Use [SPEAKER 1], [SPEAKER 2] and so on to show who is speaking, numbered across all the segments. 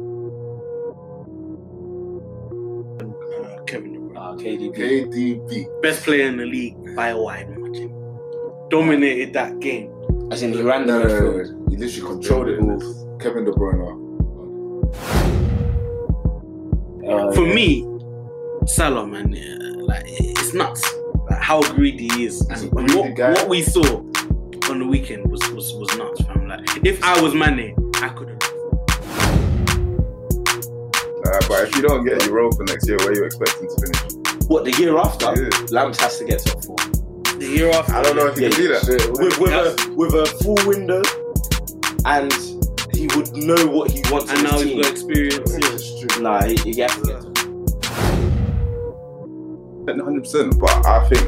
[SPEAKER 1] Ah,
[SPEAKER 2] Uh, KDB.
[SPEAKER 3] KDB.
[SPEAKER 1] Best player in the league by a wide margin. Dominated that game.
[SPEAKER 2] As in, he ran the
[SPEAKER 3] No, no, no, no,
[SPEAKER 2] midfield.
[SPEAKER 3] no. He literally controlled it all. Kevin De Bruyne.
[SPEAKER 2] Uh,
[SPEAKER 1] For me, Salah, man, yeah, like it's nuts like, how greedy he is.
[SPEAKER 3] He's a
[SPEAKER 1] And and
[SPEAKER 3] greedy
[SPEAKER 1] what,
[SPEAKER 3] guy.
[SPEAKER 1] what we saw on the weekend was was, was nuts, fam. Like if I was Mane, I could have.
[SPEAKER 4] Nah, but if you don't get Europa next year, where you expecting to finish?
[SPEAKER 2] what the year after,
[SPEAKER 4] Yeah.
[SPEAKER 2] Lambs has to get top four.
[SPEAKER 1] The year after,
[SPEAKER 4] I don't know if you can do that.
[SPEAKER 2] straight away. With, with, a, with a full window, and he would know what he wants.
[SPEAKER 1] and
[SPEAKER 2] in
[SPEAKER 1] now
[SPEAKER 2] his
[SPEAKER 1] he's
[SPEAKER 2] team.
[SPEAKER 1] got experience. Yeah.
[SPEAKER 2] Nah, he, he has to get top four.
[SPEAKER 4] 100%. But I think,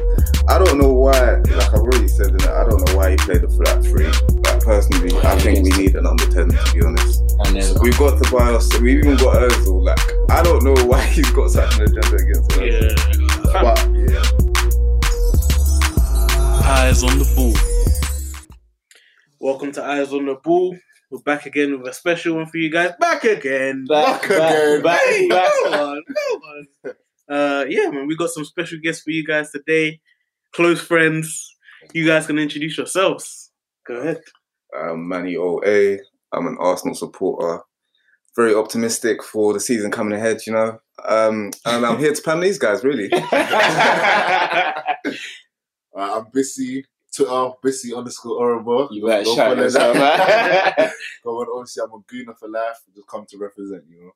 [SPEAKER 4] I don't know why, like I've already said, innit, I don't know why he played a flat three. Like, personally, I think we need a number 10, to be honest.
[SPEAKER 2] And then
[SPEAKER 4] We've got to buy us, we've even got Ozil. Like, I don't know why he's got such an agenda against us.
[SPEAKER 1] Yeah. Fam,
[SPEAKER 4] But, yeah.
[SPEAKER 1] Eyes on the Ball. Welcome to Eyes on the Ball. We're back again with a special one for you guys. Back again.
[SPEAKER 2] back,
[SPEAKER 3] Back
[SPEAKER 2] back,
[SPEAKER 3] again.
[SPEAKER 2] back,
[SPEAKER 1] Hey,
[SPEAKER 2] back.
[SPEAKER 1] come on, come on. Uh, yeah, man, we got some special guests for you guys today. Close friends. You guys can introduce yourselves. Go ahead.
[SPEAKER 4] um, Manny OA. I'm an Arsenal supporter. Very optimistic for the season coming ahead, you know. Um, and I'm here to plan these guys, really.
[SPEAKER 3] Uh, I'm busy. Twitter, busy underscore Oraba.
[SPEAKER 2] you better
[SPEAKER 3] Don't
[SPEAKER 2] shout
[SPEAKER 3] follow
[SPEAKER 2] yourself.
[SPEAKER 3] that.
[SPEAKER 2] man.
[SPEAKER 3] Go on, obviously, I'm a gooner for life. Just come to represent, you know.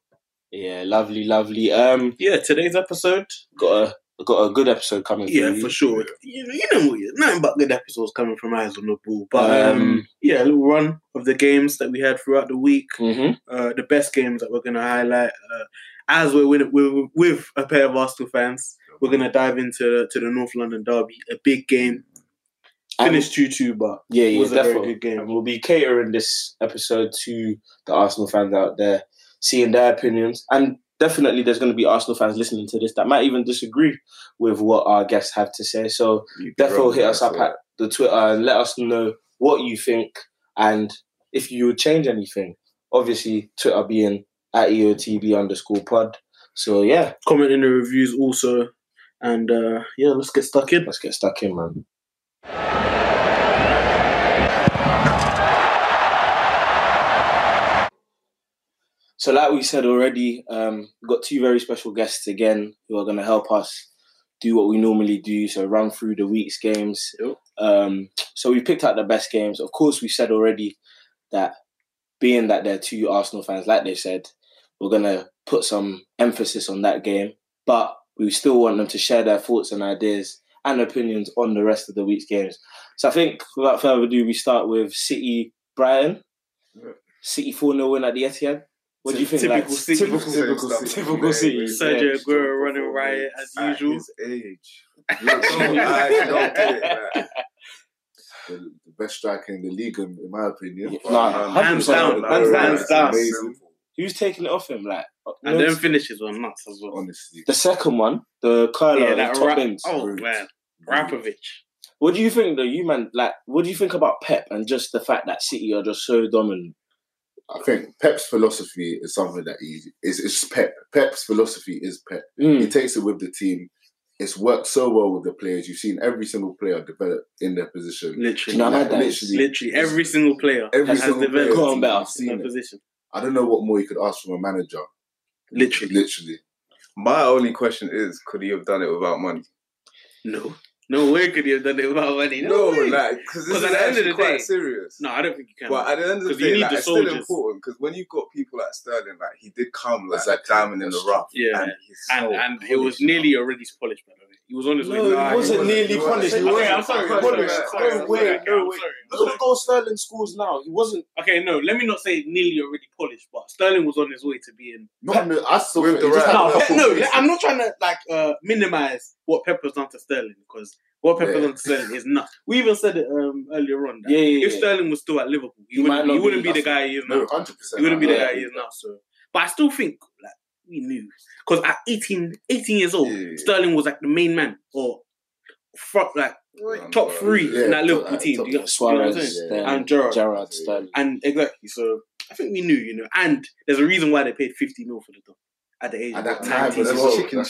[SPEAKER 2] yeah, lovely, lovely. Um,
[SPEAKER 1] Yeah, today's episode.
[SPEAKER 2] got a got a good episode coming.
[SPEAKER 1] Yeah,
[SPEAKER 2] you.
[SPEAKER 1] for sure. You, you know, what you- nothing but good episodes coming from Eyes on the Ball. But um,
[SPEAKER 2] Um,
[SPEAKER 1] yeah, a little run of the games that we had throughout the week.
[SPEAKER 2] Mhm.
[SPEAKER 1] uh, the best games that we're going to highlight. Uh, as we're with, with, with a pair of Arsenal fans, we're going to dive into to the North London derby, a big game. Finished two two, but
[SPEAKER 2] Yeah,
[SPEAKER 1] it
[SPEAKER 2] yeah,
[SPEAKER 1] was a very
[SPEAKER 2] definitely.
[SPEAKER 1] good game.
[SPEAKER 2] And we'll be catering this episode to the Arsenal fans out there, seeing their opinions. And definitely there's going to be Arsenal fans listening to this that might even disagree with what our guests have to say. So definitely hit us up at the Twitter and let us know what you think and if you would change anything. Obviously, Twitter being at E EOTB underscore pod. So yeah,
[SPEAKER 1] Comment in the reviews also, and uh, yeah, let's get stuck in.
[SPEAKER 2] let's get stuck in, man. So, like we said already, um, we've got two very special guests again who are going to help us do what we normally do. So, run through the week's games.
[SPEAKER 1] Yep.
[SPEAKER 2] Um, so, we picked out the best games. Of course, we said already that being that they're two Arsenal fans, like they said, we're going to put some emphasis on that game. But we still want them to share their thoughts and ideas and opinions on the rest of the week's games. So, I think without further ado, we start with City Brighton.
[SPEAKER 4] Yeah.
[SPEAKER 2] City 4 0 win at the Etihad. What do you think?
[SPEAKER 1] Typical
[SPEAKER 2] like,
[SPEAKER 1] City.
[SPEAKER 2] Typical, typical,
[SPEAKER 4] Same stuff.
[SPEAKER 2] typical City.
[SPEAKER 1] Sergio
[SPEAKER 2] Yeah.
[SPEAKER 1] Aguero running riot as
[SPEAKER 4] eh? At
[SPEAKER 1] usual.
[SPEAKER 4] his age. Look, no, I don't get it, man.
[SPEAKER 3] The, the best striker in the league, in, in my opinion.
[SPEAKER 2] Yeah, nah,
[SPEAKER 1] Hands
[SPEAKER 2] 100%.
[SPEAKER 1] down, hands
[SPEAKER 3] Aguero
[SPEAKER 1] hands
[SPEAKER 3] is
[SPEAKER 1] down.
[SPEAKER 3] amazing,
[SPEAKER 2] Who's taking it off him? Like,
[SPEAKER 1] And
[SPEAKER 2] no,
[SPEAKER 1] then finishes were nuts as well.
[SPEAKER 3] Honestly.
[SPEAKER 2] the second one, the curler,
[SPEAKER 1] Yeah,
[SPEAKER 2] the
[SPEAKER 1] that
[SPEAKER 2] top
[SPEAKER 1] ra-
[SPEAKER 2] ends.
[SPEAKER 1] oh
[SPEAKER 3] Rude.
[SPEAKER 1] man, Rapovic.
[SPEAKER 2] What do you think, though? You man, like, what do you think about Pep and just the fact that City are just so dominant?
[SPEAKER 3] I think Pep's philosophy is something that he is. It's Pep. Pep's philosophy is Pep. He
[SPEAKER 2] Mm.
[SPEAKER 3] takes it with the team. It's worked so well with the players. You've seen every single player develop in their position.
[SPEAKER 1] Literally,
[SPEAKER 2] No,
[SPEAKER 3] Like,
[SPEAKER 2] that is-
[SPEAKER 3] literally,
[SPEAKER 1] literally every single player
[SPEAKER 3] every
[SPEAKER 1] has
[SPEAKER 3] single player
[SPEAKER 1] developed
[SPEAKER 2] Go on,
[SPEAKER 3] I've
[SPEAKER 2] Bell.
[SPEAKER 1] in
[SPEAKER 3] seen
[SPEAKER 1] their
[SPEAKER 3] it.
[SPEAKER 1] position.
[SPEAKER 3] I don't know what more you could ask from a manager.
[SPEAKER 1] Literally,
[SPEAKER 3] Literally,
[SPEAKER 4] My only question is, could he have done it without money?
[SPEAKER 1] no, no way could he have done it without money.
[SPEAKER 4] No,
[SPEAKER 1] way.
[SPEAKER 4] like, because this
[SPEAKER 1] 'Cause
[SPEAKER 4] is
[SPEAKER 1] at the end of
[SPEAKER 4] actually
[SPEAKER 1] the
[SPEAKER 4] quite
[SPEAKER 1] day-
[SPEAKER 4] serious.
[SPEAKER 1] no, I don't think you can.
[SPEAKER 4] But at the end of the
[SPEAKER 1] 'Cause you
[SPEAKER 4] day,
[SPEAKER 1] need
[SPEAKER 4] like,
[SPEAKER 1] the
[SPEAKER 4] it's still
[SPEAKER 1] soldiers.
[SPEAKER 4] important because when you've got people like Sterling, like he did come like
[SPEAKER 3] Exactly.
[SPEAKER 4] a diamond in the
[SPEAKER 3] That's
[SPEAKER 4] rough.
[SPEAKER 1] Yeah.
[SPEAKER 4] and, he's
[SPEAKER 1] and
[SPEAKER 4] so
[SPEAKER 1] and it was
[SPEAKER 4] polished now.
[SPEAKER 1] nearly already polished, by the way. He was on his way.
[SPEAKER 2] No,
[SPEAKER 1] to-
[SPEAKER 2] he
[SPEAKER 1] Nah,
[SPEAKER 2] wasn't
[SPEAKER 4] wasn't.
[SPEAKER 2] nearly
[SPEAKER 4] He wasn't.
[SPEAKER 2] punished.
[SPEAKER 4] He
[SPEAKER 1] Okay,
[SPEAKER 4] wasn't.
[SPEAKER 1] I'm sorry.
[SPEAKER 4] He wasn't.
[SPEAKER 1] Polished.
[SPEAKER 4] He
[SPEAKER 1] Sorry,
[SPEAKER 4] wasn't.
[SPEAKER 1] I'm
[SPEAKER 2] No way,
[SPEAKER 1] sorry,
[SPEAKER 2] no
[SPEAKER 1] I'm
[SPEAKER 2] way.
[SPEAKER 1] sorry, I'm
[SPEAKER 2] Look
[SPEAKER 1] sorry.
[SPEAKER 2] at those Sterling scores now. He wasn't.
[SPEAKER 1] Okay, no, let me not say nearly already polished, but Sterling was on his way to being.
[SPEAKER 3] not no, I still
[SPEAKER 4] With
[SPEAKER 3] think
[SPEAKER 4] the
[SPEAKER 3] he just
[SPEAKER 4] right-
[SPEAKER 3] had a
[SPEAKER 1] No,
[SPEAKER 4] No,
[SPEAKER 3] couple
[SPEAKER 1] no,
[SPEAKER 3] of
[SPEAKER 1] I'm not trying to like uh minimize what Pepper's done to Sterling because what Pepper's
[SPEAKER 3] Yeah.
[SPEAKER 1] done to Sterling is nuts. We even said it um earlier on. That
[SPEAKER 2] Yeah, yeah,
[SPEAKER 1] If
[SPEAKER 2] yeah.
[SPEAKER 1] Sterling was still at Liverpool, he,
[SPEAKER 2] He might
[SPEAKER 1] wouldn't,
[SPEAKER 2] not
[SPEAKER 1] he
[SPEAKER 2] be
[SPEAKER 1] wouldn't be the
[SPEAKER 2] nothing.
[SPEAKER 1] guy he is now.
[SPEAKER 3] No, hundred percent.
[SPEAKER 1] He wouldn't be the
[SPEAKER 2] Yeah.
[SPEAKER 1] guy he is now. So, but I still think like we knew because at 18, 18 years old,
[SPEAKER 4] Yeah.
[SPEAKER 1] Sterling was like the main man or front, like
[SPEAKER 4] Right.
[SPEAKER 1] top three
[SPEAKER 3] Yeah,
[SPEAKER 1] in that
[SPEAKER 3] top-
[SPEAKER 1] Liverpool
[SPEAKER 3] like,
[SPEAKER 1] team.
[SPEAKER 3] top-
[SPEAKER 1] you know, you know what I'm saying?
[SPEAKER 2] Suarez,
[SPEAKER 3] saying?
[SPEAKER 2] then
[SPEAKER 1] And Gerrard.
[SPEAKER 2] Gerrard, Sterling.
[SPEAKER 1] eh, And exactly. So I think we knew, you know. And there's a reason why they paid 50 mil for the dog. at the age
[SPEAKER 3] At
[SPEAKER 1] of
[SPEAKER 3] that
[SPEAKER 1] what,
[SPEAKER 3] time,
[SPEAKER 1] 19?
[SPEAKER 3] but that's- chicken
[SPEAKER 2] No,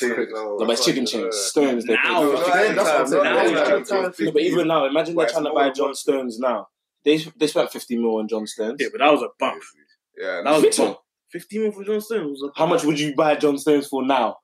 [SPEAKER 2] but it's chicken chains. Stones. They're
[SPEAKER 1] Now,
[SPEAKER 2] paying
[SPEAKER 1] No,
[SPEAKER 2] for.
[SPEAKER 1] no,
[SPEAKER 3] that's what I'm saying.
[SPEAKER 2] Now it's
[SPEAKER 3] That's what I'm
[SPEAKER 4] chicken
[SPEAKER 3] saying.
[SPEAKER 2] No, but even now, imagine
[SPEAKER 4] Well,
[SPEAKER 2] they're
[SPEAKER 4] it's
[SPEAKER 2] trying to
[SPEAKER 4] more
[SPEAKER 2] buy
[SPEAKER 4] than
[SPEAKER 2] John
[SPEAKER 4] one.
[SPEAKER 2] Stones now. They they spent fifty mil on John Stones.
[SPEAKER 1] Yeah, but that was a bump.
[SPEAKER 4] Yeah,
[SPEAKER 1] That was
[SPEAKER 2] Victor,
[SPEAKER 1] a bump. 15 mil for John Stones was a bump.
[SPEAKER 2] how much would you buy John Stones for now?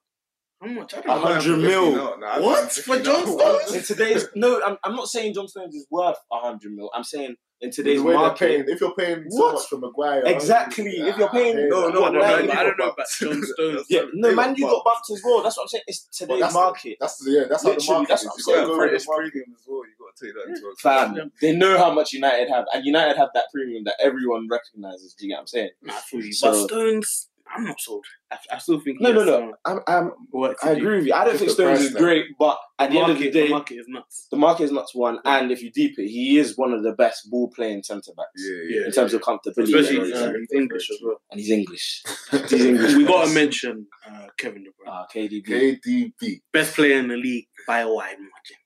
[SPEAKER 1] How much? I
[SPEAKER 2] A
[SPEAKER 1] don't know.
[SPEAKER 2] hundred mil.
[SPEAKER 1] What? For John Stones?
[SPEAKER 2] In today's no, I'm, I'm not saying John Stones is worth hundred mil. I'm saying in today's
[SPEAKER 3] The way they're
[SPEAKER 2] market,
[SPEAKER 3] paying- if you're paying so
[SPEAKER 2] What?
[SPEAKER 3] much for Maguire,
[SPEAKER 2] Exactly, if you're paying-
[SPEAKER 3] yeah.
[SPEAKER 4] No, no,
[SPEAKER 2] What,
[SPEAKER 4] no,
[SPEAKER 2] like- but
[SPEAKER 4] no, you
[SPEAKER 2] I
[SPEAKER 1] don't
[SPEAKER 4] got
[SPEAKER 1] know
[SPEAKER 4] bumped.
[SPEAKER 1] about John Stones.
[SPEAKER 2] yeah, no
[SPEAKER 4] They
[SPEAKER 2] man, you got bumped as well. That's what I'm saying. It's
[SPEAKER 3] Well,
[SPEAKER 2] today's
[SPEAKER 3] that's-
[SPEAKER 2] market.
[SPEAKER 3] That's yeah. That's how the
[SPEAKER 2] Literally,
[SPEAKER 3] market
[SPEAKER 2] that's
[SPEAKER 3] is.
[SPEAKER 2] what I'm
[SPEAKER 3] You
[SPEAKER 2] saying.
[SPEAKER 3] gotta
[SPEAKER 4] Yeah,
[SPEAKER 3] go with
[SPEAKER 4] British
[SPEAKER 3] the market.
[SPEAKER 4] premium as well. You got to take that into account.
[SPEAKER 2] Fam, they know how much United have, and United have that premium that everyone recognizes. Do you get what I'm saying?
[SPEAKER 1] Nah, I feel you.
[SPEAKER 2] So-
[SPEAKER 1] But Stones, I'm not sold. I, I still think
[SPEAKER 2] No,
[SPEAKER 1] he
[SPEAKER 2] no,
[SPEAKER 1] has
[SPEAKER 2] no.
[SPEAKER 1] some
[SPEAKER 2] I'm, I'm,
[SPEAKER 1] work to
[SPEAKER 2] I
[SPEAKER 1] do.
[SPEAKER 2] agree with you. I don't
[SPEAKER 3] Just
[SPEAKER 2] think
[SPEAKER 3] the
[SPEAKER 2] Stones
[SPEAKER 3] price
[SPEAKER 2] is
[SPEAKER 3] tag.
[SPEAKER 2] great, but at the end of the
[SPEAKER 1] market,
[SPEAKER 2] day,
[SPEAKER 1] market is nuts.
[SPEAKER 2] the market is not one, and if you deep it, he is one of the best ball playing centre backs
[SPEAKER 4] Yeah,
[SPEAKER 2] in
[SPEAKER 4] yeah.
[SPEAKER 2] terms of comfortability,
[SPEAKER 1] Especially
[SPEAKER 2] and
[SPEAKER 1] uh,
[SPEAKER 2] everything.
[SPEAKER 1] he's English as well.
[SPEAKER 2] and he's English. He's English.
[SPEAKER 1] We got to mention uh, Kevin De Bruyne.
[SPEAKER 2] Ah, KDB.
[SPEAKER 3] KDB.
[SPEAKER 1] Best player in the league by a wide margin.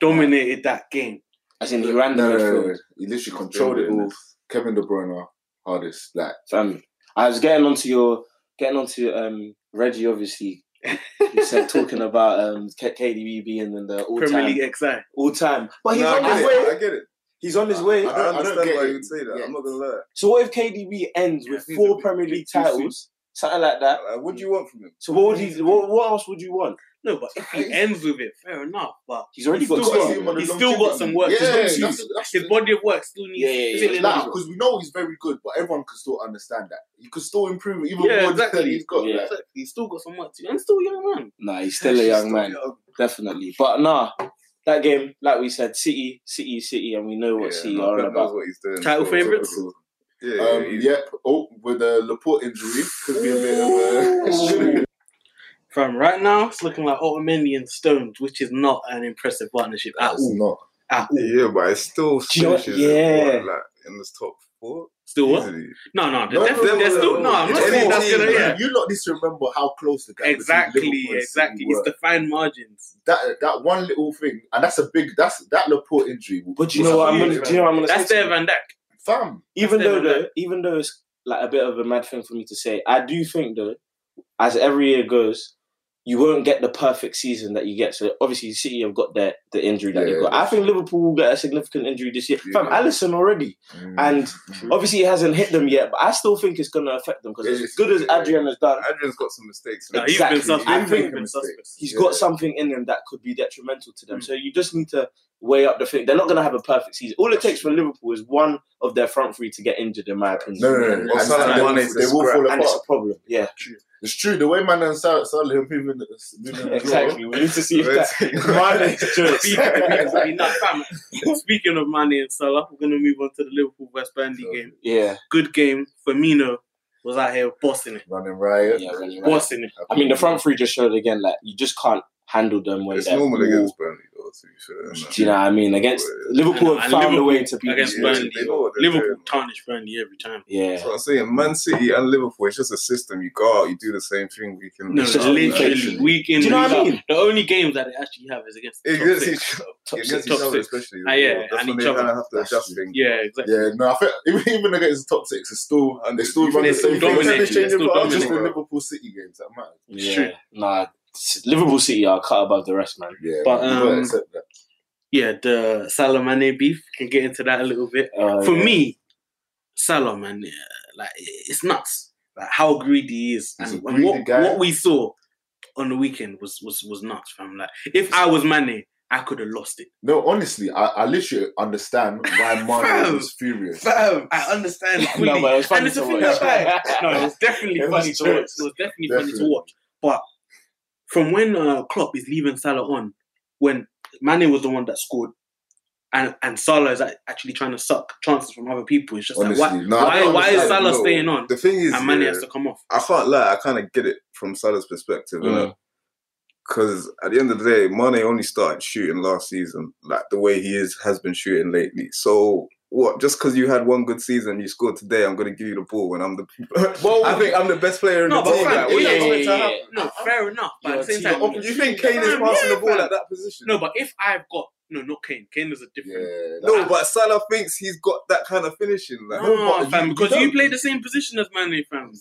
[SPEAKER 1] Dominated that game.
[SPEAKER 2] As in, he ran the
[SPEAKER 3] No, no, no,
[SPEAKER 2] midfield.
[SPEAKER 3] no. He literally controlled it all. Kevin De Bruyne, hardest. Like
[SPEAKER 2] Fam, I was getting onto your getting onto um Reggie. Obviously, he said talking about um K- KDB being in the all
[SPEAKER 1] Premier
[SPEAKER 2] time
[SPEAKER 1] League XI.
[SPEAKER 2] all time, but he's
[SPEAKER 4] No, I
[SPEAKER 2] on
[SPEAKER 4] get
[SPEAKER 2] his
[SPEAKER 4] it.
[SPEAKER 2] way.
[SPEAKER 4] I get it.
[SPEAKER 2] He's on his way.
[SPEAKER 4] I
[SPEAKER 3] I don't
[SPEAKER 4] don't understand
[SPEAKER 3] get
[SPEAKER 4] why
[SPEAKER 3] it.
[SPEAKER 4] you would say that.
[SPEAKER 3] Yeah.
[SPEAKER 4] I'm not gonna lie.
[SPEAKER 2] So what if KDB ends with
[SPEAKER 4] Yeah, he's a
[SPEAKER 2] four
[SPEAKER 4] bit-
[SPEAKER 2] Premier
[SPEAKER 4] bit
[SPEAKER 2] League
[SPEAKER 4] too soon.
[SPEAKER 2] titles, something like that?
[SPEAKER 4] Like, what do you want from him?
[SPEAKER 2] So what would he? What, what else would you want?
[SPEAKER 1] No, but if he
[SPEAKER 3] Christ.
[SPEAKER 1] ends with it, fair enough. But
[SPEAKER 2] He's already
[SPEAKER 1] He's
[SPEAKER 2] got.
[SPEAKER 1] still
[SPEAKER 2] two.
[SPEAKER 1] got- he's still got some work to
[SPEAKER 3] Yeah,
[SPEAKER 1] do.
[SPEAKER 3] that's, that's
[SPEAKER 1] his body of work still needs
[SPEAKER 2] Yeah, yeah, yeah.
[SPEAKER 1] filling in.
[SPEAKER 2] Nah,
[SPEAKER 3] because we know he's very good, but everyone can still understand that. You can still improve even
[SPEAKER 1] Yeah,
[SPEAKER 3] more than
[SPEAKER 1] exactly.
[SPEAKER 3] he's got.
[SPEAKER 2] Yeah.
[SPEAKER 3] like.
[SPEAKER 1] So he's still got some work to do. And still a young man.
[SPEAKER 2] Nah, he's still a young man, definitely. But nah, that game, like we said, City, City, City, and we know what
[SPEAKER 4] Yeah,
[SPEAKER 2] City
[SPEAKER 4] no,
[SPEAKER 2] are
[SPEAKER 4] God
[SPEAKER 2] all
[SPEAKER 4] knows
[SPEAKER 2] about.
[SPEAKER 4] what he's doing.
[SPEAKER 1] Title
[SPEAKER 4] So-
[SPEAKER 1] favourites?
[SPEAKER 4] so- Yeah, yeah,
[SPEAKER 3] Um,
[SPEAKER 4] he's-
[SPEAKER 3] yep. Oh, with the Laporte injury, could be a bit of a.
[SPEAKER 1] From right now, it's looking like Otamendi and Stones, which is not an impressive partnership at
[SPEAKER 3] It's
[SPEAKER 1] all.
[SPEAKER 3] not.
[SPEAKER 1] At all.
[SPEAKER 4] yeah, but it's still
[SPEAKER 2] Do you know what?
[SPEAKER 4] finishes at,
[SPEAKER 2] Yeah.
[SPEAKER 4] what, like in this top four.
[SPEAKER 1] Still what?
[SPEAKER 4] Easily.
[SPEAKER 1] No, no, they're,
[SPEAKER 3] No,
[SPEAKER 1] definitely,
[SPEAKER 4] no,
[SPEAKER 1] they're
[SPEAKER 4] no,
[SPEAKER 1] still
[SPEAKER 4] no,
[SPEAKER 1] no. I'm not
[SPEAKER 4] it's
[SPEAKER 1] saying that's
[SPEAKER 4] anything,
[SPEAKER 1] gonna.
[SPEAKER 4] man.
[SPEAKER 1] Yeah,
[SPEAKER 3] You lot need to remember how close the gap between
[SPEAKER 1] exactly,
[SPEAKER 3] Liverpool and City
[SPEAKER 1] exactly.
[SPEAKER 3] were.
[SPEAKER 1] It's the fine margins.
[SPEAKER 3] that that one little thing, and that's a big. That's that Laporte injury.
[SPEAKER 2] But you
[SPEAKER 3] was
[SPEAKER 2] know
[SPEAKER 3] a
[SPEAKER 2] what I'm
[SPEAKER 3] huge
[SPEAKER 2] gonna? Do you know what I'm gonna
[SPEAKER 1] That's
[SPEAKER 2] say?
[SPEAKER 1] their
[SPEAKER 2] to
[SPEAKER 1] Van
[SPEAKER 2] you?
[SPEAKER 1] Dijk.
[SPEAKER 3] fam.
[SPEAKER 2] even
[SPEAKER 1] That's
[SPEAKER 2] though
[SPEAKER 1] them,
[SPEAKER 2] though, even though it's like a bit of a mad thing for me to say, I do think though, as every year goes, you won't get the perfect season that you get. So obviously, City have got their the injury that they've
[SPEAKER 3] Yeah,
[SPEAKER 2] got. I think Liverpool will get a significant injury this year.
[SPEAKER 4] Yeah.
[SPEAKER 2] Fam, Allison already, and
[SPEAKER 3] Mm.
[SPEAKER 2] obviously it hasn't hit them yet, but I still think it's gonna affect them because as
[SPEAKER 3] It's-
[SPEAKER 2] good as
[SPEAKER 4] yeah.
[SPEAKER 2] Adrian has done,
[SPEAKER 4] Adrian's got some mistakes.
[SPEAKER 1] No,
[SPEAKER 4] man.
[SPEAKER 1] he's
[SPEAKER 2] Exactly.
[SPEAKER 1] been suspect.
[SPEAKER 2] I
[SPEAKER 1] He's
[SPEAKER 2] think-
[SPEAKER 1] been suspect.
[SPEAKER 2] he's
[SPEAKER 3] Yeah. Hmm.
[SPEAKER 2] got something in him that could be detrimental to them.
[SPEAKER 1] Mm.
[SPEAKER 2] So you just need to weigh up the thing. They're not gonna have a perfect season. All it takes for Liverpool is one of their front three to get injured, in my opinion.
[SPEAKER 3] No, no, no. no.
[SPEAKER 4] Well,
[SPEAKER 3] And-
[SPEAKER 4] Salah
[SPEAKER 3] and
[SPEAKER 4] Mane
[SPEAKER 3] they,
[SPEAKER 4] is a
[SPEAKER 3] they will
[SPEAKER 4] scrap.
[SPEAKER 3] fall
[SPEAKER 2] And it's
[SPEAKER 3] apart.
[SPEAKER 2] a problem. Yeah,
[SPEAKER 3] It's true. The way Man and Salah, Salah are moving, moving
[SPEAKER 2] exactly. We need to see if that Mane's just
[SPEAKER 1] Speaking of- no, fam, Speaking of Mane and Salah, we're gonna move on to the Liverpool West Bandy
[SPEAKER 3] Sure.
[SPEAKER 1] game.
[SPEAKER 2] yeah,
[SPEAKER 1] Good game. Firmino was out here bossing it,
[SPEAKER 3] running riot.
[SPEAKER 2] yeah, really right.
[SPEAKER 1] bossing it.
[SPEAKER 2] I mean, the front three just showed again like you just can't handle them when
[SPEAKER 4] It's
[SPEAKER 2] they're
[SPEAKER 4] normal
[SPEAKER 2] all-
[SPEAKER 4] against Burnley, though. To be fair, isn't it?
[SPEAKER 2] Do you know what I mean? Against Liverpool,
[SPEAKER 1] And- and
[SPEAKER 2] have found a
[SPEAKER 1] Liverpool
[SPEAKER 2] way to beat
[SPEAKER 1] against
[SPEAKER 2] these
[SPEAKER 4] Yeah,
[SPEAKER 2] teams.
[SPEAKER 1] Burnley.
[SPEAKER 4] they know what they're
[SPEAKER 1] Liverpool
[SPEAKER 4] doing.
[SPEAKER 1] tarnish Burnley every time.
[SPEAKER 2] Yeah,
[SPEAKER 4] That's what I'm saying. Man City and Liverpool, it's just a system. You go out, you do the same thing. We can
[SPEAKER 1] No,
[SPEAKER 2] Mm. It's just
[SPEAKER 1] no, literally
[SPEAKER 2] literally.
[SPEAKER 1] week in.
[SPEAKER 2] Do you know
[SPEAKER 1] week
[SPEAKER 2] what I
[SPEAKER 1] out.
[SPEAKER 2] mean?
[SPEAKER 1] The only games that they actually have is against. The top
[SPEAKER 4] Against
[SPEAKER 1] six.
[SPEAKER 4] each,
[SPEAKER 2] top
[SPEAKER 4] against
[SPEAKER 2] six.
[SPEAKER 4] each
[SPEAKER 1] top
[SPEAKER 4] other,
[SPEAKER 1] six.
[SPEAKER 4] especially.
[SPEAKER 1] Ah, yeah,
[SPEAKER 4] That's
[SPEAKER 1] and
[SPEAKER 4] when
[SPEAKER 1] each
[SPEAKER 4] they kind
[SPEAKER 1] other.
[SPEAKER 4] of have to
[SPEAKER 3] That's
[SPEAKER 4] adjust
[SPEAKER 3] true.
[SPEAKER 4] things.
[SPEAKER 1] Yeah, exactly.
[SPEAKER 3] Yeah, no, I think even, even against the top six, it's still
[SPEAKER 4] And
[SPEAKER 3] they still
[SPEAKER 4] you
[SPEAKER 3] run the
[SPEAKER 1] think they're still
[SPEAKER 3] same thing. They're
[SPEAKER 1] dominating,
[SPEAKER 3] changing
[SPEAKER 1] they're
[SPEAKER 3] for
[SPEAKER 1] still
[SPEAKER 3] just the
[SPEAKER 4] dominating.
[SPEAKER 3] Liverpool City games that matter.
[SPEAKER 2] yeah.
[SPEAKER 1] true.
[SPEAKER 2] Nah, s- Liverpool City are cut above the rest, man.
[SPEAKER 3] Yeah,
[SPEAKER 1] But,
[SPEAKER 3] you gotta
[SPEAKER 1] um,
[SPEAKER 3] accept that.
[SPEAKER 1] Yeah, the Salah Mane beef. Can get into that a little bit.
[SPEAKER 2] Uh,
[SPEAKER 1] For
[SPEAKER 2] yeah.
[SPEAKER 1] me, Salah, man, yeah, like it's nuts. Like how greedy he is,
[SPEAKER 3] He's
[SPEAKER 1] and,
[SPEAKER 3] a
[SPEAKER 1] and what,
[SPEAKER 3] greedy guy.
[SPEAKER 1] what we saw on the weekend was was was nuts, fam. Like if I was Mane, I could have lost it.
[SPEAKER 3] no, honestly, I, I literally understand why Mane
[SPEAKER 1] Fam.
[SPEAKER 3] was furious.
[SPEAKER 1] Fam, I understand fully.
[SPEAKER 2] no, but it was funny
[SPEAKER 1] and it's
[SPEAKER 2] to
[SPEAKER 1] a thing that's
[SPEAKER 2] watch.
[SPEAKER 1] bad. No, it was definitely
[SPEAKER 2] It was
[SPEAKER 1] funny to watch.
[SPEAKER 2] jokes.
[SPEAKER 1] It was definitely, funny to
[SPEAKER 3] Definitely.
[SPEAKER 1] watch. But from when uh, Klopp is leaving Salah on, when Mane was the one that scored, and and Salah is a- actually trying to suck chances from other people, it's just
[SPEAKER 3] Honestly,
[SPEAKER 1] like why
[SPEAKER 3] no, I
[SPEAKER 1] why
[SPEAKER 3] don't
[SPEAKER 1] why is
[SPEAKER 3] understand.
[SPEAKER 1] Salah
[SPEAKER 4] No.
[SPEAKER 1] staying on
[SPEAKER 4] The thing is,
[SPEAKER 1] and Mane
[SPEAKER 4] yeah,
[SPEAKER 1] has to come off?
[SPEAKER 4] I can't lie. I kind of get it from Salah's perspective,
[SPEAKER 2] Mm.
[SPEAKER 4] because at the end of the day, Mane only started shooting last season, like the way he is has been shooting lately. So what? Just because you had one good season, you scored today, I'm going to give you the ball when I'm the.
[SPEAKER 3] Well,
[SPEAKER 4] I think I'm the best player in
[SPEAKER 1] No,
[SPEAKER 4] the
[SPEAKER 1] but
[SPEAKER 4] team.
[SPEAKER 1] fam,
[SPEAKER 4] like, what
[SPEAKER 1] yeah,
[SPEAKER 4] do you
[SPEAKER 2] yeah,
[SPEAKER 4] want to
[SPEAKER 2] yeah,
[SPEAKER 4] happen?
[SPEAKER 2] yeah.
[SPEAKER 1] No, fair enough. But
[SPEAKER 2] Yeah,
[SPEAKER 1] at the same
[SPEAKER 2] see,
[SPEAKER 1] time,
[SPEAKER 2] the
[SPEAKER 4] You think Kane is
[SPEAKER 1] Fam,
[SPEAKER 4] passing the
[SPEAKER 1] yeah,
[SPEAKER 4] ball
[SPEAKER 1] fam.
[SPEAKER 4] at that position?
[SPEAKER 1] no. But if I've got no, not Kane. Kane is a different.
[SPEAKER 3] Yeah,
[SPEAKER 4] No, but Salah thinks he's got that kind of finishing. Like,
[SPEAKER 1] No,
[SPEAKER 3] No, but
[SPEAKER 1] fam,
[SPEAKER 3] you-
[SPEAKER 1] because
[SPEAKER 3] you
[SPEAKER 1] you
[SPEAKER 3] don't-
[SPEAKER 1] play the same position as Mane, fam.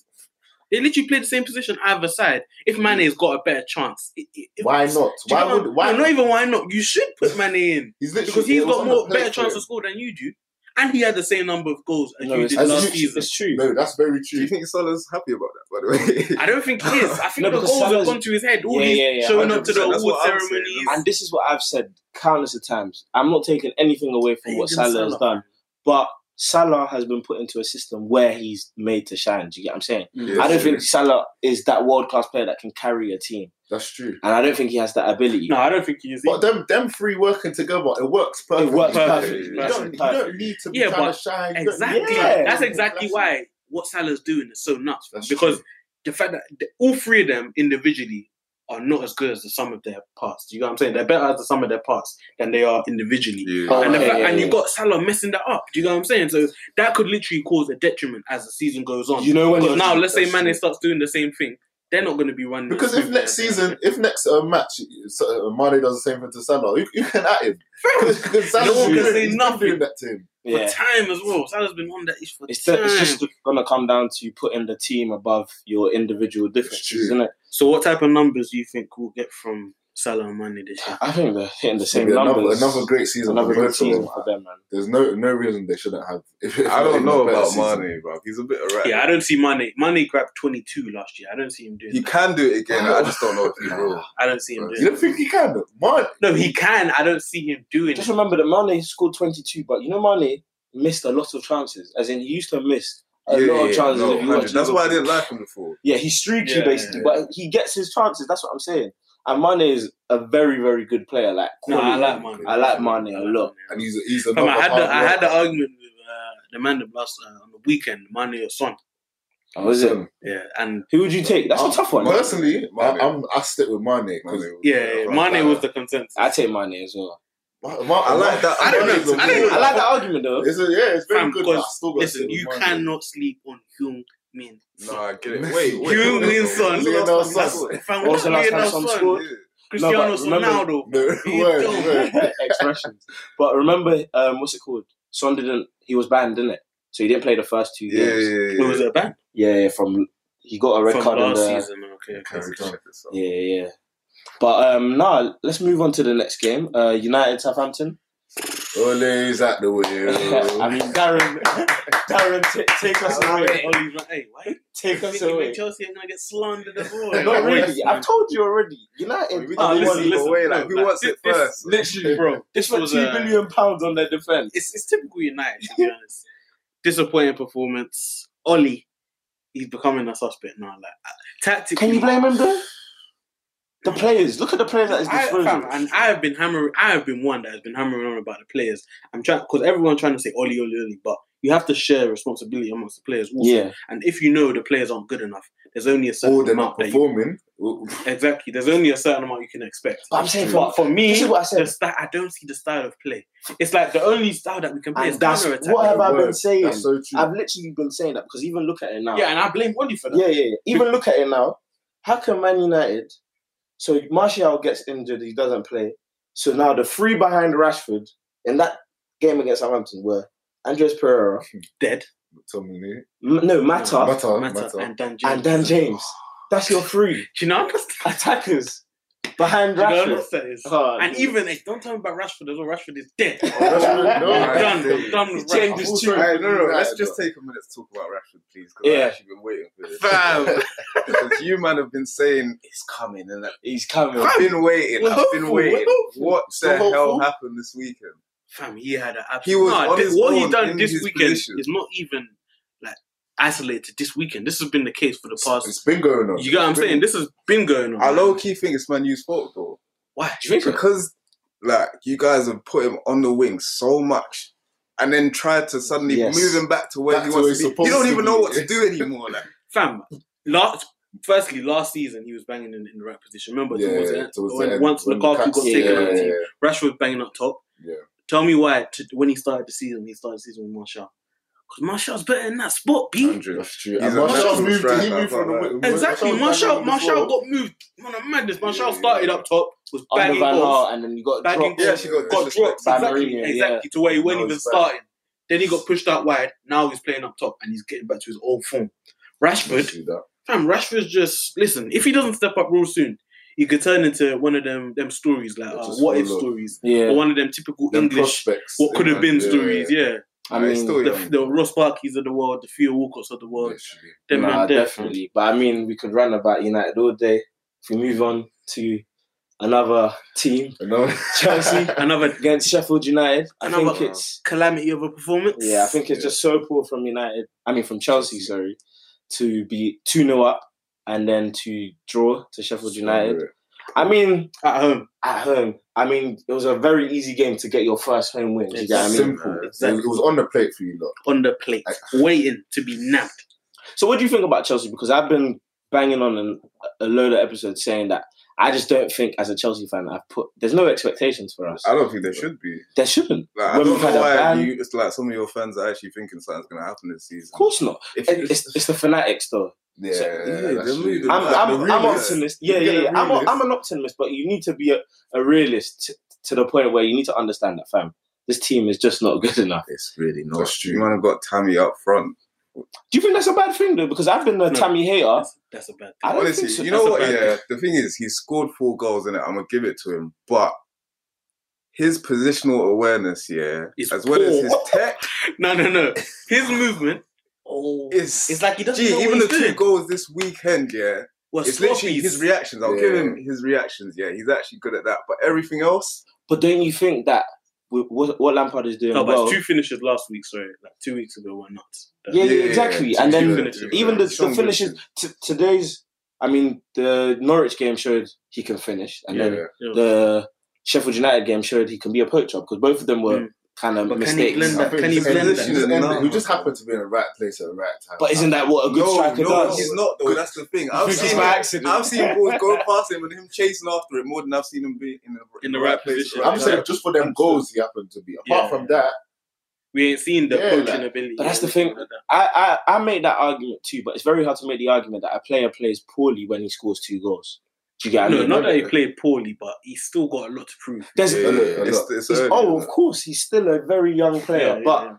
[SPEAKER 1] They literally play the same position either side. If Mane's got a better chance, it- it- it-
[SPEAKER 3] Why not?
[SPEAKER 1] Do you
[SPEAKER 3] Why
[SPEAKER 1] know-
[SPEAKER 3] would? Why
[SPEAKER 1] no, not even why not? You should put Mane in
[SPEAKER 3] He's literally
[SPEAKER 1] because
[SPEAKER 3] it
[SPEAKER 1] he's
[SPEAKER 3] was
[SPEAKER 1] got
[SPEAKER 3] on the
[SPEAKER 1] more
[SPEAKER 3] plate
[SPEAKER 1] better
[SPEAKER 3] for
[SPEAKER 1] chance
[SPEAKER 3] him.
[SPEAKER 1] to score than you do, and he had the same number of goals as
[SPEAKER 2] No,
[SPEAKER 1] you
[SPEAKER 2] it's,
[SPEAKER 1] did
[SPEAKER 3] as
[SPEAKER 1] last
[SPEAKER 3] you-
[SPEAKER 1] season.
[SPEAKER 2] it's true.
[SPEAKER 3] No, that's very
[SPEAKER 4] Do you
[SPEAKER 3] true.
[SPEAKER 4] think Salah's happy about that? By the way,
[SPEAKER 1] I don't think he is. I think
[SPEAKER 2] No,
[SPEAKER 1] the
[SPEAKER 2] because
[SPEAKER 1] goals have
[SPEAKER 2] Salah's-
[SPEAKER 1] gone to his head. All
[SPEAKER 2] Yeah,
[SPEAKER 1] these
[SPEAKER 2] yeah, yeah,
[SPEAKER 1] showing up to the
[SPEAKER 4] 100%, that's
[SPEAKER 1] award
[SPEAKER 4] what I'm saying.
[SPEAKER 1] ceremonies.
[SPEAKER 4] That's-
[SPEAKER 2] And this is what I've said countless of times. I'm not taking anything away from
[SPEAKER 1] Hey,
[SPEAKER 2] what
[SPEAKER 1] give him
[SPEAKER 2] Salah, has
[SPEAKER 1] Salah.
[SPEAKER 2] done, but Salah has been put into a system where he's made to shine. Do you get what I'm saying?
[SPEAKER 4] Yeah,
[SPEAKER 2] I don't
[SPEAKER 4] sure.
[SPEAKER 2] think Salah is that world class player that can carry a team,
[SPEAKER 3] That's true.
[SPEAKER 2] and I don't think he has that ability.
[SPEAKER 1] No, I don't think he is.
[SPEAKER 3] But them them three working together, it works perfectly.
[SPEAKER 2] It works
[SPEAKER 1] perfectly.
[SPEAKER 2] perfectly.
[SPEAKER 3] You don't, you don't need to be
[SPEAKER 1] Yeah,
[SPEAKER 3] trying
[SPEAKER 1] but
[SPEAKER 3] to shine. You don't need
[SPEAKER 1] Exactly.
[SPEAKER 3] to try to-
[SPEAKER 2] Yeah.
[SPEAKER 1] That's exactly
[SPEAKER 3] That's-
[SPEAKER 1] why what Salah's doing is so nuts.
[SPEAKER 3] That's
[SPEAKER 1] because
[SPEAKER 3] true.
[SPEAKER 1] the fact that the, all three of them individually are not as good as the sum of their parts. You know what I'm saying? They're better as the sum of their parts than they are individually.
[SPEAKER 4] Yeah.
[SPEAKER 2] Oh,
[SPEAKER 1] And, the
[SPEAKER 2] yeah,
[SPEAKER 1] fact,
[SPEAKER 2] yeah,
[SPEAKER 1] and
[SPEAKER 2] yeah.
[SPEAKER 1] you got Salah messing that up. Do you know what I'm saying? So that could literally cause a detriment as the season goes on.
[SPEAKER 2] You know when
[SPEAKER 1] because
[SPEAKER 2] you're-
[SPEAKER 1] now, let's say
[SPEAKER 2] that's
[SPEAKER 1] Mane
[SPEAKER 2] true.
[SPEAKER 1] starts doing the same thing, they're not going to be running.
[SPEAKER 3] Because if next season, if next uh, match, so, uh, Mane does the same thing to Salah, you, you can at him.
[SPEAKER 1] Fair.
[SPEAKER 3] Because
[SPEAKER 1] No
[SPEAKER 3] Salah's
[SPEAKER 1] one can
[SPEAKER 3] doing-
[SPEAKER 1] say
[SPEAKER 3] he's been
[SPEAKER 1] nothing.
[SPEAKER 3] doing that to him.
[SPEAKER 1] for
[SPEAKER 2] Yeah.
[SPEAKER 1] time as well. Salah's been on that issue for
[SPEAKER 2] It's,
[SPEAKER 1] time.
[SPEAKER 2] the, it's just gonna come down to putting the team above your individual differences,
[SPEAKER 3] true.
[SPEAKER 2] isn't it?
[SPEAKER 1] so, what type of numbers do you think we'll get from Salah and Mane this year?
[SPEAKER 2] I think they're hitting the same
[SPEAKER 3] Maybe another,
[SPEAKER 2] numbers.
[SPEAKER 3] another great season.
[SPEAKER 2] Another
[SPEAKER 3] for
[SPEAKER 2] good
[SPEAKER 3] both of
[SPEAKER 2] season
[SPEAKER 3] them.
[SPEAKER 2] for them, man.
[SPEAKER 3] There's no no reason they shouldn't have. If, if
[SPEAKER 4] I
[SPEAKER 3] not
[SPEAKER 4] don't
[SPEAKER 3] even a
[SPEAKER 4] know
[SPEAKER 3] better
[SPEAKER 4] about
[SPEAKER 3] season.
[SPEAKER 4] Mane, bro. He's a bit erratic.
[SPEAKER 1] Yeah, I don't see Mane. Mane grabbed 22 last year. I don't see him doing
[SPEAKER 4] He
[SPEAKER 1] that.
[SPEAKER 4] can do it again. I just don't know if he will.
[SPEAKER 1] I don't see him doing
[SPEAKER 3] You don't
[SPEAKER 1] that.
[SPEAKER 3] think he can? Mane,
[SPEAKER 1] No, he can. I don't see him doing
[SPEAKER 2] Just
[SPEAKER 1] it.
[SPEAKER 2] remember that Mane scored 22, but you know Mane missed a lot of chances. As in, he used to miss a lot of chances.
[SPEAKER 4] no,
[SPEAKER 2] if you
[SPEAKER 4] 100.
[SPEAKER 2] watch
[SPEAKER 4] That's why I
[SPEAKER 2] Liverpool.
[SPEAKER 4] didn't like him before.
[SPEAKER 2] Yeah, he's streaky
[SPEAKER 1] Yeah,
[SPEAKER 2] basically,
[SPEAKER 3] yeah,
[SPEAKER 2] but he gets his chances. That's what I'm saying. And Mane is a very, very good player. Like,
[SPEAKER 1] No, I
[SPEAKER 2] quality.
[SPEAKER 1] like Mane.
[SPEAKER 2] I like Mane a lot.
[SPEAKER 3] and he's he's
[SPEAKER 1] Fam,
[SPEAKER 3] another.
[SPEAKER 1] I had the I
[SPEAKER 3] hard
[SPEAKER 1] had the
[SPEAKER 3] worker.
[SPEAKER 1] argument with uh, the man that last uh, on the weekend, Mane or Son.
[SPEAKER 2] Oh, is it?
[SPEAKER 1] Yeah, and
[SPEAKER 2] Who would you take? That's a
[SPEAKER 3] Uh,
[SPEAKER 2] tough one.
[SPEAKER 4] Mane.
[SPEAKER 3] Personally, I,
[SPEAKER 4] Mane.
[SPEAKER 3] I'm I stick with Mane. 'cause
[SPEAKER 4] Mane was-
[SPEAKER 1] yeah, yeah
[SPEAKER 4] right,
[SPEAKER 1] Mane
[SPEAKER 4] right.
[SPEAKER 1] was the consensus.
[SPEAKER 2] I take Mane as well.
[SPEAKER 3] Ma-
[SPEAKER 4] I like that.
[SPEAKER 1] I don't know.
[SPEAKER 3] Mane's a
[SPEAKER 1] I don't know.
[SPEAKER 2] I like that argument though.
[SPEAKER 3] It's a, yeah, it's very
[SPEAKER 1] Fam,
[SPEAKER 3] good.
[SPEAKER 1] because,
[SPEAKER 3] but I still gotta
[SPEAKER 1] Listen,
[SPEAKER 3] stick with
[SPEAKER 1] you
[SPEAKER 3] Mane.
[SPEAKER 1] cannot sleep on Hyung Min.
[SPEAKER 4] No, I get it. Wait, wait.
[SPEAKER 1] Heung-min
[SPEAKER 4] wait.
[SPEAKER 1] Son.
[SPEAKER 3] Lionel
[SPEAKER 4] When's the last time
[SPEAKER 3] Son.
[SPEAKER 4] he
[SPEAKER 1] If I
[SPEAKER 2] What was the last time Son
[SPEAKER 4] scored?
[SPEAKER 2] scored?
[SPEAKER 4] Yeah.
[SPEAKER 1] Cristiano
[SPEAKER 2] No, but remember-
[SPEAKER 1] Ronaldo.
[SPEAKER 3] No,
[SPEAKER 1] He's
[SPEAKER 3] word,
[SPEAKER 1] dumb.
[SPEAKER 3] word.
[SPEAKER 2] expressions. But remember, um, what's it called? Son didn't. He was banned, didn't it? So he didn't play the first two
[SPEAKER 4] Yeah,
[SPEAKER 2] games.
[SPEAKER 4] yeah, yeah.
[SPEAKER 1] Who was it about?
[SPEAKER 2] Yeah, yeah. From he got a red
[SPEAKER 1] From
[SPEAKER 2] card in
[SPEAKER 1] last
[SPEAKER 2] the.
[SPEAKER 1] season. Okay, okay.
[SPEAKER 4] Okay, we can check this out.
[SPEAKER 2] Yeah, yeah. But um, nah, let's move on to the next game. Uh, United Southampton.
[SPEAKER 3] Ole's at the
[SPEAKER 1] Oh.
[SPEAKER 2] I
[SPEAKER 3] wheel.
[SPEAKER 2] mean, Darren, Darren, t- take us away.
[SPEAKER 1] Hey, Oli's like, hey, why
[SPEAKER 2] Take
[SPEAKER 1] You
[SPEAKER 2] us
[SPEAKER 1] think you
[SPEAKER 2] away.
[SPEAKER 1] think Chelsea are gonna get slandered as well.
[SPEAKER 2] Not really. I've told you already.
[SPEAKER 1] Oh,
[SPEAKER 4] I
[SPEAKER 2] United.
[SPEAKER 4] mean, we
[SPEAKER 2] are one-
[SPEAKER 4] can listen,
[SPEAKER 1] Ah, listen,
[SPEAKER 4] away. Like,
[SPEAKER 1] no,
[SPEAKER 4] who
[SPEAKER 1] like,
[SPEAKER 4] wants it
[SPEAKER 1] this-
[SPEAKER 4] first?
[SPEAKER 2] literally, bro. This
[SPEAKER 1] This
[SPEAKER 2] was
[SPEAKER 1] was
[SPEAKER 2] two
[SPEAKER 1] a-
[SPEAKER 2] billion pounds on their defense.
[SPEAKER 1] It's, it's typical United, to be honest. Disappointing performance. Oli, he's becoming a suspect now. Like uh, tactically,
[SPEAKER 2] Can you blame him though? The players. Look at the players at his
[SPEAKER 1] I,
[SPEAKER 2] disposal.
[SPEAKER 1] fam, and I have been hammering. I have been one that has been hammering on about the players. I'm trying because everyone's trying to say Oli, Oli, Oli, but you have to share responsibility amongst the players. Also.
[SPEAKER 2] yeah.
[SPEAKER 1] And if you know the players aren't good enough, there's only a certain
[SPEAKER 3] Or they're
[SPEAKER 1] amount
[SPEAKER 3] not
[SPEAKER 1] that you,
[SPEAKER 3] performing.
[SPEAKER 1] exactly. There's only a certain amount you can expect.
[SPEAKER 2] But I'm saying
[SPEAKER 1] But
[SPEAKER 2] for,
[SPEAKER 1] for me,
[SPEAKER 2] this is what I said.
[SPEAKER 1] the sty- I don't see the style of play. It's like the only style that we can play
[SPEAKER 2] And
[SPEAKER 1] is
[SPEAKER 2] that's-
[SPEAKER 1] counter attack.
[SPEAKER 2] what have I been
[SPEAKER 3] Word.
[SPEAKER 2] saying?
[SPEAKER 3] That's so true.
[SPEAKER 2] I've literally been saying that because even look at it now.
[SPEAKER 1] Yeah, and I blame Wally for that.
[SPEAKER 2] yeah, yeah. yeah. Even look at it now. How can Man United? So Martial gets injured, he doesn't play. So now the three behind Rashford in that game against Southampton were Andres Pereira,
[SPEAKER 1] Dead.
[SPEAKER 3] Tommy,
[SPEAKER 2] M- no Mata,
[SPEAKER 3] Mata,
[SPEAKER 1] Mata
[SPEAKER 3] Mata.
[SPEAKER 1] and Dan James.
[SPEAKER 2] and Dan James. That's your three
[SPEAKER 1] Do you know how much that-
[SPEAKER 2] attackers behind
[SPEAKER 1] do you know how
[SPEAKER 2] Rashford.
[SPEAKER 1] much that is?
[SPEAKER 2] Oh,
[SPEAKER 1] And
[SPEAKER 2] dude.
[SPEAKER 1] even if don't tell me about Rashford as well, Rashford is dead.
[SPEAKER 3] Rashford, no.
[SPEAKER 1] I'm done.
[SPEAKER 4] Rashford.
[SPEAKER 1] I'm done with
[SPEAKER 2] He changed
[SPEAKER 1] Rashford.
[SPEAKER 2] his
[SPEAKER 3] Also,
[SPEAKER 2] tune.
[SPEAKER 4] Alright, no, no, no, let's
[SPEAKER 3] Right,
[SPEAKER 4] just
[SPEAKER 3] though.
[SPEAKER 4] take a minute to talk about Rashford, please, because
[SPEAKER 2] Yeah.
[SPEAKER 4] I've actually been waiting for this.
[SPEAKER 1] Fam.
[SPEAKER 4] Because you man have been saying it's coming, and
[SPEAKER 2] He's coming.
[SPEAKER 4] I've been waiting.
[SPEAKER 1] We're
[SPEAKER 4] I've been
[SPEAKER 1] hopeful, we're
[SPEAKER 4] waiting.
[SPEAKER 1] hopeful.
[SPEAKER 4] What
[SPEAKER 3] Still
[SPEAKER 4] the hell
[SPEAKER 3] hopeful?
[SPEAKER 4] happened this weekend?
[SPEAKER 1] Fam, he had an absolute.
[SPEAKER 4] He was
[SPEAKER 1] Nah,
[SPEAKER 4] on
[SPEAKER 1] thi-
[SPEAKER 4] his
[SPEAKER 1] what
[SPEAKER 4] own
[SPEAKER 1] he done
[SPEAKER 4] in
[SPEAKER 1] this
[SPEAKER 4] his
[SPEAKER 1] weekend
[SPEAKER 4] position.
[SPEAKER 1] is not even like isolated. to This weekend, this has been the case for the past.
[SPEAKER 3] It's been going on.
[SPEAKER 1] you get what I'm
[SPEAKER 3] It's been-
[SPEAKER 1] saying? This has been going on.
[SPEAKER 4] I
[SPEAKER 1] man.
[SPEAKER 4] low key think it's Manu's fault though,
[SPEAKER 1] Why?
[SPEAKER 4] because like you guys have put him on the wing so much, and then tried to suddenly
[SPEAKER 2] Yes.
[SPEAKER 4] move him back to where
[SPEAKER 3] Back
[SPEAKER 4] he
[SPEAKER 3] to
[SPEAKER 4] wants
[SPEAKER 3] where
[SPEAKER 4] to be.
[SPEAKER 3] he's
[SPEAKER 4] You don't even know what
[SPEAKER 3] supposed
[SPEAKER 4] to
[SPEAKER 3] to
[SPEAKER 4] do anymore. Like
[SPEAKER 1] fam, last firstly last season he was banging in, in the right position. Remember towards the
[SPEAKER 3] Yeah,
[SPEAKER 1] end,
[SPEAKER 3] towards
[SPEAKER 1] when-
[SPEAKER 3] the end,
[SPEAKER 1] once
[SPEAKER 3] when
[SPEAKER 1] Lukaku
[SPEAKER 3] Lukaku-
[SPEAKER 1] got
[SPEAKER 2] yeah,
[SPEAKER 1] taken out,
[SPEAKER 2] yeah,
[SPEAKER 1] of the team,
[SPEAKER 3] yeah.
[SPEAKER 1] Rashford banging up top.
[SPEAKER 3] Yeah.
[SPEAKER 1] Tell me why to, when he started the season he started the season with Marshall because Marshall's better in that spot, B.
[SPEAKER 4] Andrew,
[SPEAKER 3] That's true.
[SPEAKER 4] He's
[SPEAKER 3] And
[SPEAKER 4] a
[SPEAKER 3] Martial's
[SPEAKER 4] natural
[SPEAKER 3] moved. He
[SPEAKER 4] striker,
[SPEAKER 3] moved from
[SPEAKER 4] but,
[SPEAKER 3] the
[SPEAKER 1] Exactly, Marshall. Marshall
[SPEAKER 3] got.
[SPEAKER 1] got moved. Man, a madness. Marshall
[SPEAKER 4] Yeah,
[SPEAKER 1] started
[SPEAKER 4] yeah.
[SPEAKER 1] up top, was
[SPEAKER 2] Under
[SPEAKER 1] banging
[SPEAKER 2] Van
[SPEAKER 1] balls,
[SPEAKER 2] Gaal, and then you got
[SPEAKER 1] Bagging
[SPEAKER 2] dropped.
[SPEAKER 1] goals.
[SPEAKER 4] yeah, she got
[SPEAKER 1] got dropped
[SPEAKER 2] by
[SPEAKER 1] exactly,
[SPEAKER 2] Mourinho, yeah.
[SPEAKER 1] exactly to where he
[SPEAKER 4] No,
[SPEAKER 1] wasn't even
[SPEAKER 4] it's bad.
[SPEAKER 1] starting. Then he got pushed out wide. Now he's playing up top and he's getting back to his old form. Rashford fam, Rashford's just listen. If he doesn't step up real soon, he could turn into one of them them stories like
[SPEAKER 3] Yeah,
[SPEAKER 1] uh,
[SPEAKER 3] just
[SPEAKER 1] what if
[SPEAKER 3] follow.
[SPEAKER 1] stories
[SPEAKER 2] Yeah,
[SPEAKER 1] or one of them typical
[SPEAKER 3] Them
[SPEAKER 1] English
[SPEAKER 3] prospects.
[SPEAKER 1] what could have been
[SPEAKER 3] Yeah,
[SPEAKER 1] stories.
[SPEAKER 3] yeah.
[SPEAKER 1] Yeah,
[SPEAKER 2] I
[SPEAKER 4] Nah, he's
[SPEAKER 2] mean,
[SPEAKER 4] still
[SPEAKER 1] the,
[SPEAKER 4] young.
[SPEAKER 1] the Ross Barkeys of the world, the Theo Walcotts of the world.
[SPEAKER 3] Literally.
[SPEAKER 1] Them
[SPEAKER 2] nah,
[SPEAKER 1] man, them.
[SPEAKER 2] definitely. But I mean, we could run about United all day. If we move on to another team,
[SPEAKER 3] You know?
[SPEAKER 2] Chelsea
[SPEAKER 1] Another
[SPEAKER 2] against Sheffield United, I think
[SPEAKER 1] Another-
[SPEAKER 2] it's
[SPEAKER 1] calamity of a performance.
[SPEAKER 2] yeah, I think it's
[SPEAKER 3] Yeah.
[SPEAKER 2] just so poor from United. I mean, from Chelsea, sorry, to be two 0 up and then to draw to Sheffield United. I mean,
[SPEAKER 1] at home.
[SPEAKER 2] at home. I mean, it was a very easy game to get your first home win. do You
[SPEAKER 1] It's
[SPEAKER 2] get what I mean?
[SPEAKER 3] Simple.
[SPEAKER 1] Exactly.
[SPEAKER 3] It was on the plate for you lot.
[SPEAKER 1] on the plate, waiting to be nabbed.
[SPEAKER 2] So, what do you think about Chelsea? Because I've been banging on an, a load of episodes saying that I just don't think, as a Chelsea fan, I've put there's no expectations for us.
[SPEAKER 4] I don't think there should be.
[SPEAKER 2] There shouldn't.
[SPEAKER 4] Uh, Like, I
[SPEAKER 2] When
[SPEAKER 4] don't
[SPEAKER 2] we've had
[SPEAKER 4] know
[SPEAKER 2] a
[SPEAKER 4] why
[SPEAKER 2] ban-
[SPEAKER 4] you, it's like some of your fans are actually thinking something's going to happen this season.
[SPEAKER 2] Of course not.
[SPEAKER 4] If you
[SPEAKER 2] It- It's, it's the fanatics, though.
[SPEAKER 3] Yeah,
[SPEAKER 2] So-
[SPEAKER 4] Yeah,
[SPEAKER 3] that's
[SPEAKER 4] they're
[SPEAKER 3] true.
[SPEAKER 4] moving.
[SPEAKER 2] I'm,
[SPEAKER 4] Like,
[SPEAKER 2] I'm,
[SPEAKER 4] the
[SPEAKER 2] I'm
[SPEAKER 4] realist.
[SPEAKER 2] optimist.
[SPEAKER 4] You
[SPEAKER 2] Yeah, yeah,
[SPEAKER 4] get a
[SPEAKER 2] yeah. I'm, a,
[SPEAKER 4] realist.
[SPEAKER 2] I'm an optimist, but you need to be a, a realist t- to the point where you need to understand that, fam. This team is just not good enough.
[SPEAKER 4] It's really not.
[SPEAKER 3] That's true.
[SPEAKER 4] You might have got Tammy up front.
[SPEAKER 2] Do you think that's a bad thing though? Because I've been a
[SPEAKER 1] No.
[SPEAKER 2] Tammy hater.
[SPEAKER 1] That's, that's a bad
[SPEAKER 2] I
[SPEAKER 1] thing.
[SPEAKER 2] don't
[SPEAKER 4] Honestly,
[SPEAKER 2] think so.
[SPEAKER 4] you
[SPEAKER 2] That's
[SPEAKER 4] know
[SPEAKER 2] a
[SPEAKER 4] what?
[SPEAKER 2] bad
[SPEAKER 4] Yeah, the thing is, he scored four goals in it. I'm gonna give it to him, but his positional awareness, yeah,
[SPEAKER 1] It's
[SPEAKER 4] as well as his
[SPEAKER 1] poor.
[SPEAKER 4] tech,
[SPEAKER 1] No, no, no. His movement. Oh,
[SPEAKER 4] is
[SPEAKER 1] it's like he doesn't
[SPEAKER 4] Gee,
[SPEAKER 1] know
[SPEAKER 4] even
[SPEAKER 1] what
[SPEAKER 4] the
[SPEAKER 1] he's
[SPEAKER 4] two
[SPEAKER 1] doing.
[SPEAKER 4] goals this weekend, yeah,
[SPEAKER 1] Well,
[SPEAKER 4] it's literally
[SPEAKER 1] sloppy.
[SPEAKER 4] his reactions. I'll give
[SPEAKER 3] Yeah.
[SPEAKER 4] him his reactions. Yeah, he's actually good at that. But everything else,
[SPEAKER 2] But don't you think that with what, what Lampard is doing
[SPEAKER 1] No, but
[SPEAKER 2] well?
[SPEAKER 1] it's two finishes last week. Sorry, like two weeks ago were not.
[SPEAKER 2] yeah, yeah,
[SPEAKER 4] Yeah,
[SPEAKER 2] exactly.
[SPEAKER 4] yeah,
[SPEAKER 2] and
[SPEAKER 4] yeah,
[SPEAKER 2] then
[SPEAKER 4] yeah,
[SPEAKER 1] finishes.
[SPEAKER 4] yeah.
[SPEAKER 2] even the,
[SPEAKER 4] Strong
[SPEAKER 2] the finishes t- today's. I mean, the Norwich game showed he can finish, and
[SPEAKER 3] Yeah.
[SPEAKER 2] then the Sheffield United game showed he can be a poacher because both of them were
[SPEAKER 1] Mm.
[SPEAKER 2] kind of
[SPEAKER 1] But can he
[SPEAKER 2] mistakes.
[SPEAKER 1] blend
[SPEAKER 3] I
[SPEAKER 1] that?
[SPEAKER 3] think
[SPEAKER 1] Can he
[SPEAKER 3] just-
[SPEAKER 1] blend
[SPEAKER 3] he
[SPEAKER 4] that?
[SPEAKER 3] just ended- He
[SPEAKER 4] No.
[SPEAKER 3] just happened to be in the right place at the right time.
[SPEAKER 2] But isn't that what a good
[SPEAKER 4] no,
[SPEAKER 2] striker
[SPEAKER 4] no,
[SPEAKER 2] does?
[SPEAKER 4] he's not though. That's the thing. I've
[SPEAKER 2] It's
[SPEAKER 4] seen,
[SPEAKER 2] by accident.
[SPEAKER 4] I've seen balls go past him and him chasing after it more than I've seen him be in the,
[SPEAKER 1] In the right position.
[SPEAKER 4] right
[SPEAKER 3] I'm saying
[SPEAKER 4] time.
[SPEAKER 3] just for them goals he happened to be. Apart
[SPEAKER 1] Yeah.
[SPEAKER 3] from that,
[SPEAKER 1] we ain't seen the
[SPEAKER 3] Yeah,
[SPEAKER 1] coaching
[SPEAKER 3] like-
[SPEAKER 1] ability.
[SPEAKER 2] But that's
[SPEAKER 1] or
[SPEAKER 2] the thing.
[SPEAKER 1] anything like that.
[SPEAKER 2] I, I I make that argument too, but it's very hard to make the argument that a player plays poorly when he scores two goals. Do you get what I
[SPEAKER 1] No,
[SPEAKER 2] mean?
[SPEAKER 1] not that he played poorly, but he's still got a lot to prove.
[SPEAKER 2] There's,
[SPEAKER 4] Yeah,
[SPEAKER 3] Look, look,
[SPEAKER 4] it's,
[SPEAKER 3] look.
[SPEAKER 4] it's
[SPEAKER 2] he's-
[SPEAKER 4] early,
[SPEAKER 2] oh, of
[SPEAKER 4] isn't
[SPEAKER 2] course, he's still a very young player,
[SPEAKER 1] Yeah,
[SPEAKER 2] but
[SPEAKER 1] yeah,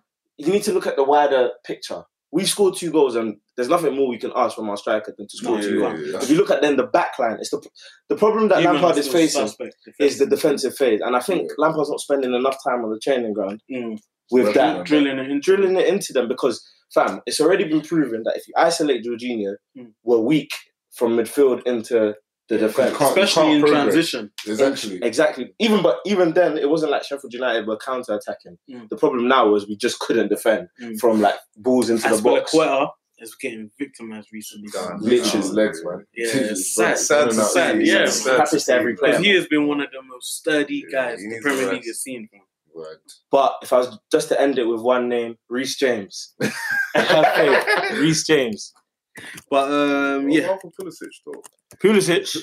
[SPEAKER 2] you need to look at the wider picture. We've scored two goals, and there's nothing more we can ask from our striker than to score
[SPEAKER 1] No,
[SPEAKER 4] it?
[SPEAKER 2] two
[SPEAKER 1] yeah,
[SPEAKER 2] goals.
[SPEAKER 1] yeah.
[SPEAKER 2] If you look at then the back line, it's the the problem that
[SPEAKER 1] Even
[SPEAKER 2] Lampard is
[SPEAKER 1] still
[SPEAKER 2] facing
[SPEAKER 1] suspect
[SPEAKER 2] is
[SPEAKER 1] defense.
[SPEAKER 2] the defensive phase, and I think Lampard's not spending enough time on the training ground
[SPEAKER 1] Mm.
[SPEAKER 2] with
[SPEAKER 3] Right.
[SPEAKER 2] that
[SPEAKER 1] drilling it into
[SPEAKER 2] drilling it into them because, fam, it's already been proven that if you isolate Jorginho,
[SPEAKER 1] Mm.
[SPEAKER 2] we're weak from midfield into the defense.
[SPEAKER 3] can't-
[SPEAKER 1] especially in
[SPEAKER 3] progress.
[SPEAKER 1] transition.
[SPEAKER 3] essentially,
[SPEAKER 2] Exactly. Even but even then, it wasn't like Sheffield United were counter attacking.
[SPEAKER 1] Mm.
[SPEAKER 2] The problem now was we just couldn't defend
[SPEAKER 1] Mm.
[SPEAKER 2] from like balls into the box.
[SPEAKER 1] Aspilicueta is getting victimized recently.
[SPEAKER 3] Damn,
[SPEAKER 2] Literally.
[SPEAKER 3] it's his legs, man.
[SPEAKER 1] Yeah,
[SPEAKER 3] It's his
[SPEAKER 1] sad,
[SPEAKER 3] legs.
[SPEAKER 4] sad
[SPEAKER 3] No,
[SPEAKER 4] to
[SPEAKER 3] no,
[SPEAKER 4] see,
[SPEAKER 3] it's-
[SPEAKER 1] yeah.
[SPEAKER 3] it's
[SPEAKER 4] sad
[SPEAKER 2] Happens
[SPEAKER 4] to
[SPEAKER 2] to every
[SPEAKER 4] see,
[SPEAKER 2] player.
[SPEAKER 1] Because he has been one of the most sturdy
[SPEAKER 4] Yeah,
[SPEAKER 1] guys
[SPEAKER 4] he
[SPEAKER 1] the
[SPEAKER 4] needs
[SPEAKER 1] Premier
[SPEAKER 4] to
[SPEAKER 1] League
[SPEAKER 4] rest.
[SPEAKER 1] has seen. Bro.
[SPEAKER 3] Word.
[SPEAKER 2] But if I was just to end it with one name, Reece James. Reece James.
[SPEAKER 1] But um, yeah,
[SPEAKER 4] Well, Pulisic though.
[SPEAKER 2] Pulisic.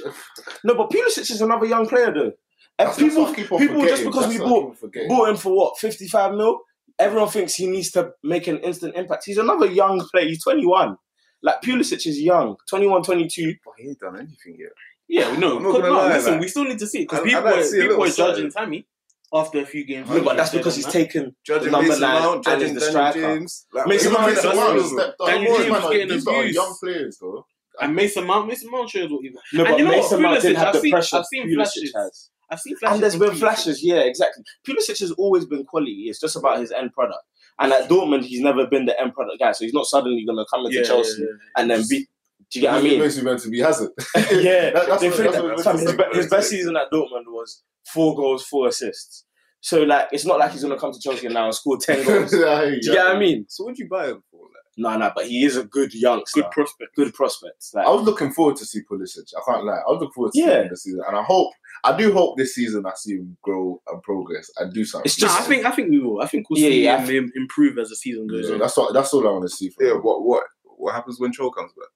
[SPEAKER 2] No, but Pulisic is another young player though. And
[SPEAKER 3] That's- that's
[SPEAKER 2] people
[SPEAKER 3] what I keep on
[SPEAKER 2] people just
[SPEAKER 3] forgetting.
[SPEAKER 2] because we
[SPEAKER 3] That's what I
[SPEAKER 2] bought
[SPEAKER 3] keep on forgetting.
[SPEAKER 2] bought him for what 55 mil everyone thinks he needs to make an instant impact he's another young player he's 21 like Pulisic is young 21 22
[SPEAKER 4] But he ain't done anything yet.
[SPEAKER 1] yeah, no,
[SPEAKER 4] I'm not
[SPEAKER 1] no,
[SPEAKER 4] gonna lie,
[SPEAKER 1] listen,
[SPEAKER 4] like-
[SPEAKER 1] we still need to see it because
[SPEAKER 4] I- I
[SPEAKER 1] people
[SPEAKER 4] like to
[SPEAKER 1] were,
[SPEAKER 4] see a
[SPEAKER 1] people were
[SPEAKER 4] little
[SPEAKER 1] judging Tammy after a few games.
[SPEAKER 2] no but that's
[SPEAKER 1] They're
[SPEAKER 2] because he's
[SPEAKER 1] like,
[SPEAKER 2] taken
[SPEAKER 4] Judging
[SPEAKER 2] Number
[SPEAKER 4] Mason
[SPEAKER 2] nine,
[SPEAKER 4] Mount,
[SPEAKER 2] and
[SPEAKER 4] judging
[SPEAKER 2] he's the
[SPEAKER 4] Daniel
[SPEAKER 2] striker.
[SPEAKER 4] James. Like,
[SPEAKER 2] Mason
[SPEAKER 4] even
[SPEAKER 2] Mount
[SPEAKER 4] Mason
[SPEAKER 2] doesn't
[SPEAKER 4] Mount
[SPEAKER 2] do
[SPEAKER 4] is
[SPEAKER 2] it.
[SPEAKER 4] that-
[SPEAKER 1] Daniel
[SPEAKER 3] These
[SPEAKER 1] James
[SPEAKER 3] men are-
[SPEAKER 1] getting
[SPEAKER 3] these men are
[SPEAKER 1] abused.
[SPEAKER 3] young players, though.
[SPEAKER 1] and Mason Mount, Mason Mount shows what you've.
[SPEAKER 2] no
[SPEAKER 1] And
[SPEAKER 2] but
[SPEAKER 1] you know what?
[SPEAKER 2] Mason Mount didn't
[SPEAKER 1] Pulisic,
[SPEAKER 2] have
[SPEAKER 1] I've
[SPEAKER 2] the
[SPEAKER 1] seen-
[SPEAKER 2] pressure
[SPEAKER 1] I've seen
[SPEAKER 2] Pulisic
[SPEAKER 1] flashes.
[SPEAKER 2] has
[SPEAKER 1] I've seen flashes.
[SPEAKER 2] and there's
[SPEAKER 1] of
[SPEAKER 2] been
[SPEAKER 1] Pulisic.
[SPEAKER 2] flashes yeah exactly Pulisic has always been quality it's just about his end product and at Dortmund he's never been the end product guy so he's not suddenly going to come into
[SPEAKER 1] Yeah,
[SPEAKER 2] Chelsea
[SPEAKER 1] yeah, yeah.
[SPEAKER 2] and then beat do you get what I
[SPEAKER 3] He
[SPEAKER 2] mean
[SPEAKER 3] basically meant to be hasn't.
[SPEAKER 2] yeah,
[SPEAKER 3] That- that's
[SPEAKER 2] they think
[SPEAKER 3] what- that's
[SPEAKER 2] that-
[SPEAKER 3] what-
[SPEAKER 2] fam, his,
[SPEAKER 3] that's what-
[SPEAKER 2] be- his best season at Dortmund was four goals, four assists. So like, it's not like he's gonna come to Chelsea now and score ten goals. Do
[SPEAKER 3] Yeah,
[SPEAKER 2] you get what I mean?
[SPEAKER 4] So what'd you buy him for? Like?
[SPEAKER 2] No, no, but he is a good youngster,
[SPEAKER 1] Good
[SPEAKER 2] good,
[SPEAKER 1] prospect.
[SPEAKER 2] prospect. Like,
[SPEAKER 3] I was looking forward to see Pulisic. I can't lie. I was looking forward to
[SPEAKER 2] Yeah.
[SPEAKER 3] seeing him this season, and I hope, I do hope this season I see him grow and progress and do something.
[SPEAKER 2] It's
[SPEAKER 1] No,
[SPEAKER 2] just-
[SPEAKER 1] I think I think we will. I think we'll
[SPEAKER 2] Yeah,
[SPEAKER 1] see
[SPEAKER 2] yeah, I
[SPEAKER 1] him im- improve as the season goes
[SPEAKER 3] Yeah,
[SPEAKER 1] on.
[SPEAKER 3] that's what. That's all I want to see. From
[SPEAKER 4] Yeah,
[SPEAKER 3] him.
[SPEAKER 4] what what what happens when Cho comes back?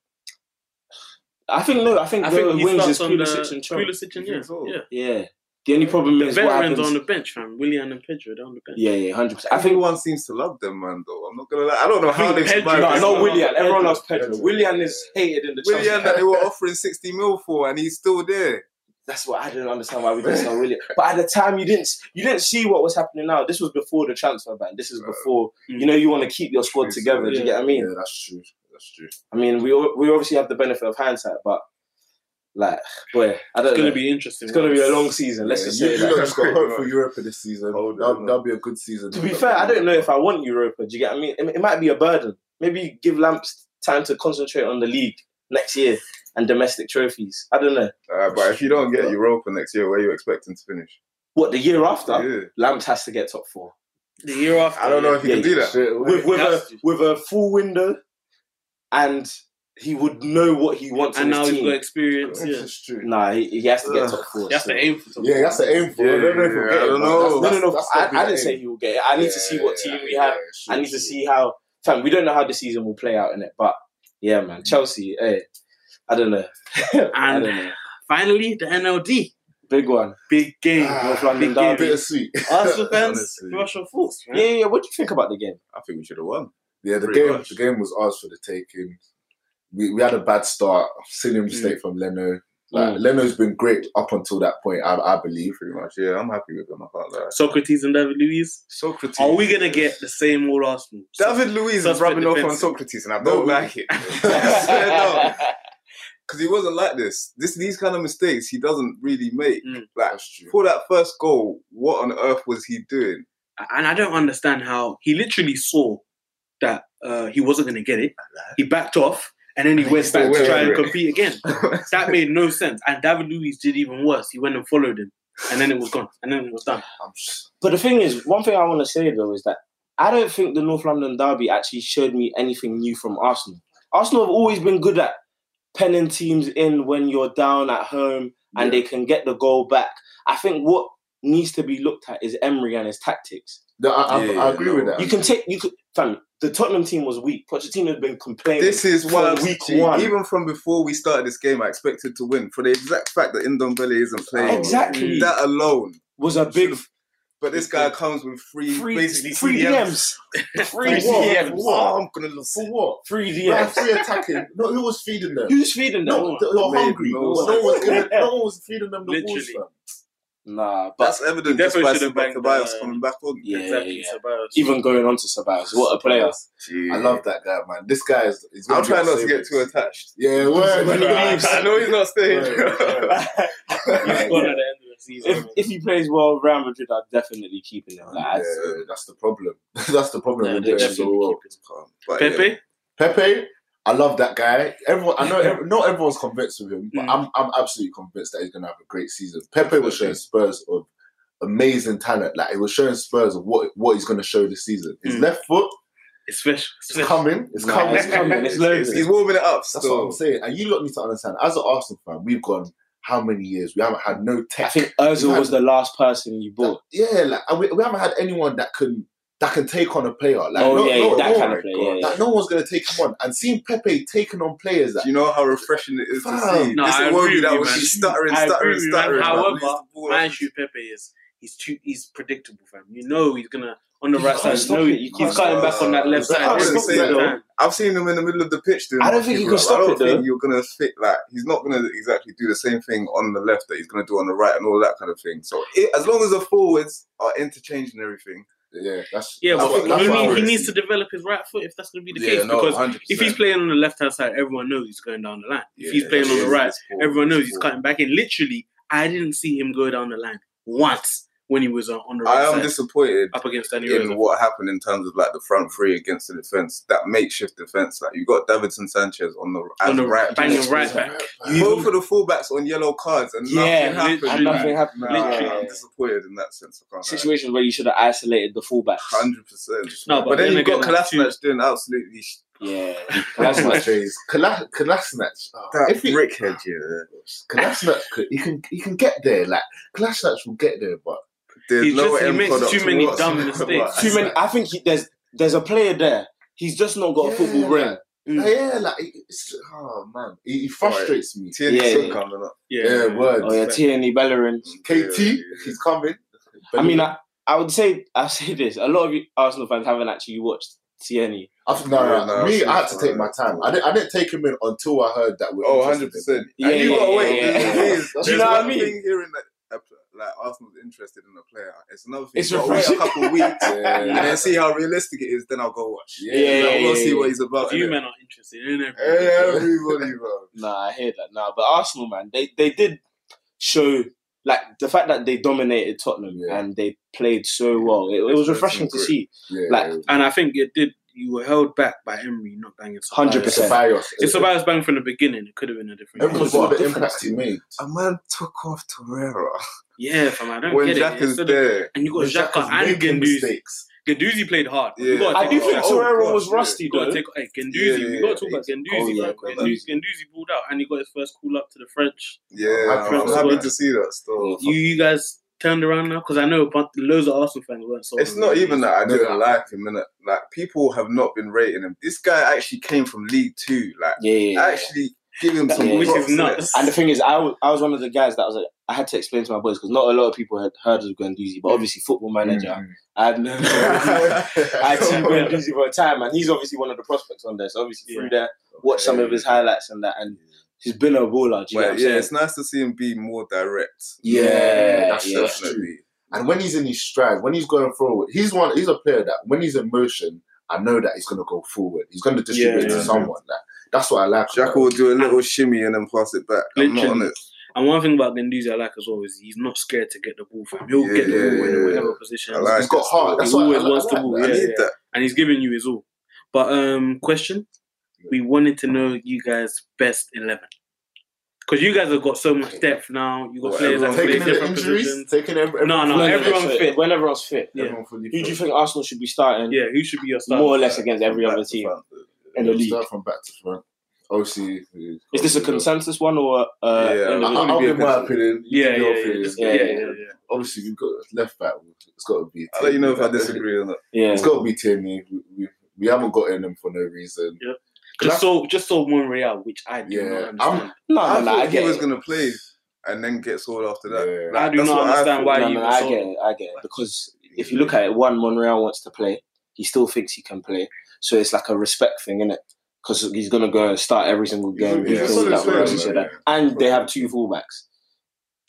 [SPEAKER 2] I think no, I think
[SPEAKER 1] I
[SPEAKER 2] the
[SPEAKER 1] think he
[SPEAKER 2] wings
[SPEAKER 1] starts
[SPEAKER 2] is
[SPEAKER 1] on the
[SPEAKER 2] Pulisic and Trump.
[SPEAKER 1] Pulisic and
[SPEAKER 4] You
[SPEAKER 1] yeah,
[SPEAKER 4] think so?
[SPEAKER 1] yeah.
[SPEAKER 2] Yeah, the only problem
[SPEAKER 1] The
[SPEAKER 2] is what
[SPEAKER 1] veterans
[SPEAKER 2] happens.
[SPEAKER 1] are on the bench, fam. Willian and Pedro, they're on the bench.
[SPEAKER 2] yeah, yeah, hundred percent. I think.
[SPEAKER 4] Everyone seems to love them, man. Though I'm not gonna lie, I don't know how
[SPEAKER 1] think
[SPEAKER 4] they
[SPEAKER 1] Pedro-
[SPEAKER 2] No,
[SPEAKER 4] survived. this
[SPEAKER 1] Everyone-
[SPEAKER 2] not
[SPEAKER 4] long.
[SPEAKER 2] Willian. Everyone loves Pedro.
[SPEAKER 3] Pedro.
[SPEAKER 2] Willian is hated in the Chelsea.
[SPEAKER 4] Willian that
[SPEAKER 2] camp.
[SPEAKER 4] they were offering 60 mil for, and he's still there.
[SPEAKER 2] That's what I didn't understand why we didn't sign Willian. But at the time, you didn't you didn't see what was happening. Now this was before the transfer ban. This is before
[SPEAKER 1] Mm.
[SPEAKER 2] you know you want to keep your squad
[SPEAKER 4] True,
[SPEAKER 2] together. Do you
[SPEAKER 1] yeah.
[SPEAKER 2] get what I mean?
[SPEAKER 3] Yeah, that's true.
[SPEAKER 4] That's true.
[SPEAKER 2] I mean, we all, we obviously have the benefit of hindsight, but like, boy, I
[SPEAKER 1] It's
[SPEAKER 2] don't
[SPEAKER 1] going
[SPEAKER 2] know.
[SPEAKER 1] to be interesting.
[SPEAKER 2] it's gonna be a long season. Let's
[SPEAKER 3] Yeah,
[SPEAKER 2] just
[SPEAKER 3] you,
[SPEAKER 2] say
[SPEAKER 3] you
[SPEAKER 2] that.
[SPEAKER 3] lot just got hope for
[SPEAKER 4] Right.
[SPEAKER 3] Europa this season.
[SPEAKER 4] Hold
[SPEAKER 3] that'll,
[SPEAKER 4] on.
[SPEAKER 3] that'll be a good season.
[SPEAKER 2] To be fair, I don't know if I want Europa. Do you get what I mean? It, it might be a burden. Maybe give Lamps time to concentrate on the league next year and domestic trophies. I don't know.
[SPEAKER 4] Uh, but if you don't get Europa next year, where are you expecting to finish?
[SPEAKER 2] What the year after,
[SPEAKER 4] Yeah.
[SPEAKER 2] Lamps has to get top four
[SPEAKER 1] The year after.
[SPEAKER 4] I don't know if you
[SPEAKER 2] Yeah,
[SPEAKER 4] can do that.
[SPEAKER 3] Straight away.
[SPEAKER 2] with with
[SPEAKER 1] that's-
[SPEAKER 2] a with a full window, and he would know what he wants.
[SPEAKER 1] And
[SPEAKER 2] in
[SPEAKER 1] now
[SPEAKER 2] his
[SPEAKER 1] he's
[SPEAKER 2] team.
[SPEAKER 1] got experience.
[SPEAKER 3] This
[SPEAKER 1] Yeah.
[SPEAKER 3] is true.
[SPEAKER 2] Nah, he, he has to get
[SPEAKER 4] Ugh.
[SPEAKER 2] top four.
[SPEAKER 1] That's
[SPEAKER 2] so-
[SPEAKER 1] the aim for
[SPEAKER 3] Yeah, that's the aim for. I don't know if we'll
[SPEAKER 4] Yeah,
[SPEAKER 3] get
[SPEAKER 4] I
[SPEAKER 3] it,
[SPEAKER 4] don't
[SPEAKER 3] but
[SPEAKER 2] No, no,
[SPEAKER 4] know.
[SPEAKER 3] that's- that's-
[SPEAKER 2] no.
[SPEAKER 3] that's
[SPEAKER 2] I,
[SPEAKER 3] gotta be
[SPEAKER 2] I
[SPEAKER 3] the
[SPEAKER 2] didn't say
[SPEAKER 3] aim.
[SPEAKER 2] he will get it. I need to see what
[SPEAKER 3] Yeah,
[SPEAKER 2] team we
[SPEAKER 3] yeah,
[SPEAKER 2] have.
[SPEAKER 3] sure,
[SPEAKER 2] I need to
[SPEAKER 3] sure.
[SPEAKER 2] see how. Fam, we don't know how the season will play out in it, but yeah, man,
[SPEAKER 3] Mm.
[SPEAKER 2] Chelsea. Hey, I don't know. I
[SPEAKER 1] And-
[SPEAKER 2] don't know.
[SPEAKER 1] Finally, the NLD.
[SPEAKER 2] Big one.
[SPEAKER 1] Big game.
[SPEAKER 3] Ah,
[SPEAKER 2] North London
[SPEAKER 1] big
[SPEAKER 2] derby.
[SPEAKER 1] game.
[SPEAKER 3] Bittersweet.
[SPEAKER 1] Arsenal fans,
[SPEAKER 4] Honestly.
[SPEAKER 1] Russian thoughts,
[SPEAKER 2] Yeah,
[SPEAKER 1] man.
[SPEAKER 2] yeah. yeah. What do you think about the game?
[SPEAKER 4] I think we should have won.
[SPEAKER 3] Yeah, the
[SPEAKER 4] Pretty
[SPEAKER 3] game
[SPEAKER 4] much.
[SPEAKER 3] the game was ours for the taking. We, we had a bad start. Silly mistake from Leno. Like
[SPEAKER 2] Mm.
[SPEAKER 3] Leno's been great up until that point, I, I believe.
[SPEAKER 4] Pretty much, yeah. I'm happy with them. I can't lie.
[SPEAKER 1] Socrates and David Luiz.
[SPEAKER 4] Socrates.
[SPEAKER 1] Are we gonna get the same old Arsenal?
[SPEAKER 4] David Luiz is
[SPEAKER 1] Suspect
[SPEAKER 4] rubbing off on
[SPEAKER 1] defensive.
[SPEAKER 4] Socrates, and I
[SPEAKER 3] No,
[SPEAKER 4] don't
[SPEAKER 3] we-
[SPEAKER 4] like it. Because he wasn't like this. This these kind of mistakes he doesn't really make.
[SPEAKER 1] Mm.
[SPEAKER 4] Like
[SPEAKER 3] That's true.
[SPEAKER 4] for that first goal, what on earth was he doing?
[SPEAKER 1] and I don't understand how he literally saw that uh, he wasn't going to get it. He backed off and then he
[SPEAKER 3] And he
[SPEAKER 1] went
[SPEAKER 3] still
[SPEAKER 1] back to
[SPEAKER 4] went
[SPEAKER 1] try and
[SPEAKER 4] for it.
[SPEAKER 1] compete again. that made no sense. And David Luiz did even worse. He went and followed him, and then it was gone, and then it was done.
[SPEAKER 3] I'm just,
[SPEAKER 2] But the thing is, one thing I want to say though is that I don't think the North London derby actually showed me anything new from Arsenal. Arsenal have always been good at penning teams in when you're down at home and they can get the goal back. I think what needs to be looked at is Emery and his tactics.
[SPEAKER 3] no, I, I,
[SPEAKER 4] Yeah,
[SPEAKER 3] I agree
[SPEAKER 4] no.
[SPEAKER 3] with that.
[SPEAKER 2] You can take you could fam, the Tottenham team was weak. Pochettino has been complaining.
[SPEAKER 4] This is
[SPEAKER 2] from
[SPEAKER 4] why
[SPEAKER 2] week
[SPEAKER 4] Gee,
[SPEAKER 2] one.
[SPEAKER 4] Even from before we started this game, I expected to win for the exact fact that Indombele isn't playing.
[SPEAKER 2] Exactly.
[SPEAKER 4] That alone.
[SPEAKER 2] was a big
[SPEAKER 4] But this guy comes with free,
[SPEAKER 2] free
[SPEAKER 4] basically
[SPEAKER 2] three DMs. Free
[SPEAKER 3] For what?
[SPEAKER 2] DMs.
[SPEAKER 4] Oh,
[SPEAKER 3] For what?
[SPEAKER 4] I'm gonna lose.
[SPEAKER 3] For what?
[SPEAKER 2] Three
[SPEAKER 3] Yeah,
[SPEAKER 2] DMs.
[SPEAKER 3] free attacking. No, who was feeding them?
[SPEAKER 2] Who's feeding them?
[SPEAKER 3] No, they were
[SPEAKER 4] Made
[SPEAKER 3] hungry. No
[SPEAKER 4] no
[SPEAKER 3] one
[SPEAKER 4] sense.
[SPEAKER 3] was giving, no one was feeding them the balls.
[SPEAKER 1] Literally.
[SPEAKER 3] fam.
[SPEAKER 2] Nah, but
[SPEAKER 4] That's evident.
[SPEAKER 1] He
[SPEAKER 4] Just
[SPEAKER 1] definitely
[SPEAKER 4] by
[SPEAKER 1] should have
[SPEAKER 4] Simba
[SPEAKER 1] banked
[SPEAKER 4] Tobias
[SPEAKER 1] the-
[SPEAKER 4] coming back on.
[SPEAKER 2] yeah, yeah, yeah.
[SPEAKER 1] Ceballos.
[SPEAKER 2] even going on to Sabas, what a player!
[SPEAKER 4] Gee.
[SPEAKER 3] I love that guy, man. This guy is. is gonna
[SPEAKER 4] I'm
[SPEAKER 3] be
[SPEAKER 4] trying
[SPEAKER 3] our
[SPEAKER 4] not to get too
[SPEAKER 3] saviour.
[SPEAKER 4] attached.
[SPEAKER 3] Yeah, word.
[SPEAKER 2] When he leaves.
[SPEAKER 4] I know he's not staying.
[SPEAKER 3] Word, word.
[SPEAKER 1] He's gone at the end of the season.
[SPEAKER 2] If, if he plays well, Real Madrid are definitely keeping him. Like, I-
[SPEAKER 3] Yeah, that's the problem. that's the problem.
[SPEAKER 1] Yeah,
[SPEAKER 3] with
[SPEAKER 1] they
[SPEAKER 3] playing
[SPEAKER 1] definitely
[SPEAKER 3] so well.
[SPEAKER 4] But yeah.
[SPEAKER 1] Pepe,
[SPEAKER 3] Pepe, I love that guy. Everyone, I know ev- not everyone's convinced of him, but
[SPEAKER 2] Hmm.
[SPEAKER 1] Mm.
[SPEAKER 3] I'm I'm absolutely convinced that he's gonna have a great season. Pepe was showing Spurs of amazing talent. Like it was showing Spurs of what what he's gonna show this season. His
[SPEAKER 1] Mm.
[SPEAKER 3] left foot
[SPEAKER 1] it's special.
[SPEAKER 3] is coming. It's coming.
[SPEAKER 2] Hmm. It's coming. It's
[SPEAKER 4] He's, he's warming it up.
[SPEAKER 3] That's
[SPEAKER 4] still.
[SPEAKER 3] what I'm saying. And you lot need to understand. As an Arsenal fan, we've gone how many years? We haven't had no
[SPEAKER 2] I
[SPEAKER 3] tech.
[SPEAKER 2] think Ozil was the last person you bought.
[SPEAKER 3] yeah, like and we, we haven't had anyone that can that can take on a player. Like
[SPEAKER 2] oh
[SPEAKER 3] no,
[SPEAKER 2] yeah,
[SPEAKER 3] no,
[SPEAKER 2] that
[SPEAKER 3] no,
[SPEAKER 2] kind
[SPEAKER 4] my
[SPEAKER 2] of player.
[SPEAKER 4] God.
[SPEAKER 2] yeah, yeah.
[SPEAKER 3] like, no one's gonna take him on. And seeing Pepe taking on players that
[SPEAKER 4] Do you know how refreshing it is to
[SPEAKER 3] Fam.
[SPEAKER 4] see?
[SPEAKER 1] No,
[SPEAKER 4] this
[SPEAKER 1] I
[SPEAKER 4] Iwobi
[SPEAKER 1] agree with
[SPEAKER 4] that
[SPEAKER 1] you,
[SPEAKER 4] was
[SPEAKER 1] man.
[SPEAKER 4] just stuttering,
[SPEAKER 2] I agree
[SPEAKER 4] stuttering,
[SPEAKER 1] with you, man.
[SPEAKER 4] stuttering. like,
[SPEAKER 1] However,
[SPEAKER 4] lose the ball.
[SPEAKER 1] My issue with Pepe is he's too he's predictable, fam. You know he's gonna on the
[SPEAKER 2] You
[SPEAKER 1] right
[SPEAKER 2] can't
[SPEAKER 1] side.
[SPEAKER 2] stop
[SPEAKER 1] No,
[SPEAKER 2] it.
[SPEAKER 1] he-
[SPEAKER 2] You
[SPEAKER 1] he's
[SPEAKER 2] can't
[SPEAKER 1] cutting
[SPEAKER 4] stop
[SPEAKER 1] back
[SPEAKER 4] it.
[SPEAKER 1] on that left
[SPEAKER 3] You
[SPEAKER 1] side.
[SPEAKER 3] can't
[SPEAKER 1] every
[SPEAKER 4] stop
[SPEAKER 1] single
[SPEAKER 4] it, though.
[SPEAKER 1] time.
[SPEAKER 4] I've seen him in the middle of the pitch. Doing
[SPEAKER 2] I don't think he can
[SPEAKER 4] people like that.
[SPEAKER 2] stop
[SPEAKER 4] I don't
[SPEAKER 2] it,
[SPEAKER 4] think
[SPEAKER 2] though.
[SPEAKER 4] you're gonna fit. Like he's not gonna exactly do the same thing on the left that he's gonna do on the right and all that kind of thing. So it, as long as the forwards are interchanging everything,
[SPEAKER 3] Yeah, that's
[SPEAKER 1] Yeah,
[SPEAKER 3] that's
[SPEAKER 1] but
[SPEAKER 3] what- that's
[SPEAKER 1] he,
[SPEAKER 3] what I
[SPEAKER 1] need-
[SPEAKER 3] would
[SPEAKER 1] he
[SPEAKER 3] see.
[SPEAKER 1] needs to develop his right foot if that's going to be the
[SPEAKER 4] yeah,
[SPEAKER 1] case.
[SPEAKER 4] no,
[SPEAKER 1] because
[SPEAKER 4] 100%.
[SPEAKER 1] if he's playing on the left hand side, everyone knows he's going down the line.
[SPEAKER 4] Yeah,
[SPEAKER 1] if he's playing on the
[SPEAKER 4] it's-
[SPEAKER 1] right,
[SPEAKER 4] it's poor,
[SPEAKER 1] everyone knows
[SPEAKER 4] it's
[SPEAKER 1] he's
[SPEAKER 4] poor.
[SPEAKER 1] cutting back in. Literally, I didn't see him go down the line once when he was on on the
[SPEAKER 4] I
[SPEAKER 1] right
[SPEAKER 4] am
[SPEAKER 1] side
[SPEAKER 4] disappointed
[SPEAKER 1] up against Danny Rose.
[SPEAKER 4] in what happened in terms of like the front three against the defense, that makeshift defense. Like you got Davidson Sanchez on the as
[SPEAKER 1] On the
[SPEAKER 4] right,
[SPEAKER 1] banging
[SPEAKER 4] back.
[SPEAKER 1] right back.
[SPEAKER 4] Both of the fullbacks on yellow cards and
[SPEAKER 2] Yeah,
[SPEAKER 4] nothing
[SPEAKER 2] lit-
[SPEAKER 4] happened.
[SPEAKER 2] and nothing
[SPEAKER 4] like,
[SPEAKER 2] happened.
[SPEAKER 4] nah,
[SPEAKER 2] Literally.
[SPEAKER 4] I'm disappointed in that sense. I can't lie.
[SPEAKER 2] Situations where you should have isolated the fullbacks.
[SPEAKER 4] Hundred percent.
[SPEAKER 1] No,
[SPEAKER 4] But,
[SPEAKER 1] but
[SPEAKER 4] then
[SPEAKER 1] then
[SPEAKER 4] you've got
[SPEAKER 1] again, that's
[SPEAKER 4] Kolasinac doing absolutely sh-
[SPEAKER 2] Yeah, that's
[SPEAKER 3] Kolasinac
[SPEAKER 2] not
[SPEAKER 3] Jays. Kola- Kolasinac. oh,
[SPEAKER 4] that
[SPEAKER 3] If he,
[SPEAKER 4] brickhead. Yeah,
[SPEAKER 3] Kolasinac, could- he can he can get there. Like Kolasinac will get there, but
[SPEAKER 4] There's
[SPEAKER 1] He
[SPEAKER 4] no
[SPEAKER 1] just- he
[SPEAKER 4] end
[SPEAKER 1] makes
[SPEAKER 4] product
[SPEAKER 1] too many
[SPEAKER 4] whatsoever.
[SPEAKER 1] dumb mistakes.
[SPEAKER 2] too many. I think he, there's there's a player there. He's just not got a
[SPEAKER 3] Yeah.
[SPEAKER 2] football brain.
[SPEAKER 1] Mm.
[SPEAKER 3] Like, yeah, like it's, oh man, he, he frustrates me.
[SPEAKER 4] Tierney's
[SPEAKER 2] Yeah,
[SPEAKER 4] still
[SPEAKER 2] yeah.
[SPEAKER 4] coming up.
[SPEAKER 3] Yeah, word.
[SPEAKER 2] Oh yeah, Tierney Bellerin.
[SPEAKER 3] KT,
[SPEAKER 4] Yeah, yeah,
[SPEAKER 2] Oh,
[SPEAKER 3] he's coming.
[SPEAKER 2] I mean, I, I would say I say this. A lot of you Arsenal fans haven't actually watched Tierney.
[SPEAKER 3] I think, no,
[SPEAKER 4] Yeah,
[SPEAKER 3] no,
[SPEAKER 4] no,
[SPEAKER 3] me,
[SPEAKER 4] it's-
[SPEAKER 3] I had to take my time. I didn't, I didn't take him in until I heard that we're.
[SPEAKER 4] Oh,
[SPEAKER 3] interested
[SPEAKER 4] 100 percent.
[SPEAKER 2] Yeah,
[SPEAKER 4] and you
[SPEAKER 2] yeah,
[SPEAKER 4] gotta
[SPEAKER 2] yeah,
[SPEAKER 4] wait.
[SPEAKER 2] yeah.
[SPEAKER 4] There's-
[SPEAKER 3] Do you
[SPEAKER 4] there's
[SPEAKER 2] know what I
[SPEAKER 4] one
[SPEAKER 2] mean?
[SPEAKER 4] Thing hearing that, like Arsenal's interested in a player, uh, it's another thing.
[SPEAKER 2] It's
[SPEAKER 4] But wait a
[SPEAKER 2] refreshing.
[SPEAKER 4] couple of weeks
[SPEAKER 3] Yeah,
[SPEAKER 4] and then see how realistic it is. Then I'll go watch.
[SPEAKER 3] Yeah,
[SPEAKER 2] Yeah,
[SPEAKER 4] I'll
[SPEAKER 2] yeah,
[SPEAKER 4] go see
[SPEAKER 2] yeah.
[SPEAKER 4] what he's about.
[SPEAKER 1] You
[SPEAKER 4] innit?
[SPEAKER 1] men are interested in everything.
[SPEAKER 3] Everybody, bro.
[SPEAKER 2] Nah, I hear that. Nah, but Arsenal, man, they they did show like the fact that they dominated Tottenham
[SPEAKER 3] Yeah.
[SPEAKER 2] and they played so well. It, it was
[SPEAKER 4] That's
[SPEAKER 2] refreshing to
[SPEAKER 4] great.
[SPEAKER 2] see.
[SPEAKER 3] Yeah,
[SPEAKER 2] Like,
[SPEAKER 3] yeah.
[SPEAKER 1] And I think it did. You were held back by Emery not banging. Ceballos.
[SPEAKER 2] 100%.
[SPEAKER 3] Ceballos.
[SPEAKER 1] If Ceballos banged from the beginning, it could have been a different.
[SPEAKER 3] Everyone
[SPEAKER 2] Everyone's
[SPEAKER 1] result.
[SPEAKER 3] saw the
[SPEAKER 2] difference.
[SPEAKER 3] impact he made.
[SPEAKER 4] A man took off Torreira
[SPEAKER 1] Yeah, fam, I don't
[SPEAKER 4] when
[SPEAKER 1] get
[SPEAKER 4] Jack
[SPEAKER 1] it.
[SPEAKER 4] is
[SPEAKER 1] Instead of-
[SPEAKER 4] there.
[SPEAKER 1] and you got
[SPEAKER 3] When
[SPEAKER 1] Xhaka
[SPEAKER 3] Xhaka's
[SPEAKER 1] and
[SPEAKER 3] making
[SPEAKER 1] Genduzi.
[SPEAKER 3] mistakes.
[SPEAKER 1] Genduzi played hard. You
[SPEAKER 4] Yeah.
[SPEAKER 1] gotta
[SPEAKER 2] I
[SPEAKER 1] take
[SPEAKER 2] do
[SPEAKER 1] off
[SPEAKER 2] think Oh,
[SPEAKER 1] that.
[SPEAKER 4] Oh,
[SPEAKER 2] Torreira
[SPEAKER 4] gosh,
[SPEAKER 2] was
[SPEAKER 4] yeah.
[SPEAKER 2] rusty
[SPEAKER 1] You
[SPEAKER 2] though.
[SPEAKER 1] gotta take hey, Genduzi.
[SPEAKER 4] Yeah, yeah,
[SPEAKER 1] we gotta
[SPEAKER 4] yeah.
[SPEAKER 1] talk about Genduzi.
[SPEAKER 2] Oh, yeah,
[SPEAKER 1] bro.
[SPEAKER 2] Genduzi.
[SPEAKER 1] Genduzi, Genduzi pulled out and he got his first call up to the French.
[SPEAKER 4] Yeah,
[SPEAKER 3] I'm
[SPEAKER 4] I'm,
[SPEAKER 3] proud of
[SPEAKER 4] happy
[SPEAKER 1] that.
[SPEAKER 4] to see that still.
[SPEAKER 1] You you guys turned around now because I know a bunch, loads of Arsenal fans weren't. sold
[SPEAKER 4] It's
[SPEAKER 1] on
[SPEAKER 4] not
[SPEAKER 1] him.
[SPEAKER 4] even that I
[SPEAKER 3] No,
[SPEAKER 4] didn't
[SPEAKER 3] no.
[SPEAKER 4] like him, innit? Like people have not been rating him. This guy actually came from League Two. Like
[SPEAKER 2] Yeah, yeah, yeah.
[SPEAKER 4] actually give him some
[SPEAKER 2] Yeah.
[SPEAKER 1] which
[SPEAKER 4] props,
[SPEAKER 1] is
[SPEAKER 4] innit?
[SPEAKER 1] nuts.
[SPEAKER 2] And the thing is, I was, I was one of the guys that was like, I had to explain to my boys because not a lot of people had heard of Guendouzi, but obviously football manager.
[SPEAKER 3] Mm.
[SPEAKER 2] I had no I had seen Guendouzi for a time, and he's obviously one of the prospects on there. So obviously
[SPEAKER 1] Yeah.
[SPEAKER 2] through there, watch some of his highlights and that, and he's been a baller. Do you know what
[SPEAKER 4] But
[SPEAKER 2] I'm
[SPEAKER 4] yeah,
[SPEAKER 2] saying?
[SPEAKER 4] it's nice to see him be more direct.
[SPEAKER 2] Yeah,
[SPEAKER 3] that's,
[SPEAKER 2] yeah.
[SPEAKER 3] that's true. And when he's in his stride, when he's going forward, he's one. He's a player that when he's in motion, I know that he's going to go forward. He's going to distribute it
[SPEAKER 1] Yeah,
[SPEAKER 3] to
[SPEAKER 4] yeah.
[SPEAKER 3] someone. Like, that's what I like.
[SPEAKER 4] Jack
[SPEAKER 3] about
[SPEAKER 4] will
[SPEAKER 3] him.
[SPEAKER 4] do a little shimmy and then pass it back. I'm not on
[SPEAKER 1] Literally.
[SPEAKER 4] it.
[SPEAKER 1] And one thing about Genduzi I like as well is he's not scared to get the ball from. He'll
[SPEAKER 4] Yeah,
[SPEAKER 1] get the
[SPEAKER 4] yeah,
[SPEAKER 1] ball
[SPEAKER 4] yeah,
[SPEAKER 1] in whatever
[SPEAKER 4] yeah.
[SPEAKER 1] position,
[SPEAKER 4] I like
[SPEAKER 3] he's got
[SPEAKER 4] it.
[SPEAKER 3] heart. That's
[SPEAKER 1] He
[SPEAKER 3] what
[SPEAKER 1] always
[SPEAKER 3] I, I,
[SPEAKER 1] wants
[SPEAKER 3] like
[SPEAKER 1] the ball,
[SPEAKER 3] that.
[SPEAKER 4] I
[SPEAKER 1] Yeah,
[SPEAKER 4] need
[SPEAKER 1] yeah.
[SPEAKER 4] that.
[SPEAKER 1] and he's giving you his all. But um, question: We wanted to know you guys' best eleven because you guys have got so much depth now. You got
[SPEAKER 4] Well,
[SPEAKER 1] players that play
[SPEAKER 4] everyone-
[SPEAKER 3] Taking the
[SPEAKER 1] different
[SPEAKER 3] injuries,
[SPEAKER 1] positions.
[SPEAKER 3] taking every,
[SPEAKER 1] No, no,
[SPEAKER 2] When
[SPEAKER 1] everyone
[SPEAKER 2] everyone's
[SPEAKER 1] fit.
[SPEAKER 2] When everyone's fit,
[SPEAKER 1] Yeah.
[SPEAKER 3] everyone fully
[SPEAKER 2] who do you
[SPEAKER 3] fit.
[SPEAKER 2] think Arsenal should be starting?
[SPEAKER 1] Yeah, who should be your starter?
[SPEAKER 2] More or less against every
[SPEAKER 4] Back
[SPEAKER 2] other
[SPEAKER 4] to
[SPEAKER 2] team
[SPEAKER 4] front.
[SPEAKER 2] in the league.
[SPEAKER 3] Start from back to front. Obviously, we-
[SPEAKER 2] Is this a consensus one or uh,
[SPEAKER 4] Yeah.
[SPEAKER 3] I-
[SPEAKER 2] individual?
[SPEAKER 4] It's gonna
[SPEAKER 3] I'll
[SPEAKER 4] be a
[SPEAKER 3] give my
[SPEAKER 4] concern.
[SPEAKER 3] opinion. You
[SPEAKER 1] Yeah, yeah,
[SPEAKER 3] give your
[SPEAKER 1] yeah,
[SPEAKER 3] opinion.
[SPEAKER 1] just-
[SPEAKER 2] yeah,
[SPEAKER 1] yeah, yeah, yeah.
[SPEAKER 3] Obviously, we've got left back. It's got to be.
[SPEAKER 4] I'll let you know if I
[SPEAKER 3] Tierney.
[SPEAKER 4] disagree or not.
[SPEAKER 2] yeah.
[SPEAKER 3] It's got to be Tierney. We, we, we haven't gotten him for no reason.
[SPEAKER 1] Yeah.
[SPEAKER 3] That's-
[SPEAKER 1] Just sold, just sold Monreal, which I do
[SPEAKER 3] Yeah,
[SPEAKER 1] not
[SPEAKER 3] I'm-
[SPEAKER 1] understand.
[SPEAKER 2] No,
[SPEAKER 4] I
[SPEAKER 2] no, no, I
[SPEAKER 4] thought he
[SPEAKER 2] get
[SPEAKER 4] was
[SPEAKER 2] it.
[SPEAKER 4] gonna play and then get sold after that.
[SPEAKER 3] Yeah.
[SPEAKER 1] I
[SPEAKER 4] Like,
[SPEAKER 1] do
[SPEAKER 4] that's
[SPEAKER 1] not
[SPEAKER 4] what I
[SPEAKER 1] understand
[SPEAKER 4] thought.
[SPEAKER 1] why
[SPEAKER 2] No,
[SPEAKER 1] you
[SPEAKER 2] no,
[SPEAKER 1] were
[SPEAKER 2] I
[SPEAKER 1] sold.
[SPEAKER 2] get it. I get it. Because if you look at it, one, Monreal wants to play. He still thinks he can play. So it's like a respect thing, isn't it? Because he's going to go and start every single game.
[SPEAKER 3] Yeah,
[SPEAKER 2] He's
[SPEAKER 3] yeah,
[SPEAKER 2] doing
[SPEAKER 3] yeah,
[SPEAKER 2] that
[SPEAKER 3] yeah,
[SPEAKER 2] work, he
[SPEAKER 3] yeah,
[SPEAKER 2] said
[SPEAKER 3] yeah.
[SPEAKER 2] that. And they have two fullbacks.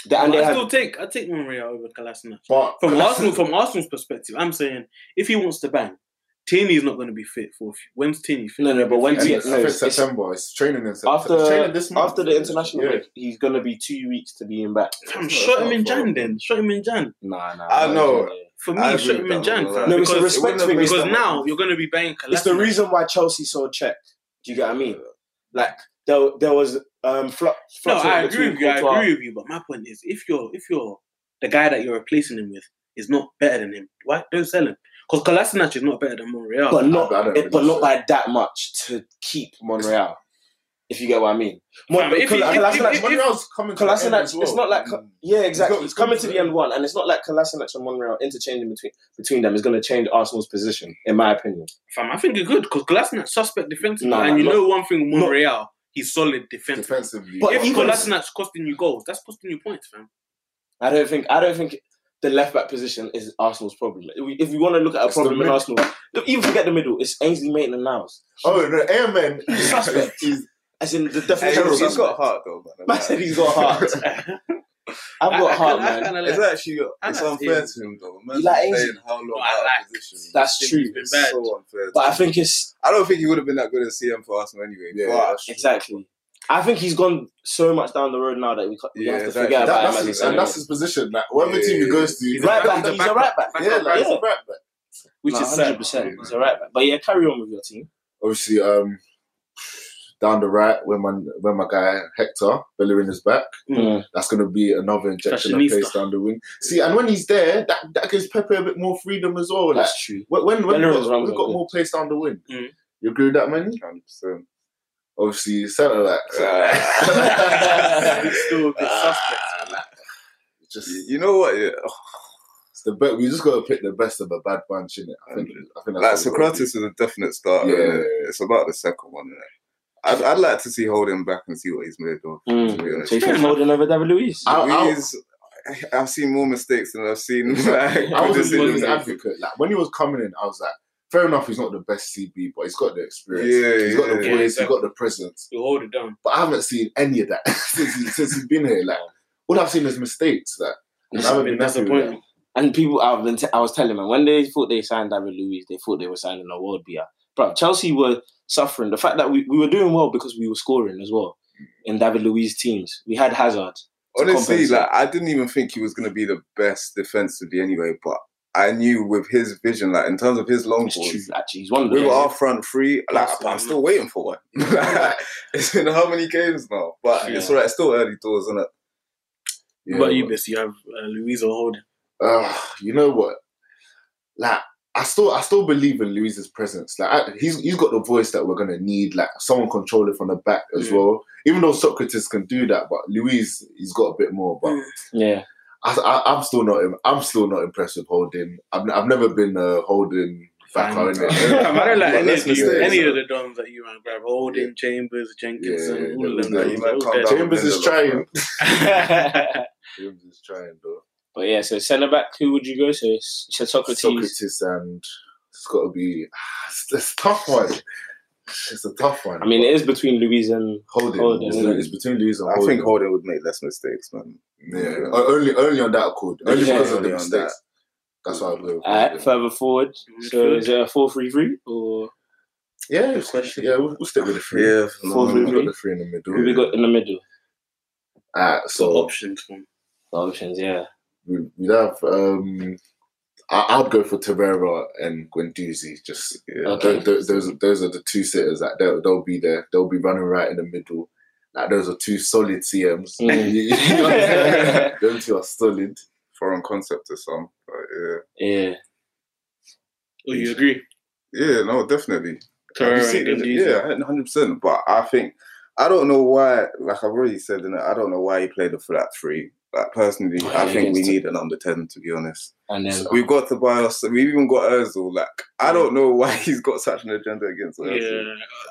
[SPEAKER 2] They- and they
[SPEAKER 1] I
[SPEAKER 2] have,
[SPEAKER 1] still take I take Monreal over Kolasinac.
[SPEAKER 3] But
[SPEAKER 1] From Arsenal, from Arsenal's perspective, I'm saying if he wants to bang, Tierney's not going to be fit for. a few- When's Tierney fit?
[SPEAKER 2] no, no, but when
[SPEAKER 3] And
[SPEAKER 2] T-
[SPEAKER 3] it's,
[SPEAKER 2] no,
[SPEAKER 3] I think
[SPEAKER 2] it's- it's-
[SPEAKER 3] September. It's training in September.
[SPEAKER 2] after
[SPEAKER 3] It's training this month.
[SPEAKER 2] after the international
[SPEAKER 3] Yeah.
[SPEAKER 2] break, he's going to be two weeks to being back.
[SPEAKER 1] Fam,
[SPEAKER 3] It's
[SPEAKER 1] shut
[SPEAKER 3] not
[SPEAKER 1] him in
[SPEAKER 3] fair.
[SPEAKER 1] Jan then. Shut him in Jan.
[SPEAKER 2] Nah, nah.
[SPEAKER 4] I know.
[SPEAKER 1] For me,
[SPEAKER 4] I agree
[SPEAKER 1] shut him
[SPEAKER 4] with
[SPEAKER 1] in
[SPEAKER 4] that
[SPEAKER 1] Jan.
[SPEAKER 4] one,
[SPEAKER 1] fam,
[SPEAKER 4] like-
[SPEAKER 2] No, it's a
[SPEAKER 1] because
[SPEAKER 2] respect
[SPEAKER 4] wouldn't have
[SPEAKER 2] thing,
[SPEAKER 4] made
[SPEAKER 1] because
[SPEAKER 4] that
[SPEAKER 1] now
[SPEAKER 4] much.
[SPEAKER 1] you're going to be banging Kolasinac.
[SPEAKER 2] It's the reason why Chelsea sold check. Do you get what I mean? Like there, there was um fl-
[SPEAKER 1] No, I agree with you. I agree with you. But my point is, if you're if you're the guy that you're replacing him with is not better than him, why don't sell him? Because Kolasinac is not better than Monreal.
[SPEAKER 2] but not,
[SPEAKER 3] I don't really
[SPEAKER 2] but not
[SPEAKER 3] see.
[SPEAKER 2] by that much to keep Monreal. If you get what I mean.
[SPEAKER 1] Fam, if he-
[SPEAKER 2] Kola-
[SPEAKER 1] if-
[SPEAKER 2] Kolasinac-
[SPEAKER 1] if-
[SPEAKER 3] Monreal's coming to
[SPEAKER 2] Kolasinac-
[SPEAKER 3] the end as well. mm,
[SPEAKER 2] it's not like- yeah, exactly.
[SPEAKER 3] got-
[SPEAKER 2] It's coming to the end one, and it's not like Kolasinac and Monreal interchanging between between them is going to change Arsenal's position, in my opinion.
[SPEAKER 1] Fam, I think you're good because Kolasinac suspect defensively,
[SPEAKER 2] Nah,
[SPEAKER 1] and you
[SPEAKER 2] not-
[SPEAKER 1] know one thing, with Monreal, he's solid defensively.
[SPEAKER 3] defensively.
[SPEAKER 2] But
[SPEAKER 1] if
[SPEAKER 2] even-
[SPEAKER 1] Kolasinac's costing you goals, that's costing you points, fam.
[SPEAKER 2] I don't think I don't think the left back position is Arsenal's problem. If we, if we want to look at a
[SPEAKER 3] It's the
[SPEAKER 2] problem in
[SPEAKER 3] mid-
[SPEAKER 2] Arsenal, look, even forget the middle. It's Ainsley Maitland-Niles.
[SPEAKER 3] oh no, Airman.
[SPEAKER 2] He's suspect.
[SPEAKER 3] He's
[SPEAKER 2] As in the
[SPEAKER 4] Hey,
[SPEAKER 2] definition. of
[SPEAKER 4] yo, he's
[SPEAKER 2] suspect.
[SPEAKER 4] got heart though, man.
[SPEAKER 2] Man said he's got heart. I've
[SPEAKER 1] I-
[SPEAKER 2] got
[SPEAKER 1] I
[SPEAKER 2] heart,
[SPEAKER 1] kinda- I
[SPEAKER 2] man.
[SPEAKER 1] kinda like-
[SPEAKER 4] It's actually
[SPEAKER 1] I
[SPEAKER 4] it's
[SPEAKER 1] like
[SPEAKER 4] unfair
[SPEAKER 1] him.
[SPEAKER 4] to him though.
[SPEAKER 2] You
[SPEAKER 4] Man,
[SPEAKER 2] like
[SPEAKER 4] he's
[SPEAKER 2] Ainsley?
[SPEAKER 4] playing how long
[SPEAKER 1] No, I
[SPEAKER 4] out of
[SPEAKER 1] like-
[SPEAKER 4] position.
[SPEAKER 2] That's
[SPEAKER 1] He's
[SPEAKER 2] true.
[SPEAKER 1] been
[SPEAKER 4] It's
[SPEAKER 1] bad.
[SPEAKER 4] so unfair.
[SPEAKER 2] But
[SPEAKER 4] to
[SPEAKER 2] I
[SPEAKER 4] him.
[SPEAKER 2] think it's
[SPEAKER 4] I don't think he would have been that good at CM for Arsenal anyway.
[SPEAKER 3] Yeah,
[SPEAKER 4] but
[SPEAKER 2] exactly. I think he's gone so much down the road now that we, ca- we
[SPEAKER 4] Yeah,
[SPEAKER 2] have to
[SPEAKER 4] exactly.
[SPEAKER 2] forget
[SPEAKER 3] that,
[SPEAKER 2] about
[SPEAKER 3] that's
[SPEAKER 2] him as
[SPEAKER 3] his,
[SPEAKER 2] a
[SPEAKER 3] and
[SPEAKER 2] centre
[SPEAKER 3] that's his position. Like whatever
[SPEAKER 4] Yeah.
[SPEAKER 3] team he goes to,
[SPEAKER 1] He's
[SPEAKER 2] mid. right back.
[SPEAKER 1] He's a
[SPEAKER 2] He's a right back.
[SPEAKER 1] back.
[SPEAKER 3] yeah, like he's a
[SPEAKER 2] Yeah.
[SPEAKER 3] right back.
[SPEAKER 1] which
[SPEAKER 2] No,
[SPEAKER 1] is sad.
[SPEAKER 2] 100%. He's a right back. But yeah, carry on with your team.
[SPEAKER 3] Obviously, um, down the right when my when my guy Hector Bellerin is back.
[SPEAKER 2] Mm.
[SPEAKER 3] That's going to be another injection of
[SPEAKER 1] Fashionista.
[SPEAKER 3] pace down the wing. See, and when he's there, that, that gives Pepe a bit more freedom as well. Like,
[SPEAKER 2] That's true.
[SPEAKER 3] when when, when
[SPEAKER 2] Bellerin
[SPEAKER 3] we've
[SPEAKER 2] was
[SPEAKER 3] got,
[SPEAKER 2] wrong
[SPEAKER 3] we've
[SPEAKER 2] though,
[SPEAKER 3] got
[SPEAKER 2] yeah.
[SPEAKER 3] more pace down the wing.
[SPEAKER 1] Mm.
[SPEAKER 3] You agree with that, man?
[SPEAKER 4] hundred percent.
[SPEAKER 3] Obviously, centre back.
[SPEAKER 1] It's still a bit suspect.
[SPEAKER 3] It's just
[SPEAKER 4] You know what? Yeah.
[SPEAKER 3] it's the best. We just got to pick the best of a bad bunch, innit? I think. I think
[SPEAKER 4] Like
[SPEAKER 3] that's what we gotta
[SPEAKER 4] Socrates is a definite starter.
[SPEAKER 3] Yeah.
[SPEAKER 4] innit? It's about the second one. innit? I'd, I'd like to see Holding back and see what he's made of. To be
[SPEAKER 2] Mm.
[SPEAKER 4] honest.
[SPEAKER 2] So you think Foden over E David Luiz?
[SPEAKER 3] I- I'll-
[SPEAKER 4] Louise, I- I've seen more mistakes than I've seen. Like,
[SPEAKER 3] do. I was
[SPEAKER 4] criticism.
[SPEAKER 3] a his advocate. Like when he was coming in, I was like, fair enough, he's not the best CB, but he's got the experience.
[SPEAKER 4] Yeah,
[SPEAKER 3] he's got the voice.
[SPEAKER 4] yeah.
[SPEAKER 3] He's got the presence.
[SPEAKER 1] You hold it down.
[SPEAKER 3] but I haven't seen any of that since, he, since he's been here. Like all I've seen is mistakes. Like
[SPEAKER 1] That's,
[SPEAKER 3] I've been happy with
[SPEAKER 1] disappointing.
[SPEAKER 2] And people, I've been, t- I was telling them when they thought they signed David Luiz, they thought they were signing a world beater. Bro, Chelsea were suffering. The fact that we, we were doing well because we were scoring as well in David Luiz teams. We had Hazard.
[SPEAKER 4] Honestly,
[SPEAKER 2] compensate.
[SPEAKER 4] like I didn't even think he was going to be the best defensively anyway, but I knew with his vision, like in terms of his long
[SPEAKER 2] It's true,
[SPEAKER 4] balls,
[SPEAKER 2] actually. He's one of
[SPEAKER 4] with
[SPEAKER 2] the
[SPEAKER 4] our front three, like
[SPEAKER 1] Yes,
[SPEAKER 4] I'm
[SPEAKER 1] man.
[SPEAKER 4] still waiting for one. it's been how many games now? But it's
[SPEAKER 2] Yeah.
[SPEAKER 4] alright, it's still early doors, isn't it?
[SPEAKER 3] Yeah,
[SPEAKER 1] but you
[SPEAKER 3] but-
[SPEAKER 1] miss, you have uh, Louise or Holden.
[SPEAKER 3] uh, you know what? Like, I still, I still believe in Luis's presence. Like, I, he's he's got the voice that we're gonna need. Like, someone control it from the back as
[SPEAKER 1] Yeah.
[SPEAKER 3] well. Even though Socrates can do that, but Luis, he's got a bit more. But
[SPEAKER 2] Yeah,
[SPEAKER 3] I, I, I'm still not, I'm still not impressed with Holding. I've, I've never been a Holding back
[SPEAKER 1] Fan.
[SPEAKER 3] on it.
[SPEAKER 1] I don't like
[SPEAKER 4] But
[SPEAKER 1] any
[SPEAKER 4] let's
[SPEAKER 1] of, you,
[SPEAKER 4] not say
[SPEAKER 1] any
[SPEAKER 4] so.
[SPEAKER 1] of the dons that you man grab. Holden, Chambers, Jenkinson,
[SPEAKER 3] Yeah,
[SPEAKER 1] all
[SPEAKER 3] that
[SPEAKER 1] of
[SPEAKER 3] was
[SPEAKER 1] them.
[SPEAKER 3] that.
[SPEAKER 1] those-
[SPEAKER 3] You
[SPEAKER 4] might
[SPEAKER 1] those
[SPEAKER 4] calm
[SPEAKER 1] dead.
[SPEAKER 4] down.
[SPEAKER 3] Chambers is trying.
[SPEAKER 2] yeah.
[SPEAKER 3] James is trying though.
[SPEAKER 2] but yeah, so centre back, who would you go? So it's so Socrates.
[SPEAKER 3] Socrates and it's got to be. It's, it's a tough one. It's a tough one.
[SPEAKER 2] I mean, it is between Luiz and
[SPEAKER 3] holding.
[SPEAKER 2] Holding,
[SPEAKER 3] it's,
[SPEAKER 2] isn't it?
[SPEAKER 3] it's between Luis and
[SPEAKER 4] I
[SPEAKER 3] Holding.
[SPEAKER 4] think Holden would make less mistakes, man.
[SPEAKER 3] Yeah, o- only only on that accord. Only
[SPEAKER 2] Yeah,
[SPEAKER 3] because of
[SPEAKER 4] only
[SPEAKER 3] the
[SPEAKER 4] on
[SPEAKER 3] mistakes. That's why I go. with
[SPEAKER 2] uh,
[SPEAKER 3] Holding.
[SPEAKER 2] further forward. So
[SPEAKER 1] Midfield.
[SPEAKER 2] is it a four-three-three or
[SPEAKER 3] yeah,
[SPEAKER 1] Good question.
[SPEAKER 3] yeah, we'll, we'll stick with the three.
[SPEAKER 4] Yeah,
[SPEAKER 2] Four
[SPEAKER 4] man.
[SPEAKER 2] three.
[SPEAKER 3] We've got the three in the middle.
[SPEAKER 2] who we got in the middle?
[SPEAKER 3] Alright,
[SPEAKER 1] So
[SPEAKER 3] so
[SPEAKER 1] options from
[SPEAKER 2] The options, yeah.
[SPEAKER 3] we we have. Um, I, I'd go for Tavera and Guendouzi. Just
[SPEAKER 4] Yeah.
[SPEAKER 2] Okay.
[SPEAKER 3] Tho- tho- those, those are the two sitters that they'll, they'll be there. They'll be running right in the middle. Like those are two solid CMs.
[SPEAKER 2] Mm.
[SPEAKER 3] You- you understand? Them two are solid.
[SPEAKER 4] Foreign concept to some, but yeah.
[SPEAKER 2] Yeah.
[SPEAKER 1] Oh, you agree?
[SPEAKER 4] Yeah, no, definitely.
[SPEAKER 1] Torreira
[SPEAKER 4] You see-
[SPEAKER 1] and Guendouzi.
[SPEAKER 4] yeah, hundred percent. But I think I don't know why. Like I've already said, innit, I don't know why he played a flat three. Like personally,
[SPEAKER 2] Yeah,
[SPEAKER 4] I think we
[SPEAKER 2] against-
[SPEAKER 4] need a number ten. To be honest,
[SPEAKER 2] And then
[SPEAKER 4] we've got to buy us. We've even got Özil. Like I don't know why he's got such an agenda against Özil.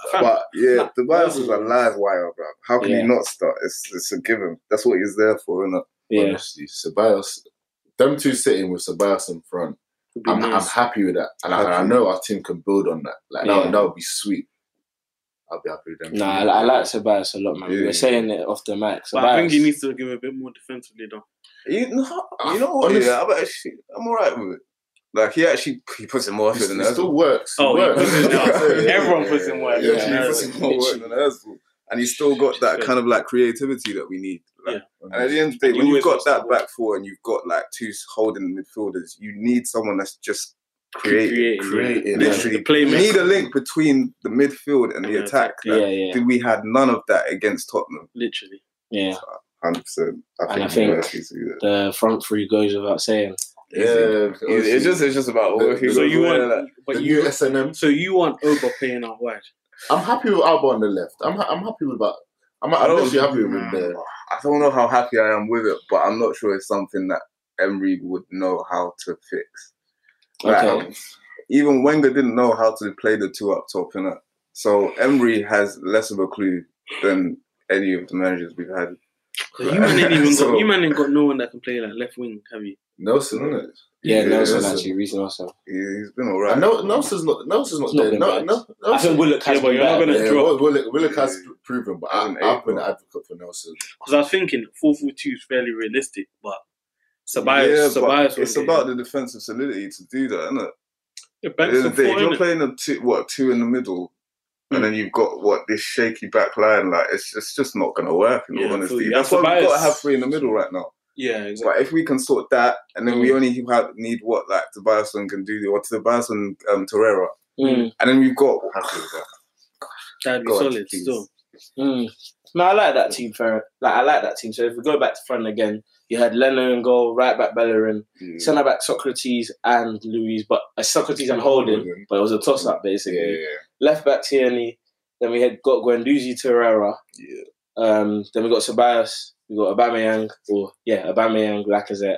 [SPEAKER 1] Yeah.
[SPEAKER 4] But yeah,
[SPEAKER 1] Nah,
[SPEAKER 4] the bias
[SPEAKER 1] Özil-
[SPEAKER 4] is a live wire, bro. How can
[SPEAKER 2] Yeah.
[SPEAKER 4] he not start? It's, it's a given. That's what he's there for, isn't it?
[SPEAKER 2] yeah.
[SPEAKER 3] Honestly, Ceballos, them two sitting with Ceballos in front.
[SPEAKER 1] Would be
[SPEAKER 3] I'm,
[SPEAKER 1] nice.
[SPEAKER 3] I'm happy with that, and I, and I
[SPEAKER 4] Happy.
[SPEAKER 3] know our team can build on that. Like that,
[SPEAKER 2] Yeah.
[SPEAKER 3] would, that would be sweet. I'll be happy with them.
[SPEAKER 2] Nah, I,
[SPEAKER 3] two.
[SPEAKER 2] I like Sabias a lot, man. We
[SPEAKER 4] Yeah.
[SPEAKER 2] were saying it off the mic.
[SPEAKER 1] But I think
[SPEAKER 2] Ceballos-
[SPEAKER 1] he needs to give a bit more defensively, though.
[SPEAKER 4] You know,
[SPEAKER 3] I-
[SPEAKER 4] you know what?
[SPEAKER 3] honest-
[SPEAKER 4] Yeah, I'm actually, I'm alright with it. Like he actually he puts in more effort
[SPEAKER 3] It
[SPEAKER 4] than
[SPEAKER 3] it
[SPEAKER 4] Özil.
[SPEAKER 3] still works. it
[SPEAKER 1] Oh, he
[SPEAKER 3] works.
[SPEAKER 1] puts in- no,
[SPEAKER 3] Yeah.
[SPEAKER 1] everyone puts in work.
[SPEAKER 4] Yeah,
[SPEAKER 2] Yeah.
[SPEAKER 4] he puts in more work than Özil. And he's still got that kind of like creativity that we need. Like, And at the end of the day,
[SPEAKER 1] You
[SPEAKER 4] when you've
[SPEAKER 1] always
[SPEAKER 4] got
[SPEAKER 1] lost the
[SPEAKER 4] that
[SPEAKER 1] ball.
[SPEAKER 4] back four and you've got like two holding midfielders, you need someone that's just
[SPEAKER 1] Creating,
[SPEAKER 4] creative.
[SPEAKER 1] yeah.
[SPEAKER 3] Creating,
[SPEAKER 1] Yeah.
[SPEAKER 4] Literally,
[SPEAKER 1] The playmaker.
[SPEAKER 4] you need a link between the midfield and the
[SPEAKER 1] Yeah,
[SPEAKER 4] attack.
[SPEAKER 2] Yeah,
[SPEAKER 4] Like,
[SPEAKER 2] yeah,
[SPEAKER 4] did we had none of that against Tottenham?
[SPEAKER 1] Literally.
[SPEAKER 2] yeah.
[SPEAKER 4] 100. percent
[SPEAKER 2] And I
[SPEAKER 4] I
[SPEAKER 2] think-
[SPEAKER 4] think. Mercy's either.
[SPEAKER 2] The front three goes without saying.
[SPEAKER 3] Yeah,
[SPEAKER 4] It's it's just it's just about
[SPEAKER 3] The-
[SPEAKER 4] who
[SPEAKER 1] So you
[SPEAKER 4] goes
[SPEAKER 1] want,
[SPEAKER 4] where, like,
[SPEAKER 3] the
[SPEAKER 1] but
[SPEAKER 3] new
[SPEAKER 1] you,
[SPEAKER 3] SNM.
[SPEAKER 1] so you want Oba playing out wide?
[SPEAKER 3] I'm happy with Alba on the left. I'm ha- I'm happy with that. I'm,
[SPEAKER 4] I
[SPEAKER 3] I'm
[SPEAKER 4] don't-
[SPEAKER 3] actually happy with him there.
[SPEAKER 4] I don't know how happy I am with it, but I'm not sure it's something that Emery would know how to fix. Like,
[SPEAKER 2] Okay.
[SPEAKER 4] even Wenger didn't know how to play the two up top in it. So Emery has less of a clue than any of the managers we've had.
[SPEAKER 1] 'Cause You man ain't even
[SPEAKER 4] So-
[SPEAKER 1] got, you man ain't got no one that can play like left wing, have you?
[SPEAKER 3] Nelson, isn't it?
[SPEAKER 2] Yeah,
[SPEAKER 4] Yeah,
[SPEAKER 2] Nelson
[SPEAKER 4] Nelson.
[SPEAKER 2] actually, Reece Nelson.
[SPEAKER 4] He- He's been all right.
[SPEAKER 3] And no, Nelson's not. Nelson's not
[SPEAKER 2] It's not
[SPEAKER 3] there.
[SPEAKER 2] been
[SPEAKER 3] No,
[SPEAKER 2] bad.
[SPEAKER 3] no,
[SPEAKER 2] I think
[SPEAKER 3] Nelson.
[SPEAKER 2] Willock has
[SPEAKER 1] Yeah, but
[SPEAKER 2] been
[SPEAKER 1] you're not
[SPEAKER 2] better.
[SPEAKER 1] gonna-
[SPEAKER 3] Yeah,
[SPEAKER 1] drop.
[SPEAKER 3] Will- Willock, Willock has proven, but I,
[SPEAKER 4] He's an
[SPEAKER 3] I've been
[SPEAKER 4] eight,
[SPEAKER 3] an advocate for Nelson.
[SPEAKER 1] Because I was thinking four four two is fairly realistic, but Sabias,
[SPEAKER 4] Yeah, but
[SPEAKER 1] Sabias,
[SPEAKER 4] it's about the defensive solidity to do that, isn't it?
[SPEAKER 1] the
[SPEAKER 4] At
[SPEAKER 1] back
[SPEAKER 4] the end of the day, if
[SPEAKER 1] support.
[SPEAKER 4] you're
[SPEAKER 1] innit?
[SPEAKER 4] playing a two, what two in the middle,
[SPEAKER 1] Mm.
[SPEAKER 4] and then you've got what this shaky back line, like it's it's just not going to work. In
[SPEAKER 1] Yeah,
[SPEAKER 4] all honesty,
[SPEAKER 1] fully.
[SPEAKER 4] that's why
[SPEAKER 1] And
[SPEAKER 4] we've got to
[SPEAKER 1] Tobias-
[SPEAKER 4] have three in the middle right now.
[SPEAKER 1] Yeah, exactly.
[SPEAKER 4] But if we can sort that, and then
[SPEAKER 1] Hmm.
[SPEAKER 4] we only have, need what like Tobias and can do, or Tobias and um, Torreira,
[SPEAKER 2] Mm,
[SPEAKER 4] and then we've got
[SPEAKER 3] Happy with that.
[SPEAKER 1] That'd be
[SPEAKER 4] God,
[SPEAKER 1] solid
[SPEAKER 4] please.
[SPEAKER 1] still.
[SPEAKER 2] mm. No, I like that team. For, like, I like that team. So if we go back to front again, you had Leno in goal, right back Bellerin,
[SPEAKER 1] Hmm.
[SPEAKER 2] centre back Socrates and Louise, but uh, Socrates and Holding,
[SPEAKER 3] Holding.
[SPEAKER 2] but it was a toss up
[SPEAKER 3] Yeah,
[SPEAKER 2] basically.
[SPEAKER 3] yeah,
[SPEAKER 2] Left back Tierney, then we had got Guendouzi Torreira,
[SPEAKER 4] Yeah.
[SPEAKER 2] um, then we got Ceballos, we got Aubameyang, or yeah, Aubameyang, Lacazette,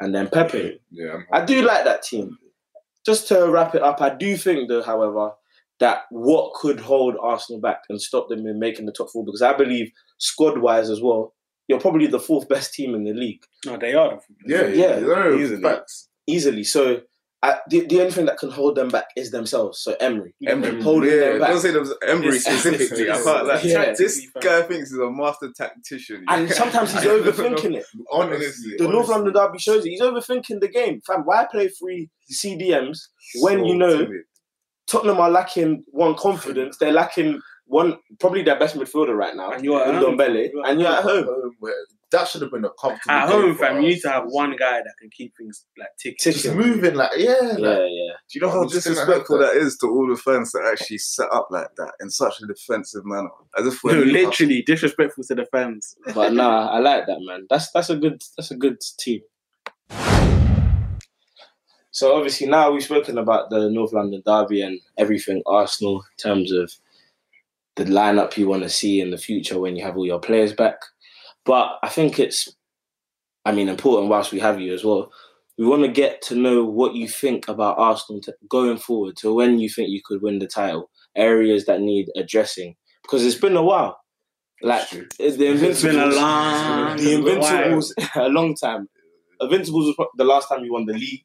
[SPEAKER 2] and then Pepe.
[SPEAKER 3] yeah. yeah I'm
[SPEAKER 2] I do like that team. Just to wrap it up, I do think, though, however, that what could hold Arsenal back and stop them in making the top four, because I believe squad wise as well, you're probably the fourth best team in the league
[SPEAKER 1] No, they are.
[SPEAKER 3] Yeah,
[SPEAKER 2] Yeah.
[SPEAKER 3] yeah. yeah.
[SPEAKER 4] Easily.
[SPEAKER 3] Facts.
[SPEAKER 2] easily. So I, the, the only thing that can hold them back is themselves. So Emery,
[SPEAKER 4] Emery,
[SPEAKER 2] Holding
[SPEAKER 4] yeah,
[SPEAKER 2] them back.
[SPEAKER 4] don't say them Emery
[SPEAKER 2] It's-
[SPEAKER 4] specifically. I
[SPEAKER 2] it's-
[SPEAKER 4] can't like
[SPEAKER 2] yeah.
[SPEAKER 4] tra- this guy thinks he's a master tactician.
[SPEAKER 2] and sometimes he's overthinking it.
[SPEAKER 3] Honestly,
[SPEAKER 2] The North
[SPEAKER 3] honestly.
[SPEAKER 2] London derby shows it. He's overthinking the game, fam. Why play three CDMs? when you know-
[SPEAKER 4] timid.
[SPEAKER 2] Tottenham are lacking one confidence. They're lacking one, probably their best midfielder right now,
[SPEAKER 1] And you're at home.
[SPEAKER 2] Ndombele,
[SPEAKER 1] You're at
[SPEAKER 2] and you're at home.
[SPEAKER 3] where- That should have been a comfortable.
[SPEAKER 1] At
[SPEAKER 3] day
[SPEAKER 1] home,
[SPEAKER 3] for
[SPEAKER 1] fam,
[SPEAKER 3] us.
[SPEAKER 1] you need to have one guy that can keep things like ticking.
[SPEAKER 3] Just moving like yeah, like,
[SPEAKER 2] Yeah, yeah.
[SPEAKER 4] Do you know
[SPEAKER 3] I'm
[SPEAKER 4] how
[SPEAKER 3] just gonna
[SPEAKER 4] disrespectful
[SPEAKER 3] have
[SPEAKER 4] that is to all the fans that actually set up like that in such a defensive manner? As if
[SPEAKER 1] No,
[SPEAKER 4] we're
[SPEAKER 1] literally disrespectful to the fans.
[SPEAKER 2] But nah, I like that man. That's that's a good that's a good team. So obviously now we've spoken about the North London derby and everything Arsenal in terms of the lineup you want to see in the future when you have all your players back. But I think it's I mean important whilst we have you as well. We want to get to know what you think about Arsenal t- going forward to when you think you could win the title, areas that need addressing because it's been a while. Like
[SPEAKER 3] It's true.
[SPEAKER 2] it's the
[SPEAKER 1] It's
[SPEAKER 2] Invincibles.
[SPEAKER 1] been a long,
[SPEAKER 2] The
[SPEAKER 1] while.
[SPEAKER 2] Invincibles, a long time. Invincibles was pro- the last time you won the league,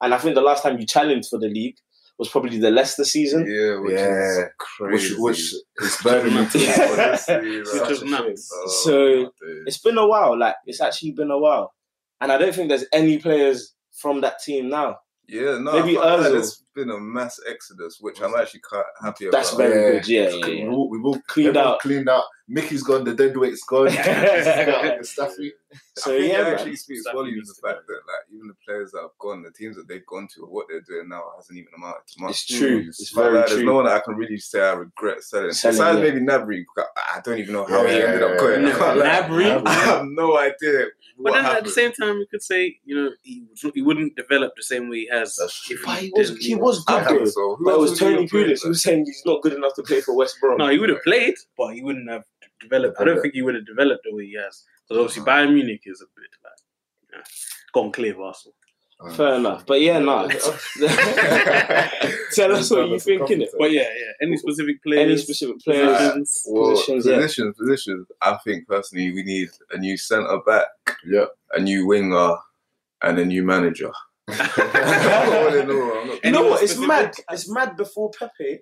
[SPEAKER 2] and I think the last time you challenged for the league was probably the Leicester season.
[SPEAKER 4] Yeah, which
[SPEAKER 3] Yeah.
[SPEAKER 4] is crazy.
[SPEAKER 3] which which is burning me to the
[SPEAKER 4] Honestly, like,
[SPEAKER 1] Which is nuts.
[SPEAKER 4] oh,
[SPEAKER 2] So,
[SPEAKER 4] dude.
[SPEAKER 2] It's been a while. Like it's actually been a while, and I don't think there's any players from that team now.
[SPEAKER 4] yeah, no,
[SPEAKER 2] maybe
[SPEAKER 4] maybe like
[SPEAKER 2] Ozil.
[SPEAKER 4] there's been a mass exodus, which I'm actually quite happy about.
[SPEAKER 2] That's very
[SPEAKER 3] yeah.
[SPEAKER 2] good. Yeah, yeah,
[SPEAKER 3] We've
[SPEAKER 2] yeah.
[SPEAKER 3] all, we've all
[SPEAKER 2] Cleaned
[SPEAKER 3] everyone
[SPEAKER 2] out.
[SPEAKER 3] Cleaned out. Mickey's gone. The dead weight's gone. Jesus got the stuff we-
[SPEAKER 2] So
[SPEAKER 4] I think
[SPEAKER 2] yeah,
[SPEAKER 4] it
[SPEAKER 2] man.
[SPEAKER 4] actually speaks
[SPEAKER 1] Something
[SPEAKER 4] volumes
[SPEAKER 1] needs
[SPEAKER 4] the
[SPEAKER 1] to
[SPEAKER 4] fact that like even the players that have gone, the teams that they've gone to, or what they're doing now hasn't even amounted to much. Mm.
[SPEAKER 2] It's true. It's
[SPEAKER 4] Like,
[SPEAKER 2] very
[SPEAKER 4] like, There's no
[SPEAKER 2] true.
[SPEAKER 4] one that I can really say I regret selling.
[SPEAKER 2] Selling,
[SPEAKER 4] Besides
[SPEAKER 2] yeah.
[SPEAKER 4] maybe Nabry, I don't even know how he
[SPEAKER 3] Yeah.
[SPEAKER 4] ended up going. I
[SPEAKER 3] Yeah.
[SPEAKER 4] can't lie.
[SPEAKER 1] Nabry?
[SPEAKER 4] I have no idea. What
[SPEAKER 1] But then at
[SPEAKER 4] happened.
[SPEAKER 1] the same time, you could say, you know, he, was- he wouldn't develop the same way he has.
[SPEAKER 3] That's true.
[SPEAKER 1] if
[SPEAKER 2] But he was
[SPEAKER 1] didn't
[SPEAKER 2] he
[SPEAKER 1] leave.
[SPEAKER 2] was
[SPEAKER 4] I
[SPEAKER 2] good
[SPEAKER 4] think
[SPEAKER 2] though.
[SPEAKER 4] so. Who
[SPEAKER 2] But it
[SPEAKER 4] else
[SPEAKER 2] was Tony
[SPEAKER 4] he playing
[SPEAKER 2] Pulis
[SPEAKER 4] with?
[SPEAKER 2] who was saying he's not good enough to play for West Brom.
[SPEAKER 1] No, he would have played, but he wouldn't have developed. I don't think he would have developed the way he has. Because obviously Bayern Munich is a bit like, you know, gone clear of Arsenal.
[SPEAKER 2] Fair enough. But yeah, no. Tell us what you think in it.
[SPEAKER 1] But yeah, yeah. Any specific players?
[SPEAKER 2] Any specific players?
[SPEAKER 1] positions?
[SPEAKER 4] Well,
[SPEAKER 2] Positions,
[SPEAKER 4] positions,
[SPEAKER 2] yeah.
[SPEAKER 4] positions, I think personally we need a new centre back,
[SPEAKER 3] Yeah.
[SPEAKER 4] a new winger, and a new manager. All in all, I'm
[SPEAKER 2] You
[SPEAKER 4] not-
[SPEAKER 2] know
[SPEAKER 1] Anyone
[SPEAKER 2] what? It's
[SPEAKER 1] specific?
[SPEAKER 2] mad. It's mad. Before Pepe,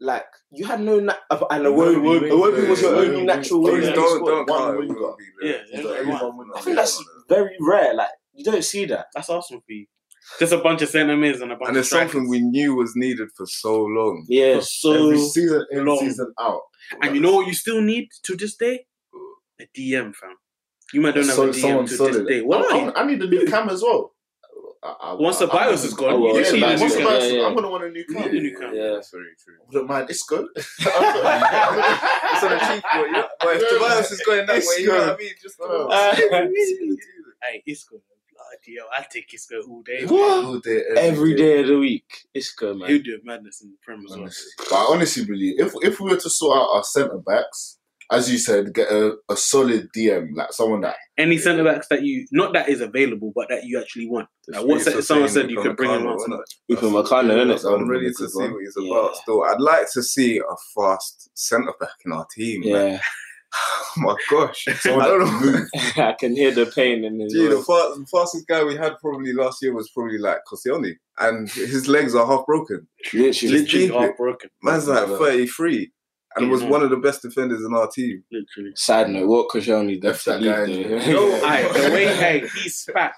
[SPEAKER 2] like you had no na- and Awobi.
[SPEAKER 3] Iwobi.
[SPEAKER 2] Awobi, was your
[SPEAKER 3] Iwobi.
[SPEAKER 2] only natural
[SPEAKER 3] Please
[SPEAKER 2] winger. in
[SPEAKER 4] Please
[SPEAKER 3] yeah,
[SPEAKER 2] the
[SPEAKER 4] don't
[SPEAKER 2] squad.
[SPEAKER 4] don't
[SPEAKER 3] one
[SPEAKER 4] count
[SPEAKER 3] winger.
[SPEAKER 4] Iwobi there.
[SPEAKER 1] Yeah,
[SPEAKER 4] He's
[SPEAKER 1] yeah,
[SPEAKER 4] the only
[SPEAKER 1] one.
[SPEAKER 4] one
[SPEAKER 2] I
[SPEAKER 4] winger.
[SPEAKER 2] think that's very rare. Like you don't see that.
[SPEAKER 1] That's Arsenal for you. Just a bunch of centre mids and a bunch
[SPEAKER 4] and
[SPEAKER 1] of
[SPEAKER 4] it's
[SPEAKER 1] strikers.
[SPEAKER 4] something we knew was needed for so long.
[SPEAKER 2] Yeah.
[SPEAKER 1] For so
[SPEAKER 3] Every season in,
[SPEAKER 1] long.
[SPEAKER 3] season out.
[SPEAKER 1] And you know what you still need to this day? A DM, fam. You might don't have
[SPEAKER 3] So-
[SPEAKER 1] a DM
[SPEAKER 3] someone
[SPEAKER 1] to
[SPEAKER 3] solid. Oh,
[SPEAKER 1] this day.
[SPEAKER 3] I,
[SPEAKER 1] Why?
[SPEAKER 3] I need a new cam as well. I, I,
[SPEAKER 1] Once the
[SPEAKER 3] I-
[SPEAKER 1] BIOS
[SPEAKER 3] I'm-
[SPEAKER 1] is gone,
[SPEAKER 2] Oh, well,
[SPEAKER 1] you
[SPEAKER 3] yeah,
[SPEAKER 1] just need
[SPEAKER 3] like,
[SPEAKER 1] a
[SPEAKER 3] once
[SPEAKER 1] new
[SPEAKER 3] the
[SPEAKER 2] yeah,
[SPEAKER 1] guy.
[SPEAKER 3] BIOS is-
[SPEAKER 2] yeah.
[SPEAKER 3] I'm gonna want a new
[SPEAKER 1] You
[SPEAKER 3] cam.
[SPEAKER 1] need a new cam.
[SPEAKER 2] Yeah.
[SPEAKER 4] That's very true.
[SPEAKER 3] I wouldn't mind Isco.
[SPEAKER 4] It's on a cheap one, you know? But if Tobias is going that way, you know what I mean? Just
[SPEAKER 3] Uh,
[SPEAKER 1] Hey, Isco. Bloody hell, I take Isco all day.
[SPEAKER 2] What?
[SPEAKER 3] All day,
[SPEAKER 2] Every day of the week, it's good,
[SPEAKER 1] He'll
[SPEAKER 2] man.
[SPEAKER 1] do a madness in the Prem as well.
[SPEAKER 3] Honestly. But I honestly believe if if we were to sort out our centre backs, as you said, get a, a solid DM like someone that
[SPEAKER 1] Any centre backs that you, not that is available, but that you actually want. Like, what's that- someone said you could bring him on tonight.
[SPEAKER 2] We put Makano in it.
[SPEAKER 3] That would've
[SPEAKER 4] I'm ready
[SPEAKER 3] been a
[SPEAKER 4] to
[SPEAKER 3] good
[SPEAKER 4] see
[SPEAKER 3] one.
[SPEAKER 4] what he's
[SPEAKER 2] Yeah.
[SPEAKER 4] about. Still, I'd like to see a fast centre back in our team. man.
[SPEAKER 2] Yeah,
[SPEAKER 4] Oh my gosh,
[SPEAKER 3] Someone
[SPEAKER 4] I don't
[SPEAKER 3] that
[SPEAKER 4] know.
[SPEAKER 3] can move.
[SPEAKER 2] I can hear the pain in his
[SPEAKER 4] Gee, the,
[SPEAKER 2] voice.
[SPEAKER 4] fast, the fastest guy we had probably last year was probably like Koscielny, and his legs are half broken.
[SPEAKER 2] Literally,
[SPEAKER 1] Literally
[SPEAKER 4] deep it.
[SPEAKER 1] heartbroken.
[SPEAKER 4] Man's like 33 and was
[SPEAKER 1] Yeah.
[SPEAKER 4] one of the best defenders in our team.
[SPEAKER 1] Literally.
[SPEAKER 2] side note: What Koscielny does
[SPEAKER 3] Left
[SPEAKER 2] to
[SPEAKER 3] that guy in
[SPEAKER 2] leave
[SPEAKER 3] there.
[SPEAKER 2] though.
[SPEAKER 3] No,
[SPEAKER 1] Aye, the way hey, he spat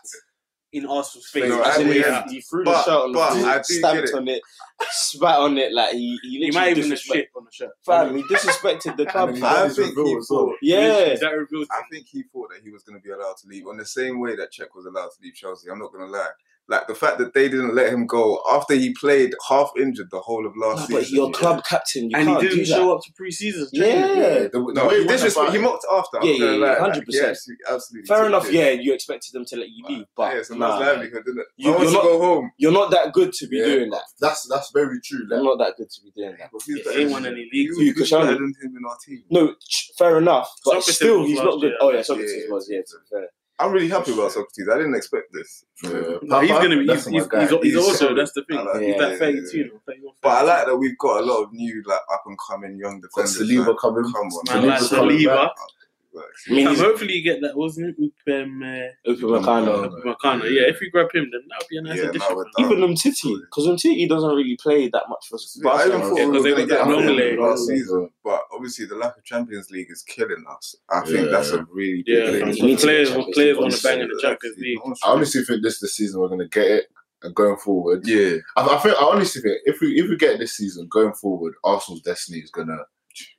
[SPEAKER 1] in Arsenal's face.
[SPEAKER 4] No,
[SPEAKER 1] That's
[SPEAKER 4] I
[SPEAKER 1] the way
[SPEAKER 4] mean,
[SPEAKER 1] he-
[SPEAKER 2] he threw the
[SPEAKER 4] But-
[SPEAKER 2] shot on the
[SPEAKER 4] but
[SPEAKER 2] ball,
[SPEAKER 4] I do
[SPEAKER 2] stamped
[SPEAKER 4] get it.
[SPEAKER 2] on it, spat on it like he he,
[SPEAKER 1] He
[SPEAKER 2] literally
[SPEAKER 1] might even have
[SPEAKER 2] disrespect-
[SPEAKER 1] shit on the shirt.
[SPEAKER 2] Fam, he disrespected the
[SPEAKER 3] And
[SPEAKER 2] club.
[SPEAKER 3] then he
[SPEAKER 2] fam.
[SPEAKER 4] I
[SPEAKER 3] does his
[SPEAKER 4] think
[SPEAKER 3] role
[SPEAKER 4] he
[SPEAKER 3] as well.
[SPEAKER 4] thought-
[SPEAKER 2] Yeah,
[SPEAKER 1] That reveals
[SPEAKER 4] I think he thought that he was going to be allowed to leave on the same way that Czech was allowed to leave Chelsea. I'm not going to lie. Like the fact that they didn't let him go after he played half injured the whole of
[SPEAKER 2] No,
[SPEAKER 4] last
[SPEAKER 2] but
[SPEAKER 4] season.
[SPEAKER 2] your club captain, you
[SPEAKER 1] and he
[SPEAKER 2] can't
[SPEAKER 1] didn't
[SPEAKER 2] do that.
[SPEAKER 1] show up to preseason.
[SPEAKER 2] Yeah.
[SPEAKER 3] Yeah, the,
[SPEAKER 4] No, he,
[SPEAKER 3] went
[SPEAKER 4] disres-
[SPEAKER 3] about
[SPEAKER 4] he
[SPEAKER 3] it.
[SPEAKER 4] mocked after. I'm
[SPEAKER 2] Yeah,
[SPEAKER 4] not gonna
[SPEAKER 2] yeah, yeah,
[SPEAKER 4] lie, like,
[SPEAKER 2] 100%.
[SPEAKER 4] he actually- absolutely.
[SPEAKER 2] Fair
[SPEAKER 4] took
[SPEAKER 2] enough.
[SPEAKER 4] it.
[SPEAKER 2] Yeah, you expected them to let you leave, but
[SPEAKER 4] yeah, it's a
[SPEAKER 2] nah,
[SPEAKER 4] man's livelihood, isn't it?
[SPEAKER 2] You-
[SPEAKER 4] You, I want
[SPEAKER 2] you're
[SPEAKER 4] to
[SPEAKER 2] not-
[SPEAKER 4] go home.
[SPEAKER 2] you're not that good to be
[SPEAKER 3] Yeah.
[SPEAKER 2] doing that.
[SPEAKER 3] That's that's very true.
[SPEAKER 2] You're
[SPEAKER 3] Like,
[SPEAKER 2] not that good to be doing that.
[SPEAKER 4] But who's
[SPEAKER 1] Yeah,
[SPEAKER 4] better
[SPEAKER 1] he
[SPEAKER 4] than
[SPEAKER 1] won
[SPEAKER 4] him?
[SPEAKER 1] any leagues.
[SPEAKER 4] Who-
[SPEAKER 2] Who,
[SPEAKER 4] Who's better
[SPEAKER 2] Koscielny?
[SPEAKER 4] than him in our team?
[SPEAKER 2] No, ch- fair enough, but
[SPEAKER 1] Socrates
[SPEAKER 2] still,
[SPEAKER 1] was
[SPEAKER 2] he's
[SPEAKER 1] last
[SPEAKER 2] not good.
[SPEAKER 1] year.
[SPEAKER 2] Oh yeah, Socrates
[SPEAKER 4] Yeah.
[SPEAKER 2] was yeah. To be fair.
[SPEAKER 4] I'm really happy about Socrates. I didn't expect this.
[SPEAKER 3] yeah,
[SPEAKER 1] No, he's
[SPEAKER 3] Papa,
[SPEAKER 1] gonna be. He's,
[SPEAKER 3] that's my
[SPEAKER 1] he's,
[SPEAKER 3] guy.
[SPEAKER 1] he's, he's
[SPEAKER 4] He's
[SPEAKER 1] also.
[SPEAKER 4] solid.
[SPEAKER 1] That's the thing.
[SPEAKER 4] I like
[SPEAKER 1] he's
[SPEAKER 2] him.
[SPEAKER 1] that
[SPEAKER 4] Yeah,
[SPEAKER 1] thirty-two.
[SPEAKER 4] yeah,
[SPEAKER 1] now, 31,
[SPEAKER 4] But I like that we've got a lot of new, like up and coming young
[SPEAKER 3] Got
[SPEAKER 4] defenders.
[SPEAKER 3] Saliba
[SPEAKER 4] like,
[SPEAKER 3] coming.
[SPEAKER 4] Come on,
[SPEAKER 1] Man, like
[SPEAKER 3] Saliba's coming
[SPEAKER 1] Saliba.
[SPEAKER 3] back.
[SPEAKER 4] Facts.
[SPEAKER 2] I mean,
[SPEAKER 1] And
[SPEAKER 2] he's
[SPEAKER 1] hopefully you get that, wasn't it? Upem, uh,
[SPEAKER 2] Open Meccano.
[SPEAKER 1] Upem Meccano. Yeah, if you grab him, then that would be a nice
[SPEAKER 4] Yeah,
[SPEAKER 1] addition.
[SPEAKER 4] now we're done.
[SPEAKER 2] Even Umtiti, because Umtiti doesn't really play that much for
[SPEAKER 4] But I even
[SPEAKER 2] Barcelona.
[SPEAKER 4] thought we were
[SPEAKER 1] because they got
[SPEAKER 4] going to get
[SPEAKER 1] that
[SPEAKER 4] long
[SPEAKER 1] long
[SPEAKER 4] late
[SPEAKER 1] leg.
[SPEAKER 4] last season, but obviously the lack of Champions League is killing us. I think
[SPEAKER 3] Yeah.
[SPEAKER 4] that's a really
[SPEAKER 1] yeah,
[SPEAKER 4] big
[SPEAKER 2] you
[SPEAKER 1] and
[SPEAKER 4] thing.
[SPEAKER 2] need to
[SPEAKER 1] for
[SPEAKER 2] get
[SPEAKER 1] players,
[SPEAKER 2] Champions League
[SPEAKER 1] players
[SPEAKER 2] on
[SPEAKER 1] want to bang in the
[SPEAKER 4] Honestly,
[SPEAKER 1] Champions League.
[SPEAKER 3] I honestly think this the season we're gonna get it. And going forward,
[SPEAKER 4] yeah,
[SPEAKER 3] I, I think I honestly think if we if we get it this season, going forward, Arsenal's destiny is gonna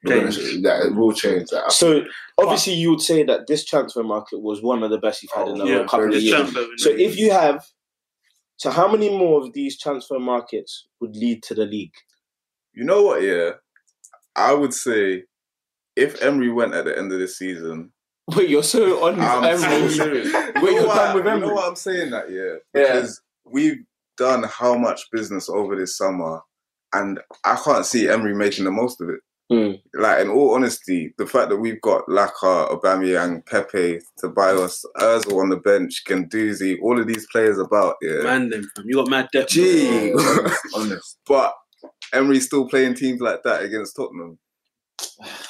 [SPEAKER 4] Change.
[SPEAKER 3] Gonna, yeah, it will change. That
[SPEAKER 2] So obviously, you would say that this transfer market was one of the best you've had in a
[SPEAKER 4] Oh, yeah,
[SPEAKER 2] couple of
[SPEAKER 4] very
[SPEAKER 1] It's
[SPEAKER 2] years.
[SPEAKER 4] true.
[SPEAKER 1] transfer window.
[SPEAKER 2] So if you have, so how many more of these transfer markets would lead to the league?
[SPEAKER 4] you know what? Yeah, I would say if Emery went at the end of the season,
[SPEAKER 2] Wait, you're so on
[SPEAKER 4] I'm so
[SPEAKER 2] Emery.
[SPEAKER 4] serious.
[SPEAKER 2] Wait,
[SPEAKER 4] you
[SPEAKER 2] you're
[SPEAKER 4] know why-
[SPEAKER 2] done with
[SPEAKER 4] You
[SPEAKER 2] Emery?
[SPEAKER 4] know what I'm saying? That yeah,
[SPEAKER 2] Yeah.
[SPEAKER 4] because we've done how much business over this summer, and I can't see Emery making the most of it.
[SPEAKER 2] Mm.
[SPEAKER 4] Like in all honesty, the fact that we've got Laka, Aubameyang, Pepe, Tobias, Özil on the bench, Ganduzi, all of these players about, yeah.
[SPEAKER 1] man, them fam, you got mad depth.
[SPEAKER 4] Gee,
[SPEAKER 3] honest.
[SPEAKER 4] but Emery's still playing teams like that against Tottenham.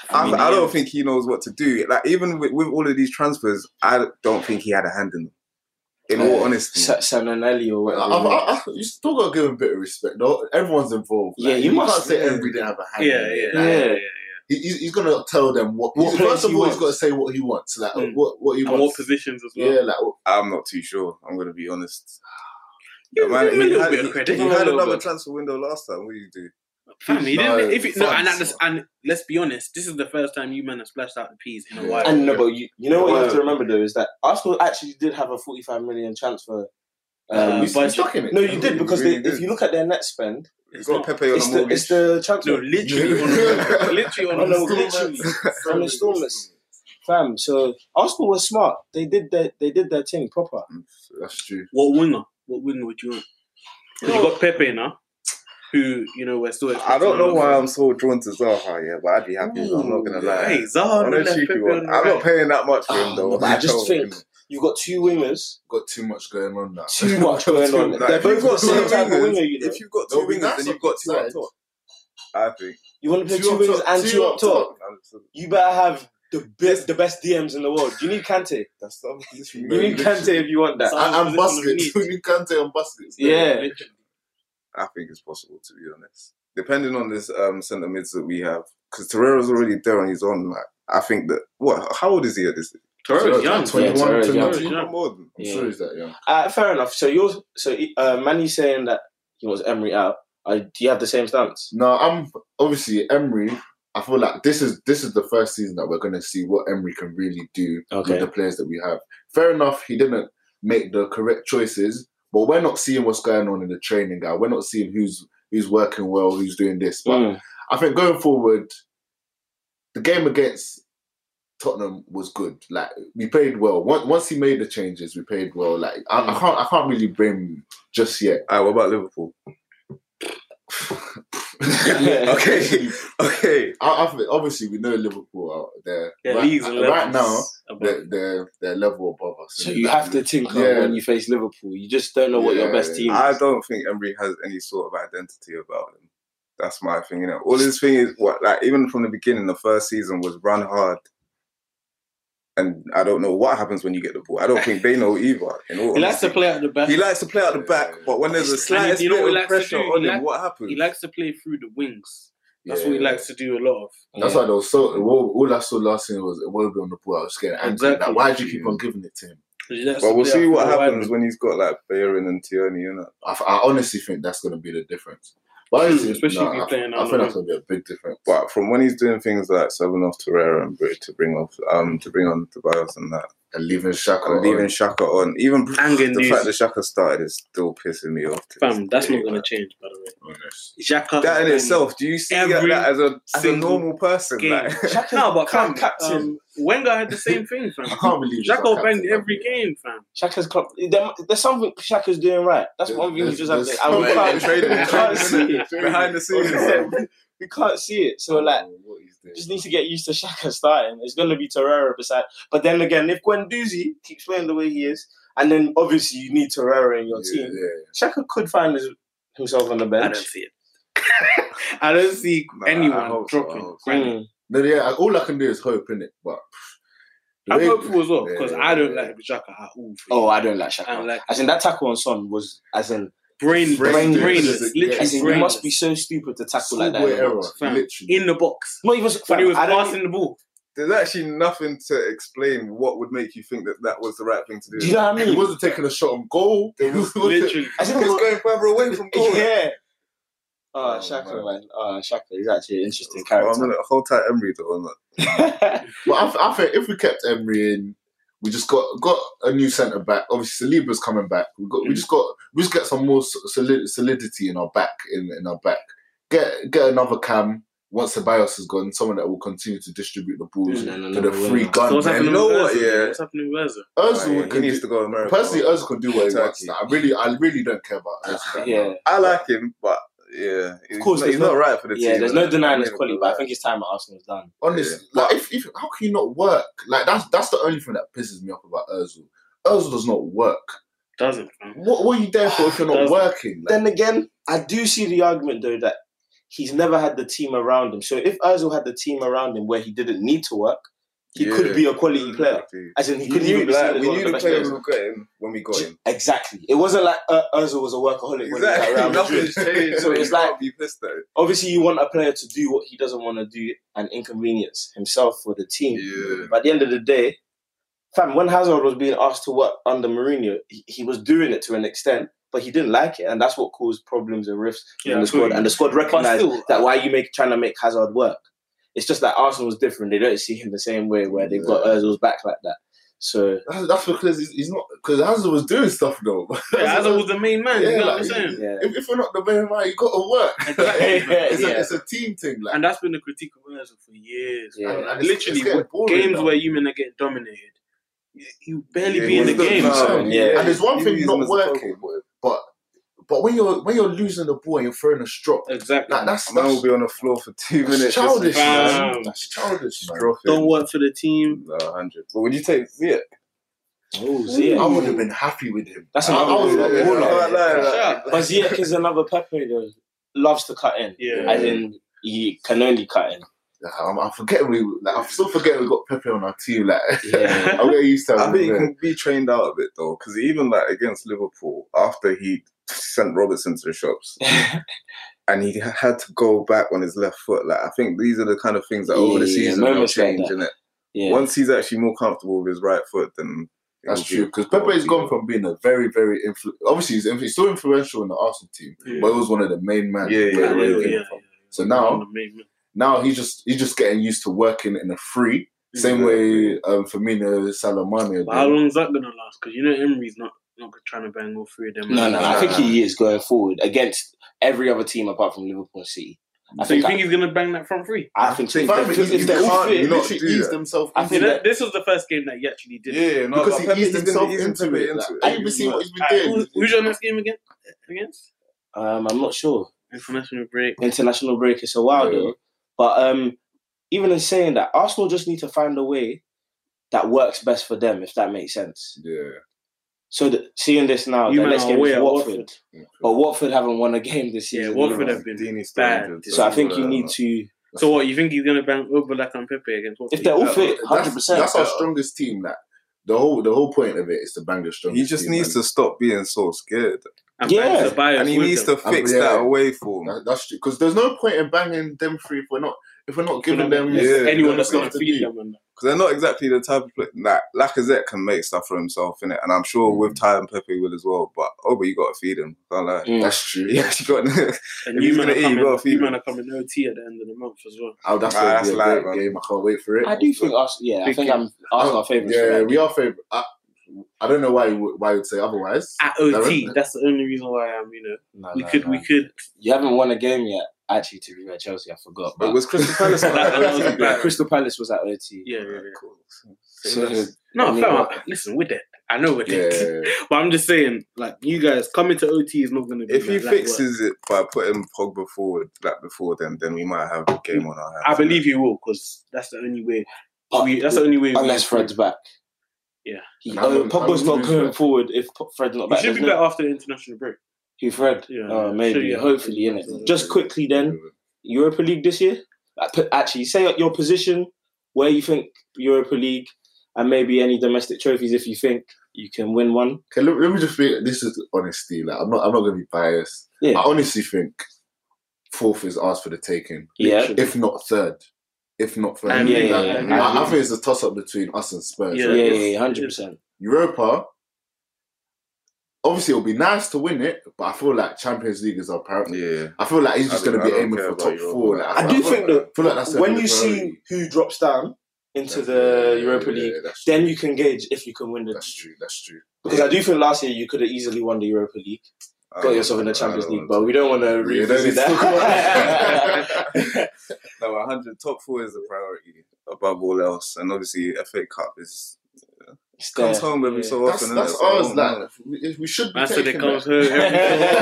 [SPEAKER 4] I,
[SPEAKER 2] mean, yeah.
[SPEAKER 4] I don't think he knows what to do. Like even with, with all of these transfers, I don't think he had a hand in them. In all
[SPEAKER 2] Uh,
[SPEAKER 4] honesty,
[SPEAKER 2] Sa- Sananelli or
[SPEAKER 3] I,
[SPEAKER 2] whatever.
[SPEAKER 3] I, I, you still gotta give him a bit of respect. though. Everyone's involved.
[SPEAKER 2] Yeah, you
[SPEAKER 3] can't
[SPEAKER 2] must-
[SPEAKER 3] say every day have a hand.
[SPEAKER 1] Yeah,
[SPEAKER 3] in
[SPEAKER 1] yeah,
[SPEAKER 3] it.
[SPEAKER 1] yeah.
[SPEAKER 3] Like,
[SPEAKER 1] yeah. yeah.
[SPEAKER 3] he- he's, he's gonna tell them what.
[SPEAKER 2] What players
[SPEAKER 3] first of
[SPEAKER 2] he
[SPEAKER 3] all, he's
[SPEAKER 2] wants.
[SPEAKER 3] gotta say what he wants. Like
[SPEAKER 1] Mm.
[SPEAKER 3] what what he
[SPEAKER 1] And what
[SPEAKER 3] wants.
[SPEAKER 1] positions as well.
[SPEAKER 3] yeah, like
[SPEAKER 4] I'm not too sure. I'm going to be honest.
[SPEAKER 1] Give
[SPEAKER 4] Man,
[SPEAKER 1] him a
[SPEAKER 4] he
[SPEAKER 1] little
[SPEAKER 4] had-
[SPEAKER 1] bit of credit.
[SPEAKER 4] He
[SPEAKER 2] Give him a
[SPEAKER 4] had
[SPEAKER 2] little
[SPEAKER 4] another
[SPEAKER 2] bit.
[SPEAKER 4] transfer window last time. What do you do?
[SPEAKER 1] Fam, he
[SPEAKER 3] No,
[SPEAKER 1] didn't. If it, no, and,
[SPEAKER 3] funds.
[SPEAKER 1] that's, and let's be honest, this is the first time you men have splashed out the peas in a
[SPEAKER 3] Yeah.
[SPEAKER 1] while.
[SPEAKER 2] And no, but you, you know what you have to
[SPEAKER 4] Wow.
[SPEAKER 2] remember though is that Arsenal actually did have a 45 million transfer.
[SPEAKER 1] Uh,
[SPEAKER 2] Um,
[SPEAKER 3] we
[SPEAKER 1] budget.
[SPEAKER 3] stuck in it.
[SPEAKER 2] no, you did
[SPEAKER 4] you
[SPEAKER 2] because
[SPEAKER 4] really
[SPEAKER 2] they, if
[SPEAKER 4] did.
[SPEAKER 2] you look at their net spend,
[SPEAKER 4] You
[SPEAKER 1] It's
[SPEAKER 4] got
[SPEAKER 1] not-
[SPEAKER 4] Pepe on
[SPEAKER 2] it's
[SPEAKER 4] a
[SPEAKER 2] the,
[SPEAKER 4] mortgage.
[SPEAKER 2] it's the
[SPEAKER 1] no,
[SPEAKER 2] transfer.
[SPEAKER 1] literally, on a, literally on
[SPEAKER 2] Oh, no,
[SPEAKER 1] a
[SPEAKER 2] literally. on installments. Fam, so Arsenal were smart. They did their they did their thing proper.
[SPEAKER 3] That's true.
[SPEAKER 1] What winger? What winger would you want? 'Cause you got Pepe now, who you know we're still.
[SPEAKER 4] I
[SPEAKER 1] expecting
[SPEAKER 4] don't know
[SPEAKER 1] a lot
[SPEAKER 4] why
[SPEAKER 1] from.
[SPEAKER 4] I'm so drawn to Zaha, yeah, but I'd be happy. I'm not going to lie.
[SPEAKER 1] Hey, Zaha,
[SPEAKER 4] On a
[SPEAKER 1] left
[SPEAKER 4] cheeky
[SPEAKER 1] Pepe
[SPEAKER 4] one.
[SPEAKER 1] on the
[SPEAKER 4] I'm
[SPEAKER 1] right.
[SPEAKER 4] not paying that much for him,
[SPEAKER 2] Ah,
[SPEAKER 4] though.
[SPEAKER 2] but I just
[SPEAKER 4] don't
[SPEAKER 2] think- You've got two wingers,
[SPEAKER 3] Got too much going on now.
[SPEAKER 2] too much going on.
[SPEAKER 4] Like,
[SPEAKER 2] They're both
[SPEAKER 4] if you've
[SPEAKER 2] got the same
[SPEAKER 4] got
[SPEAKER 2] type of
[SPEAKER 4] wingers,
[SPEAKER 2] winger, you know.
[SPEAKER 4] If you've got two
[SPEAKER 3] No, but
[SPEAKER 4] wingers,
[SPEAKER 3] that's
[SPEAKER 4] then
[SPEAKER 3] not
[SPEAKER 4] you've got two up
[SPEAKER 3] upside.
[SPEAKER 4] top. I think.
[SPEAKER 2] You want to play
[SPEAKER 3] Two
[SPEAKER 2] two,
[SPEAKER 3] up
[SPEAKER 2] wingers
[SPEAKER 3] top,
[SPEAKER 2] and
[SPEAKER 3] two
[SPEAKER 2] two up
[SPEAKER 3] up
[SPEAKER 2] top.
[SPEAKER 3] top.
[SPEAKER 2] You better have the best the best DMs in the world. You need Kante.
[SPEAKER 4] That's the position.
[SPEAKER 2] You need Kante if you want that.
[SPEAKER 1] So-
[SPEAKER 3] And, and
[SPEAKER 1] Listen,
[SPEAKER 3] baskets.
[SPEAKER 1] we
[SPEAKER 3] When you can't say on baskets.
[SPEAKER 2] Yeah.
[SPEAKER 4] I think it's possible to be honest. Depending on this um centre mids that we have, because Torreira's already there and he's on. Like I think that what? How old is he at this? Age?
[SPEAKER 1] Torres
[SPEAKER 3] Torres,
[SPEAKER 1] young.
[SPEAKER 3] like 21,
[SPEAKER 2] Yeah, Torres,
[SPEAKER 3] 22.
[SPEAKER 1] young.
[SPEAKER 4] Not more than.
[SPEAKER 3] I'm
[SPEAKER 2] Yeah.
[SPEAKER 3] sure he's that young.
[SPEAKER 2] Uh, fair enough. So you're so uh, Manny's saying that he wants Emery out. Uh, do you have the same stance?
[SPEAKER 3] No, I'm obviously Emery. I feel like this is this is the first season that we're going to see what Emery can really do
[SPEAKER 2] Okay.
[SPEAKER 3] with the players that we have. Fair enough, he didn't make the correct choices, but we're not seeing what's going on in the training guy. We're not seeing who's who's working well, who's doing this. But
[SPEAKER 2] Mm.
[SPEAKER 3] I think going forward, the game against Tottenham was good. Like we played well. Once once he made the changes, we played well. Like I,
[SPEAKER 2] Mm.
[SPEAKER 3] I can't I can't really blame him just yet.
[SPEAKER 4] All right, what about Liverpool? okay, okay.
[SPEAKER 3] I, I think obviously we know Liverpool are there.
[SPEAKER 1] Their
[SPEAKER 3] right,
[SPEAKER 1] leagues and
[SPEAKER 3] right now,
[SPEAKER 1] levels above.
[SPEAKER 3] they're, they're they're level above us.
[SPEAKER 2] So you have to tinker
[SPEAKER 3] Yeah.
[SPEAKER 2] when you face Liverpool. You just don't know what your
[SPEAKER 3] Yeah.
[SPEAKER 2] best team is.
[SPEAKER 4] I don't think Emery has any sort of identity about him. That's my thing. You know, all his thing is what like even from the beginning, the first season was run hard. And I don't know what happens when you get the ball. I don't think they know either. In all
[SPEAKER 1] He likes
[SPEAKER 4] honesty.
[SPEAKER 1] to play at the back.
[SPEAKER 4] He likes to play out the back, but when there's a
[SPEAKER 1] And
[SPEAKER 4] slightest
[SPEAKER 1] you know what he
[SPEAKER 4] bit of
[SPEAKER 1] likes to
[SPEAKER 4] pressure
[SPEAKER 1] do?
[SPEAKER 4] on
[SPEAKER 1] He
[SPEAKER 4] him,
[SPEAKER 1] like-
[SPEAKER 4] what happens?
[SPEAKER 1] He likes to play through the wings. That's what he likes to do a lot of.
[SPEAKER 3] That's
[SPEAKER 2] Yeah.
[SPEAKER 3] why they was so. All, all I saw last season was it won't be on the ball. I was getting angry.
[SPEAKER 1] Exactly.
[SPEAKER 3] Like, why do you keep on giving it to him?
[SPEAKER 1] He likes
[SPEAKER 4] but
[SPEAKER 1] to
[SPEAKER 4] we'll
[SPEAKER 1] play
[SPEAKER 4] see
[SPEAKER 1] out
[SPEAKER 4] what
[SPEAKER 1] from the wide
[SPEAKER 4] happens when he's got like Bayern and Tierney in it.
[SPEAKER 3] I, I honestly think that's going to be the difference.
[SPEAKER 1] Hmm,
[SPEAKER 3] But honestly,
[SPEAKER 1] especially if
[SPEAKER 3] nah,
[SPEAKER 1] you're
[SPEAKER 3] I-
[SPEAKER 1] playing
[SPEAKER 3] I,
[SPEAKER 1] on
[SPEAKER 3] think
[SPEAKER 1] the
[SPEAKER 3] that's going to be a big difference.
[SPEAKER 4] But from when he's doing things like seven off Torreira and Brit to bring off um to bring on Tobias and that,
[SPEAKER 3] and leaving Shaka,
[SPEAKER 4] and leaving
[SPEAKER 3] on.
[SPEAKER 4] Shaka on, even
[SPEAKER 1] And
[SPEAKER 4] the
[SPEAKER 1] Gendouzi.
[SPEAKER 4] fact that Shaka started is still pissing me off. to
[SPEAKER 1] Fam,
[SPEAKER 4] this
[SPEAKER 1] that's
[SPEAKER 4] day,
[SPEAKER 1] not going
[SPEAKER 4] man.
[SPEAKER 1] to change, by the way.
[SPEAKER 3] Honest.
[SPEAKER 1] Xhaka
[SPEAKER 4] That in
[SPEAKER 1] and-
[SPEAKER 4] itself, do you see that-
[SPEAKER 1] Every
[SPEAKER 4] that as a, as a
[SPEAKER 1] single
[SPEAKER 4] normal person?
[SPEAKER 1] game.
[SPEAKER 4] Like,
[SPEAKER 1] No, but
[SPEAKER 2] Club
[SPEAKER 1] fam,
[SPEAKER 2] captain.
[SPEAKER 1] um, Wenger had the same thing,
[SPEAKER 3] I
[SPEAKER 1] fam.
[SPEAKER 3] can't believe he's our
[SPEAKER 1] Xhaka
[SPEAKER 3] captain,
[SPEAKER 1] banged
[SPEAKER 3] man.
[SPEAKER 1] every game, fam.
[SPEAKER 2] Shaka's club. There, there's something Shaka's doing right. That's
[SPEAKER 3] There's-
[SPEAKER 2] one thing we
[SPEAKER 3] there's-
[SPEAKER 2] just have
[SPEAKER 3] there's
[SPEAKER 2] to. And we
[SPEAKER 3] something-
[SPEAKER 2] can't,
[SPEAKER 4] Trading-
[SPEAKER 2] we can't
[SPEAKER 4] trading,
[SPEAKER 2] see
[SPEAKER 4] isn't
[SPEAKER 2] it.
[SPEAKER 3] Trading-
[SPEAKER 4] behind the scenes,
[SPEAKER 2] Yeah. We can't see it. So like,
[SPEAKER 3] What he's doing.
[SPEAKER 2] just need to get used to Shaka starting. It's going to be Torreira beside. But then again, if Guendouzi keeps playing the way he is, and then obviously you need Torreira in your
[SPEAKER 3] Yeah,
[SPEAKER 2] team,
[SPEAKER 3] yeah.
[SPEAKER 2] Shaka could find his, himself on the
[SPEAKER 1] I don't
[SPEAKER 2] bench.
[SPEAKER 1] see it. I don't see
[SPEAKER 4] Nah, I
[SPEAKER 1] anyone
[SPEAKER 4] hope so, I
[SPEAKER 1] dropping.
[SPEAKER 4] hope so.
[SPEAKER 1] Granit.
[SPEAKER 2] Mm.
[SPEAKER 3] No, yeah, all I can do is hope, innit? But The
[SPEAKER 1] I'm
[SPEAKER 3] way-
[SPEAKER 1] hopeful as well
[SPEAKER 3] Yeah,
[SPEAKER 1] because
[SPEAKER 3] yeah,
[SPEAKER 1] I don't
[SPEAKER 3] yeah.
[SPEAKER 1] like Jaka at all.
[SPEAKER 2] Oh, I don't like Shaq.
[SPEAKER 1] I don't like-
[SPEAKER 2] as in that tackle on Son was as in
[SPEAKER 1] brain,
[SPEAKER 2] Brain-
[SPEAKER 1] brainless, brainless,
[SPEAKER 3] Yeah,
[SPEAKER 2] as
[SPEAKER 1] literally
[SPEAKER 2] in you
[SPEAKER 1] brainless.
[SPEAKER 2] must be so stupid to tackle like that.
[SPEAKER 3] Schoolboy
[SPEAKER 2] in the
[SPEAKER 3] era,
[SPEAKER 2] box.
[SPEAKER 1] Fam.
[SPEAKER 3] literally.
[SPEAKER 1] in the box
[SPEAKER 2] Not even
[SPEAKER 1] when he was
[SPEAKER 2] I don't e,
[SPEAKER 1] passing the ball.
[SPEAKER 4] There's actually nothing to explain what would make you think that that was the right thing to do.
[SPEAKER 2] Do you know what I
[SPEAKER 3] He
[SPEAKER 2] mean?
[SPEAKER 3] wasn't taking a shot on goal. It was
[SPEAKER 1] Literally,
[SPEAKER 2] As in,
[SPEAKER 4] It's going further away from goal.
[SPEAKER 2] yeah. Oh,
[SPEAKER 4] Oh,
[SPEAKER 2] Shaka,
[SPEAKER 4] man.
[SPEAKER 2] man. Oh, Shaka is actually an interesting
[SPEAKER 4] Oh, I'm
[SPEAKER 2] character.
[SPEAKER 4] gonna hold tight Emery though. on that.
[SPEAKER 3] But I, th- I think if we kept Emery in, we just got got a new centre back. Obviously, Saliba's coming back. We got we
[SPEAKER 4] Mm.
[SPEAKER 3] just got we just get some more s- solid, solidity in our back in, in our back. Get get another cam once Ceballos is gone. Someone that will continue to distribute the balls
[SPEAKER 2] Mm, and
[SPEAKER 3] to the
[SPEAKER 2] another
[SPEAKER 3] free
[SPEAKER 2] winger.
[SPEAKER 3] gun.
[SPEAKER 1] so what's
[SPEAKER 3] man.
[SPEAKER 1] happening
[SPEAKER 4] you know
[SPEAKER 1] with
[SPEAKER 4] what,
[SPEAKER 1] Ozil?
[SPEAKER 4] yeah.
[SPEAKER 1] What's happening with Ozil?
[SPEAKER 4] Oh,
[SPEAKER 3] Özil
[SPEAKER 4] yeah, he
[SPEAKER 3] can
[SPEAKER 4] needs
[SPEAKER 3] do,
[SPEAKER 4] to go to America.
[SPEAKER 3] personally
[SPEAKER 2] uh,
[SPEAKER 3] Özil can do what he wants.
[SPEAKER 4] Turkey.
[SPEAKER 3] Like, I really I really don't care about Özil. right
[SPEAKER 2] yeah.
[SPEAKER 3] now.
[SPEAKER 4] I like him, but yeah, he's,
[SPEAKER 2] course,
[SPEAKER 4] not,
[SPEAKER 2] there's
[SPEAKER 4] he's not
[SPEAKER 2] no-
[SPEAKER 4] right for the team.
[SPEAKER 2] Yeah, there's no
[SPEAKER 4] innit?
[SPEAKER 2] denying
[SPEAKER 4] I'm
[SPEAKER 2] his
[SPEAKER 4] not
[SPEAKER 2] quality,
[SPEAKER 4] gonna
[SPEAKER 2] but I
[SPEAKER 4] lie.
[SPEAKER 2] think his time at Arsenal is done.
[SPEAKER 3] Honestly, like if, if how can you not work? Like that's that's the only thing that pisses me off about Özil. Özil does not work.
[SPEAKER 1] Doesn't. fam.
[SPEAKER 3] What, what are you there for if you're not
[SPEAKER 1] Doesn't-
[SPEAKER 3] working? Like,
[SPEAKER 2] Then again, I do see the argument though that he's never had the team around him. So if Özil had the team around him where he didn't need to work, he
[SPEAKER 4] Yeah.
[SPEAKER 2] could be a quality player.
[SPEAKER 4] Exactly.
[SPEAKER 2] As in, he
[SPEAKER 4] We
[SPEAKER 2] could
[SPEAKER 4] knew,
[SPEAKER 2] even be
[SPEAKER 4] like,
[SPEAKER 2] seen as
[SPEAKER 4] we
[SPEAKER 2] one of
[SPEAKER 4] knew the,
[SPEAKER 2] the best
[SPEAKER 4] player
[SPEAKER 2] players.
[SPEAKER 4] we were getting when we got him.
[SPEAKER 2] Exactly. It wasn't like uh, Özil was a workaholic. When he was at
[SPEAKER 4] Exactly.
[SPEAKER 2] Real Madrid.
[SPEAKER 4] Nothing's changed.
[SPEAKER 2] So it's
[SPEAKER 4] You
[SPEAKER 2] like-
[SPEAKER 4] can't be pissed though.
[SPEAKER 2] Obviously, you want a player to do what he doesn't want to do and inconvenience himself for the team.
[SPEAKER 4] Yeah.
[SPEAKER 2] But at the end of the day, fam, when Hazard was being asked to work under Mourinho, he, he was doing it to an extent, but he didn't like it, and that's what caused problems and rifts
[SPEAKER 1] Yeah,
[SPEAKER 2] in the squad.
[SPEAKER 1] absolutely.
[SPEAKER 2] And the squad
[SPEAKER 1] But
[SPEAKER 2] recognised
[SPEAKER 1] still,
[SPEAKER 2] that why you make trying to make Hazard work. It's just that Arsenal's different; they don't see him the same way where they've got
[SPEAKER 3] Yeah.
[SPEAKER 2] Özil's back like that. So
[SPEAKER 3] That's, that's because he's, he's not because Hazard was doing stuff though.
[SPEAKER 1] yeah, Ozil was the main man.
[SPEAKER 3] Yeah,
[SPEAKER 1] you know what
[SPEAKER 3] like-
[SPEAKER 1] I'm saying?
[SPEAKER 2] yeah,
[SPEAKER 3] if, if you're not the main man, you got to work.
[SPEAKER 1] Exactly.
[SPEAKER 3] it's,
[SPEAKER 2] Yeah.
[SPEAKER 3] a, it's a team thing, like
[SPEAKER 1] And that's been the critique of Ozil for years.
[SPEAKER 2] Yeah.
[SPEAKER 1] man.
[SPEAKER 3] and- and it's-
[SPEAKER 1] Literally,
[SPEAKER 3] it's getting boring
[SPEAKER 1] games
[SPEAKER 3] now.
[SPEAKER 1] where you men are getting dominated, you- you barely
[SPEAKER 4] Yeah,
[SPEAKER 1] be in the
[SPEAKER 4] he's not-
[SPEAKER 1] game.
[SPEAKER 4] no,
[SPEAKER 1] fam.
[SPEAKER 2] yeah.
[SPEAKER 3] And there's one
[SPEAKER 4] You
[SPEAKER 3] thing
[SPEAKER 4] use him
[SPEAKER 3] not
[SPEAKER 4] as a
[SPEAKER 3] working, but but when you're when you're losing the ball and you're throwing a strop, like
[SPEAKER 1] Exactly.
[SPEAKER 3] that's
[SPEAKER 4] Man will
[SPEAKER 3] that's,
[SPEAKER 4] be on the floor for two
[SPEAKER 3] that's
[SPEAKER 4] minutes.
[SPEAKER 3] childish.
[SPEAKER 4] Just
[SPEAKER 1] Fam.
[SPEAKER 3] Man. That's childish, man.
[SPEAKER 4] drop
[SPEAKER 1] Don't
[SPEAKER 4] it.
[SPEAKER 1] work for the team.
[SPEAKER 4] No, 100. But would you take Ziyech?
[SPEAKER 2] oh, Ziyech.
[SPEAKER 3] I would have been happy with him.
[SPEAKER 2] That's
[SPEAKER 3] I,
[SPEAKER 2] another
[SPEAKER 3] I was
[SPEAKER 2] one.
[SPEAKER 3] like,
[SPEAKER 2] Yeah,
[SPEAKER 3] hold on.
[SPEAKER 2] yeah.
[SPEAKER 4] I
[SPEAKER 1] Shut
[SPEAKER 4] can't
[SPEAKER 2] But
[SPEAKER 4] lie,
[SPEAKER 2] Ziyech is another Pepe though. Loves to cut in.
[SPEAKER 1] Yeah.
[SPEAKER 2] As in he can only cut in.
[SPEAKER 3] Like, I'm, I forget we like I'm still forgetting we got Pepe on our team. Like
[SPEAKER 2] Yeah.
[SPEAKER 3] I'm getting used to
[SPEAKER 4] I think he
[SPEAKER 3] it.
[SPEAKER 4] can be trained out of it though, because even like against Liverpool, after he sent Robertson to the shops, and he had to go back on his left foot. Like I think these are the kind of things that over the
[SPEAKER 2] Yeah, yeah,
[SPEAKER 4] season will
[SPEAKER 2] moments like
[SPEAKER 4] change,
[SPEAKER 2] that.
[SPEAKER 4] innit?
[SPEAKER 2] yeah.
[SPEAKER 4] Once he's actually more comfortable with his right foot, then it
[SPEAKER 3] That's
[SPEAKER 4] will be-
[SPEAKER 3] true because Pepe's gone from being a very, very influ- obviously he's, influ- he's still influential in the Arsenal team,
[SPEAKER 1] Yeah.
[SPEAKER 3] but he was one of the main men.
[SPEAKER 4] Yeah, yeah,
[SPEAKER 3] where- where he
[SPEAKER 4] yeah,
[SPEAKER 3] came
[SPEAKER 1] yeah.
[SPEAKER 3] from. So now,
[SPEAKER 1] The main man.
[SPEAKER 3] now he's just he's just getting used to working in a free. Same way um, Firmino, Salah, Mane.
[SPEAKER 1] But how
[SPEAKER 3] did.
[SPEAKER 1] long is that gonna last? Because you know Emery's not not trying to bang all three of them.
[SPEAKER 2] no, no, I
[SPEAKER 4] Nah.
[SPEAKER 2] think he is going forward against every other team apart from Liverpool and City. I
[SPEAKER 1] So you
[SPEAKER 2] think,
[SPEAKER 1] think he's gonna bang that front three?
[SPEAKER 2] I, I think so.
[SPEAKER 4] Fam,
[SPEAKER 2] If,
[SPEAKER 3] Fam,
[SPEAKER 2] if,
[SPEAKER 3] he-
[SPEAKER 2] if
[SPEAKER 3] he
[SPEAKER 2] they're all
[SPEAKER 4] can't-
[SPEAKER 3] can't-
[SPEAKER 2] fit,
[SPEAKER 3] he
[SPEAKER 4] not
[SPEAKER 3] literally
[SPEAKER 4] do
[SPEAKER 3] eased
[SPEAKER 4] that.
[SPEAKER 3] himself
[SPEAKER 2] I
[SPEAKER 3] into
[SPEAKER 2] think
[SPEAKER 1] See,
[SPEAKER 3] it
[SPEAKER 1] that, this was the first game that he actually did. it.
[SPEAKER 4] Yeah, no,
[SPEAKER 3] because
[SPEAKER 4] but
[SPEAKER 3] he
[SPEAKER 4] Pepe's
[SPEAKER 3] eased
[SPEAKER 4] been
[SPEAKER 3] himself
[SPEAKER 4] easing
[SPEAKER 3] into
[SPEAKER 4] Pepe
[SPEAKER 3] it. Like,
[SPEAKER 4] into it.
[SPEAKER 3] have you been seeing what he's
[SPEAKER 1] All right,
[SPEAKER 3] been doing?
[SPEAKER 1] who's, who's your next game again? Against
[SPEAKER 2] um, I'm not sure.
[SPEAKER 1] international break.
[SPEAKER 2] International break is a while
[SPEAKER 3] Yeah.
[SPEAKER 2] though. But um, even in saying that, Arsenal just need to find a way that works best for them, if that makes sense.
[SPEAKER 3] Yeah,
[SPEAKER 2] So that, seeing this now,
[SPEAKER 1] You
[SPEAKER 2] their
[SPEAKER 1] man
[SPEAKER 2] next
[SPEAKER 1] are
[SPEAKER 2] game
[SPEAKER 1] away
[SPEAKER 2] is
[SPEAKER 1] at
[SPEAKER 2] Watford.
[SPEAKER 1] Watford.
[SPEAKER 2] But Watford haven't won a game this
[SPEAKER 1] Yeah,
[SPEAKER 2] season.
[SPEAKER 1] Watford
[SPEAKER 2] either.
[SPEAKER 1] have been
[SPEAKER 4] Deeney's
[SPEAKER 1] bad.
[SPEAKER 4] still injured,
[SPEAKER 2] So I think you
[SPEAKER 4] uh,
[SPEAKER 2] need to,
[SPEAKER 1] So what you think he's gonna bang Oblak and Pepe against? Watford?
[SPEAKER 2] if they're all
[SPEAKER 4] Yeah,
[SPEAKER 2] fit, hundred
[SPEAKER 3] that's,
[SPEAKER 2] percent.
[SPEAKER 3] that's our strongest team. That the whole the whole point of it is to bang the strongest.
[SPEAKER 4] He just
[SPEAKER 3] team,
[SPEAKER 4] needs
[SPEAKER 3] man.
[SPEAKER 4] to stop being so scared,
[SPEAKER 1] and
[SPEAKER 2] Yeah.
[SPEAKER 1] Bags Ceballos
[SPEAKER 4] and he
[SPEAKER 1] with
[SPEAKER 4] needs
[SPEAKER 1] them.
[SPEAKER 4] to fix
[SPEAKER 3] Yeah.
[SPEAKER 4] that away form.
[SPEAKER 3] That, that's true because there's no point in banging them three if we're not if we're not giving them
[SPEAKER 4] Yeah.
[SPEAKER 1] anyone that's gonna
[SPEAKER 3] to
[SPEAKER 1] feed
[SPEAKER 3] do.
[SPEAKER 1] them. And
[SPEAKER 4] because they're not exactly the type of play like Lacazette can make stuff for himself in it, and I'm sure
[SPEAKER 3] Mm.
[SPEAKER 4] with time Pepe will as well. But oh, but you got to feed him. Can't lie.
[SPEAKER 2] Mm.
[SPEAKER 3] That's true.
[SPEAKER 4] Yeah, you got.
[SPEAKER 1] and
[SPEAKER 4] If
[SPEAKER 1] you
[SPEAKER 4] he's
[SPEAKER 1] man
[SPEAKER 4] gonna
[SPEAKER 1] are
[SPEAKER 4] eat, you
[SPEAKER 1] coming.
[SPEAKER 4] gotta feed
[SPEAKER 1] You
[SPEAKER 4] him.
[SPEAKER 1] man are coming OT at the end of the month as well.
[SPEAKER 3] Oh, that's
[SPEAKER 4] Nah,
[SPEAKER 3] gonna
[SPEAKER 4] that's
[SPEAKER 3] be a
[SPEAKER 4] light,
[SPEAKER 3] great
[SPEAKER 4] man.
[SPEAKER 3] game. I can't wait for it.
[SPEAKER 2] I do think us. Yeah, I
[SPEAKER 1] Big
[SPEAKER 2] think
[SPEAKER 1] game.
[SPEAKER 2] I'm Arsenal
[SPEAKER 3] Oh,
[SPEAKER 2] favourites.
[SPEAKER 3] Yeah,
[SPEAKER 2] for that
[SPEAKER 3] we
[SPEAKER 2] game.
[SPEAKER 3] are favorite. I, I don't know why you would- why you'd say otherwise.
[SPEAKER 1] At OT,
[SPEAKER 3] Darren?
[SPEAKER 1] that's the only reason why I'm. You know,
[SPEAKER 2] No,
[SPEAKER 1] we
[SPEAKER 2] no,
[SPEAKER 1] could
[SPEAKER 2] no.
[SPEAKER 1] we could
[SPEAKER 2] You haven't won a game yet. Actually, to be fair, Chelsea, I forgot.
[SPEAKER 4] But
[SPEAKER 2] But
[SPEAKER 4] was Crystal Palace on
[SPEAKER 1] That
[SPEAKER 4] that?
[SPEAKER 1] was
[SPEAKER 2] Yeah,
[SPEAKER 1] bad.
[SPEAKER 2] Crystal Palace was at OT.
[SPEAKER 1] yeah yeah. yeah.
[SPEAKER 4] Cool.
[SPEAKER 2] So,
[SPEAKER 1] No,
[SPEAKER 2] I mean,
[SPEAKER 1] fam,
[SPEAKER 2] what-
[SPEAKER 1] listen, we're dead. I know we're dead.
[SPEAKER 3] Yeah,
[SPEAKER 1] But I'm just saying, like, you guys coming to OT is not going to be.
[SPEAKER 4] If he
[SPEAKER 1] like, like, work.
[SPEAKER 4] fixes it by putting Pogba forward, like before then, then we might have a game on our hands.
[SPEAKER 1] I believe he will, because that's the only way. we, that's the only way. we-
[SPEAKER 2] unless Fred's back.
[SPEAKER 1] Yeah.
[SPEAKER 2] He,
[SPEAKER 3] And I'm-
[SPEAKER 2] oh,
[SPEAKER 3] I'm
[SPEAKER 2] Pogba's
[SPEAKER 3] convinced
[SPEAKER 2] not going
[SPEAKER 3] Fred-
[SPEAKER 2] forward if P- Fred's not
[SPEAKER 1] He
[SPEAKER 2] back.
[SPEAKER 1] should
[SPEAKER 2] There's
[SPEAKER 1] be
[SPEAKER 2] no-
[SPEAKER 1] better after the international break.
[SPEAKER 2] Who Fred?
[SPEAKER 1] Yeah.
[SPEAKER 2] Oh, maybe.
[SPEAKER 1] Sure, yeah.
[SPEAKER 2] Hopefully, innit? Just quickly then, Europa League this year. Like, p- Actually, say your position where you think Europa League and maybe any domestic trophies if you think you can win one.
[SPEAKER 3] Okay, let, let me just be. This is honesty. Like I'm not. I'm not gonna be biased.
[SPEAKER 2] Yeah.
[SPEAKER 3] I honestly think fourth is ours for the taking,
[SPEAKER 2] Yeah,
[SPEAKER 3] if not third, if not third.
[SPEAKER 1] I
[SPEAKER 2] yeah,
[SPEAKER 1] agree.
[SPEAKER 2] yeah,
[SPEAKER 3] Like,
[SPEAKER 2] yeah.
[SPEAKER 1] I
[SPEAKER 3] I, I
[SPEAKER 1] agree.
[SPEAKER 3] think it's a toss up between us and Spurs.
[SPEAKER 2] yeah,
[SPEAKER 1] Yeah.
[SPEAKER 3] right?
[SPEAKER 2] yeah, yeah, hundred percent.
[SPEAKER 3] Europa. Obviously, it'll be nice to win it, but I feel like Champions League is our priority.
[SPEAKER 4] Yeah.
[SPEAKER 3] I feel like he's just
[SPEAKER 4] I don't-
[SPEAKER 3] going to be
[SPEAKER 4] I don't
[SPEAKER 3] aiming
[SPEAKER 4] care
[SPEAKER 3] for
[SPEAKER 4] about
[SPEAKER 3] top
[SPEAKER 4] Europa.
[SPEAKER 3] four. Like,
[SPEAKER 2] I do think
[SPEAKER 3] I
[SPEAKER 2] that
[SPEAKER 3] feel like that's gonna
[SPEAKER 2] when
[SPEAKER 3] be
[SPEAKER 2] you
[SPEAKER 3] the
[SPEAKER 2] see
[SPEAKER 3] priority.
[SPEAKER 2] who drops down into
[SPEAKER 3] That's-
[SPEAKER 2] the Europa
[SPEAKER 3] yeah,
[SPEAKER 2] League,
[SPEAKER 3] that's true.
[SPEAKER 2] then you can gauge if you can win the.
[SPEAKER 3] That's true. That's true.
[SPEAKER 2] Because I do think last year you could have easily won the Europa League,
[SPEAKER 4] I
[SPEAKER 2] got
[SPEAKER 4] don't-
[SPEAKER 2] yourself in the
[SPEAKER 4] I
[SPEAKER 2] Champions
[SPEAKER 4] don't
[SPEAKER 2] League,
[SPEAKER 4] want to-
[SPEAKER 2] but we don't want to
[SPEAKER 3] Yeah, don't
[SPEAKER 2] revisit
[SPEAKER 3] need to talk
[SPEAKER 2] that.
[SPEAKER 3] about
[SPEAKER 4] No, 100 top four is a priority above all else, and obviously FA Cup is
[SPEAKER 2] It's
[SPEAKER 4] comes
[SPEAKER 2] there.
[SPEAKER 4] home every
[SPEAKER 2] Yeah. Mm,
[SPEAKER 4] so
[SPEAKER 3] That's
[SPEAKER 4] often. innit?
[SPEAKER 3] that's
[SPEAKER 4] So I
[SPEAKER 3] ours.
[SPEAKER 4] don't know.
[SPEAKER 3] Like we, we should be
[SPEAKER 1] That's what it
[SPEAKER 3] taking
[SPEAKER 1] comes
[SPEAKER 3] that.
[SPEAKER 1] her
[SPEAKER 4] Yeah,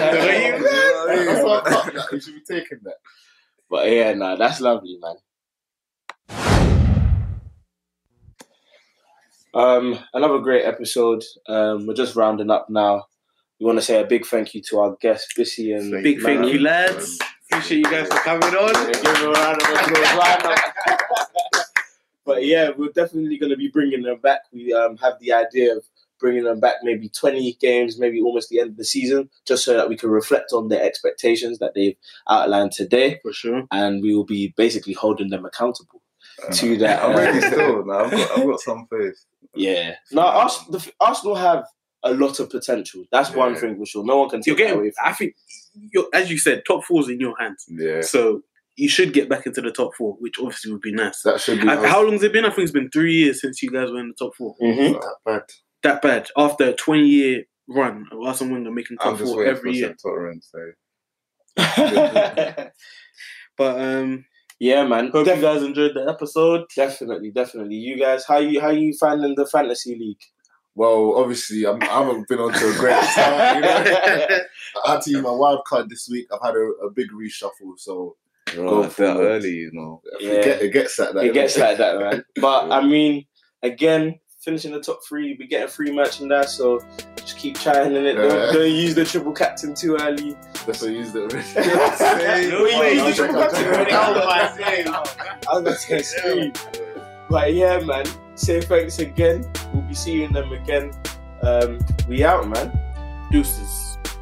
[SPEAKER 1] every
[SPEAKER 4] you know what I mean?
[SPEAKER 3] That's our cup. Like, we should be taking that.
[SPEAKER 2] But yeah, no, that's lovely, man. Um, another great episode. Um, we're just rounding up now. We want to say a big thank you to our guests, Bissy and
[SPEAKER 1] Big thank you, lads. Appreciate you guys for coming on.
[SPEAKER 2] Give them a round of applause right now. but yeah, we're definitely going to be bringing them back. We um, have the idea of bringing them back maybe 20 games, maybe almost the end of the season, just so that we can reflect on their expectations that they've outlined today.
[SPEAKER 1] For sure.
[SPEAKER 2] And we will be basically holding them accountable to that.
[SPEAKER 4] I'm
[SPEAKER 2] uh,
[SPEAKER 4] ready still. Now I've got, I've got some faith.
[SPEAKER 2] Yeah. No, Ars- the, Arsenal have a lot of potential. That's one
[SPEAKER 3] Yeah.
[SPEAKER 2] thing for sure. No one can take
[SPEAKER 1] You're
[SPEAKER 2] that away
[SPEAKER 1] getting,
[SPEAKER 2] from
[SPEAKER 1] I think, you're, as you said, top four's in your hands.
[SPEAKER 3] Yeah,
[SPEAKER 1] So you should get back into the top four, which obviously would be nice.
[SPEAKER 3] that should be.
[SPEAKER 1] And
[SPEAKER 3] us.
[SPEAKER 1] how long's it been? I think it's been three years since you guys were in the top four.
[SPEAKER 2] Mhm.
[SPEAKER 3] Not that bad.
[SPEAKER 1] That bad. After a 20 year run of Arsenal Wenger making
[SPEAKER 4] I'm
[SPEAKER 1] top
[SPEAKER 4] just
[SPEAKER 1] four
[SPEAKER 4] waiting
[SPEAKER 1] every
[SPEAKER 4] for eh?
[SPEAKER 1] year.
[SPEAKER 4] St. Torren to say.
[SPEAKER 2] Mm-hmm.
[SPEAKER 1] But um,
[SPEAKER 2] yeah, man.
[SPEAKER 1] hope
[SPEAKER 2] Def-
[SPEAKER 1] you guys enjoyed the episode.
[SPEAKER 2] definitely, definitely. You guys, how you how you finding the fantasy league?
[SPEAKER 3] Well, obviously, I'm, I haven't been on to a great start. You know? I had to use my wild card this week. I've had a, a big reshuffle, so
[SPEAKER 4] Go
[SPEAKER 3] for
[SPEAKER 4] that
[SPEAKER 3] it.
[SPEAKER 4] early, you know.
[SPEAKER 2] Yeah.
[SPEAKER 3] it, get, it gets like that.
[SPEAKER 2] It gets like that, man. But
[SPEAKER 4] Yeah.
[SPEAKER 2] I mean, again, finishing the top three, you'll be getting free merchandise. So just keep trying in it.
[SPEAKER 3] Yeah.
[SPEAKER 2] Don't, don't use the triple captain too early.
[SPEAKER 3] That's what I used it.
[SPEAKER 2] Well, you
[SPEAKER 3] Oh,
[SPEAKER 2] use
[SPEAKER 3] I'll
[SPEAKER 2] the triple
[SPEAKER 3] check, I'll
[SPEAKER 2] captain
[SPEAKER 3] check.
[SPEAKER 2] already. I was about to scream. But yeah, man. Say thanks again. We'll be seeing them again. Um, we out, man.
[SPEAKER 1] Deuces.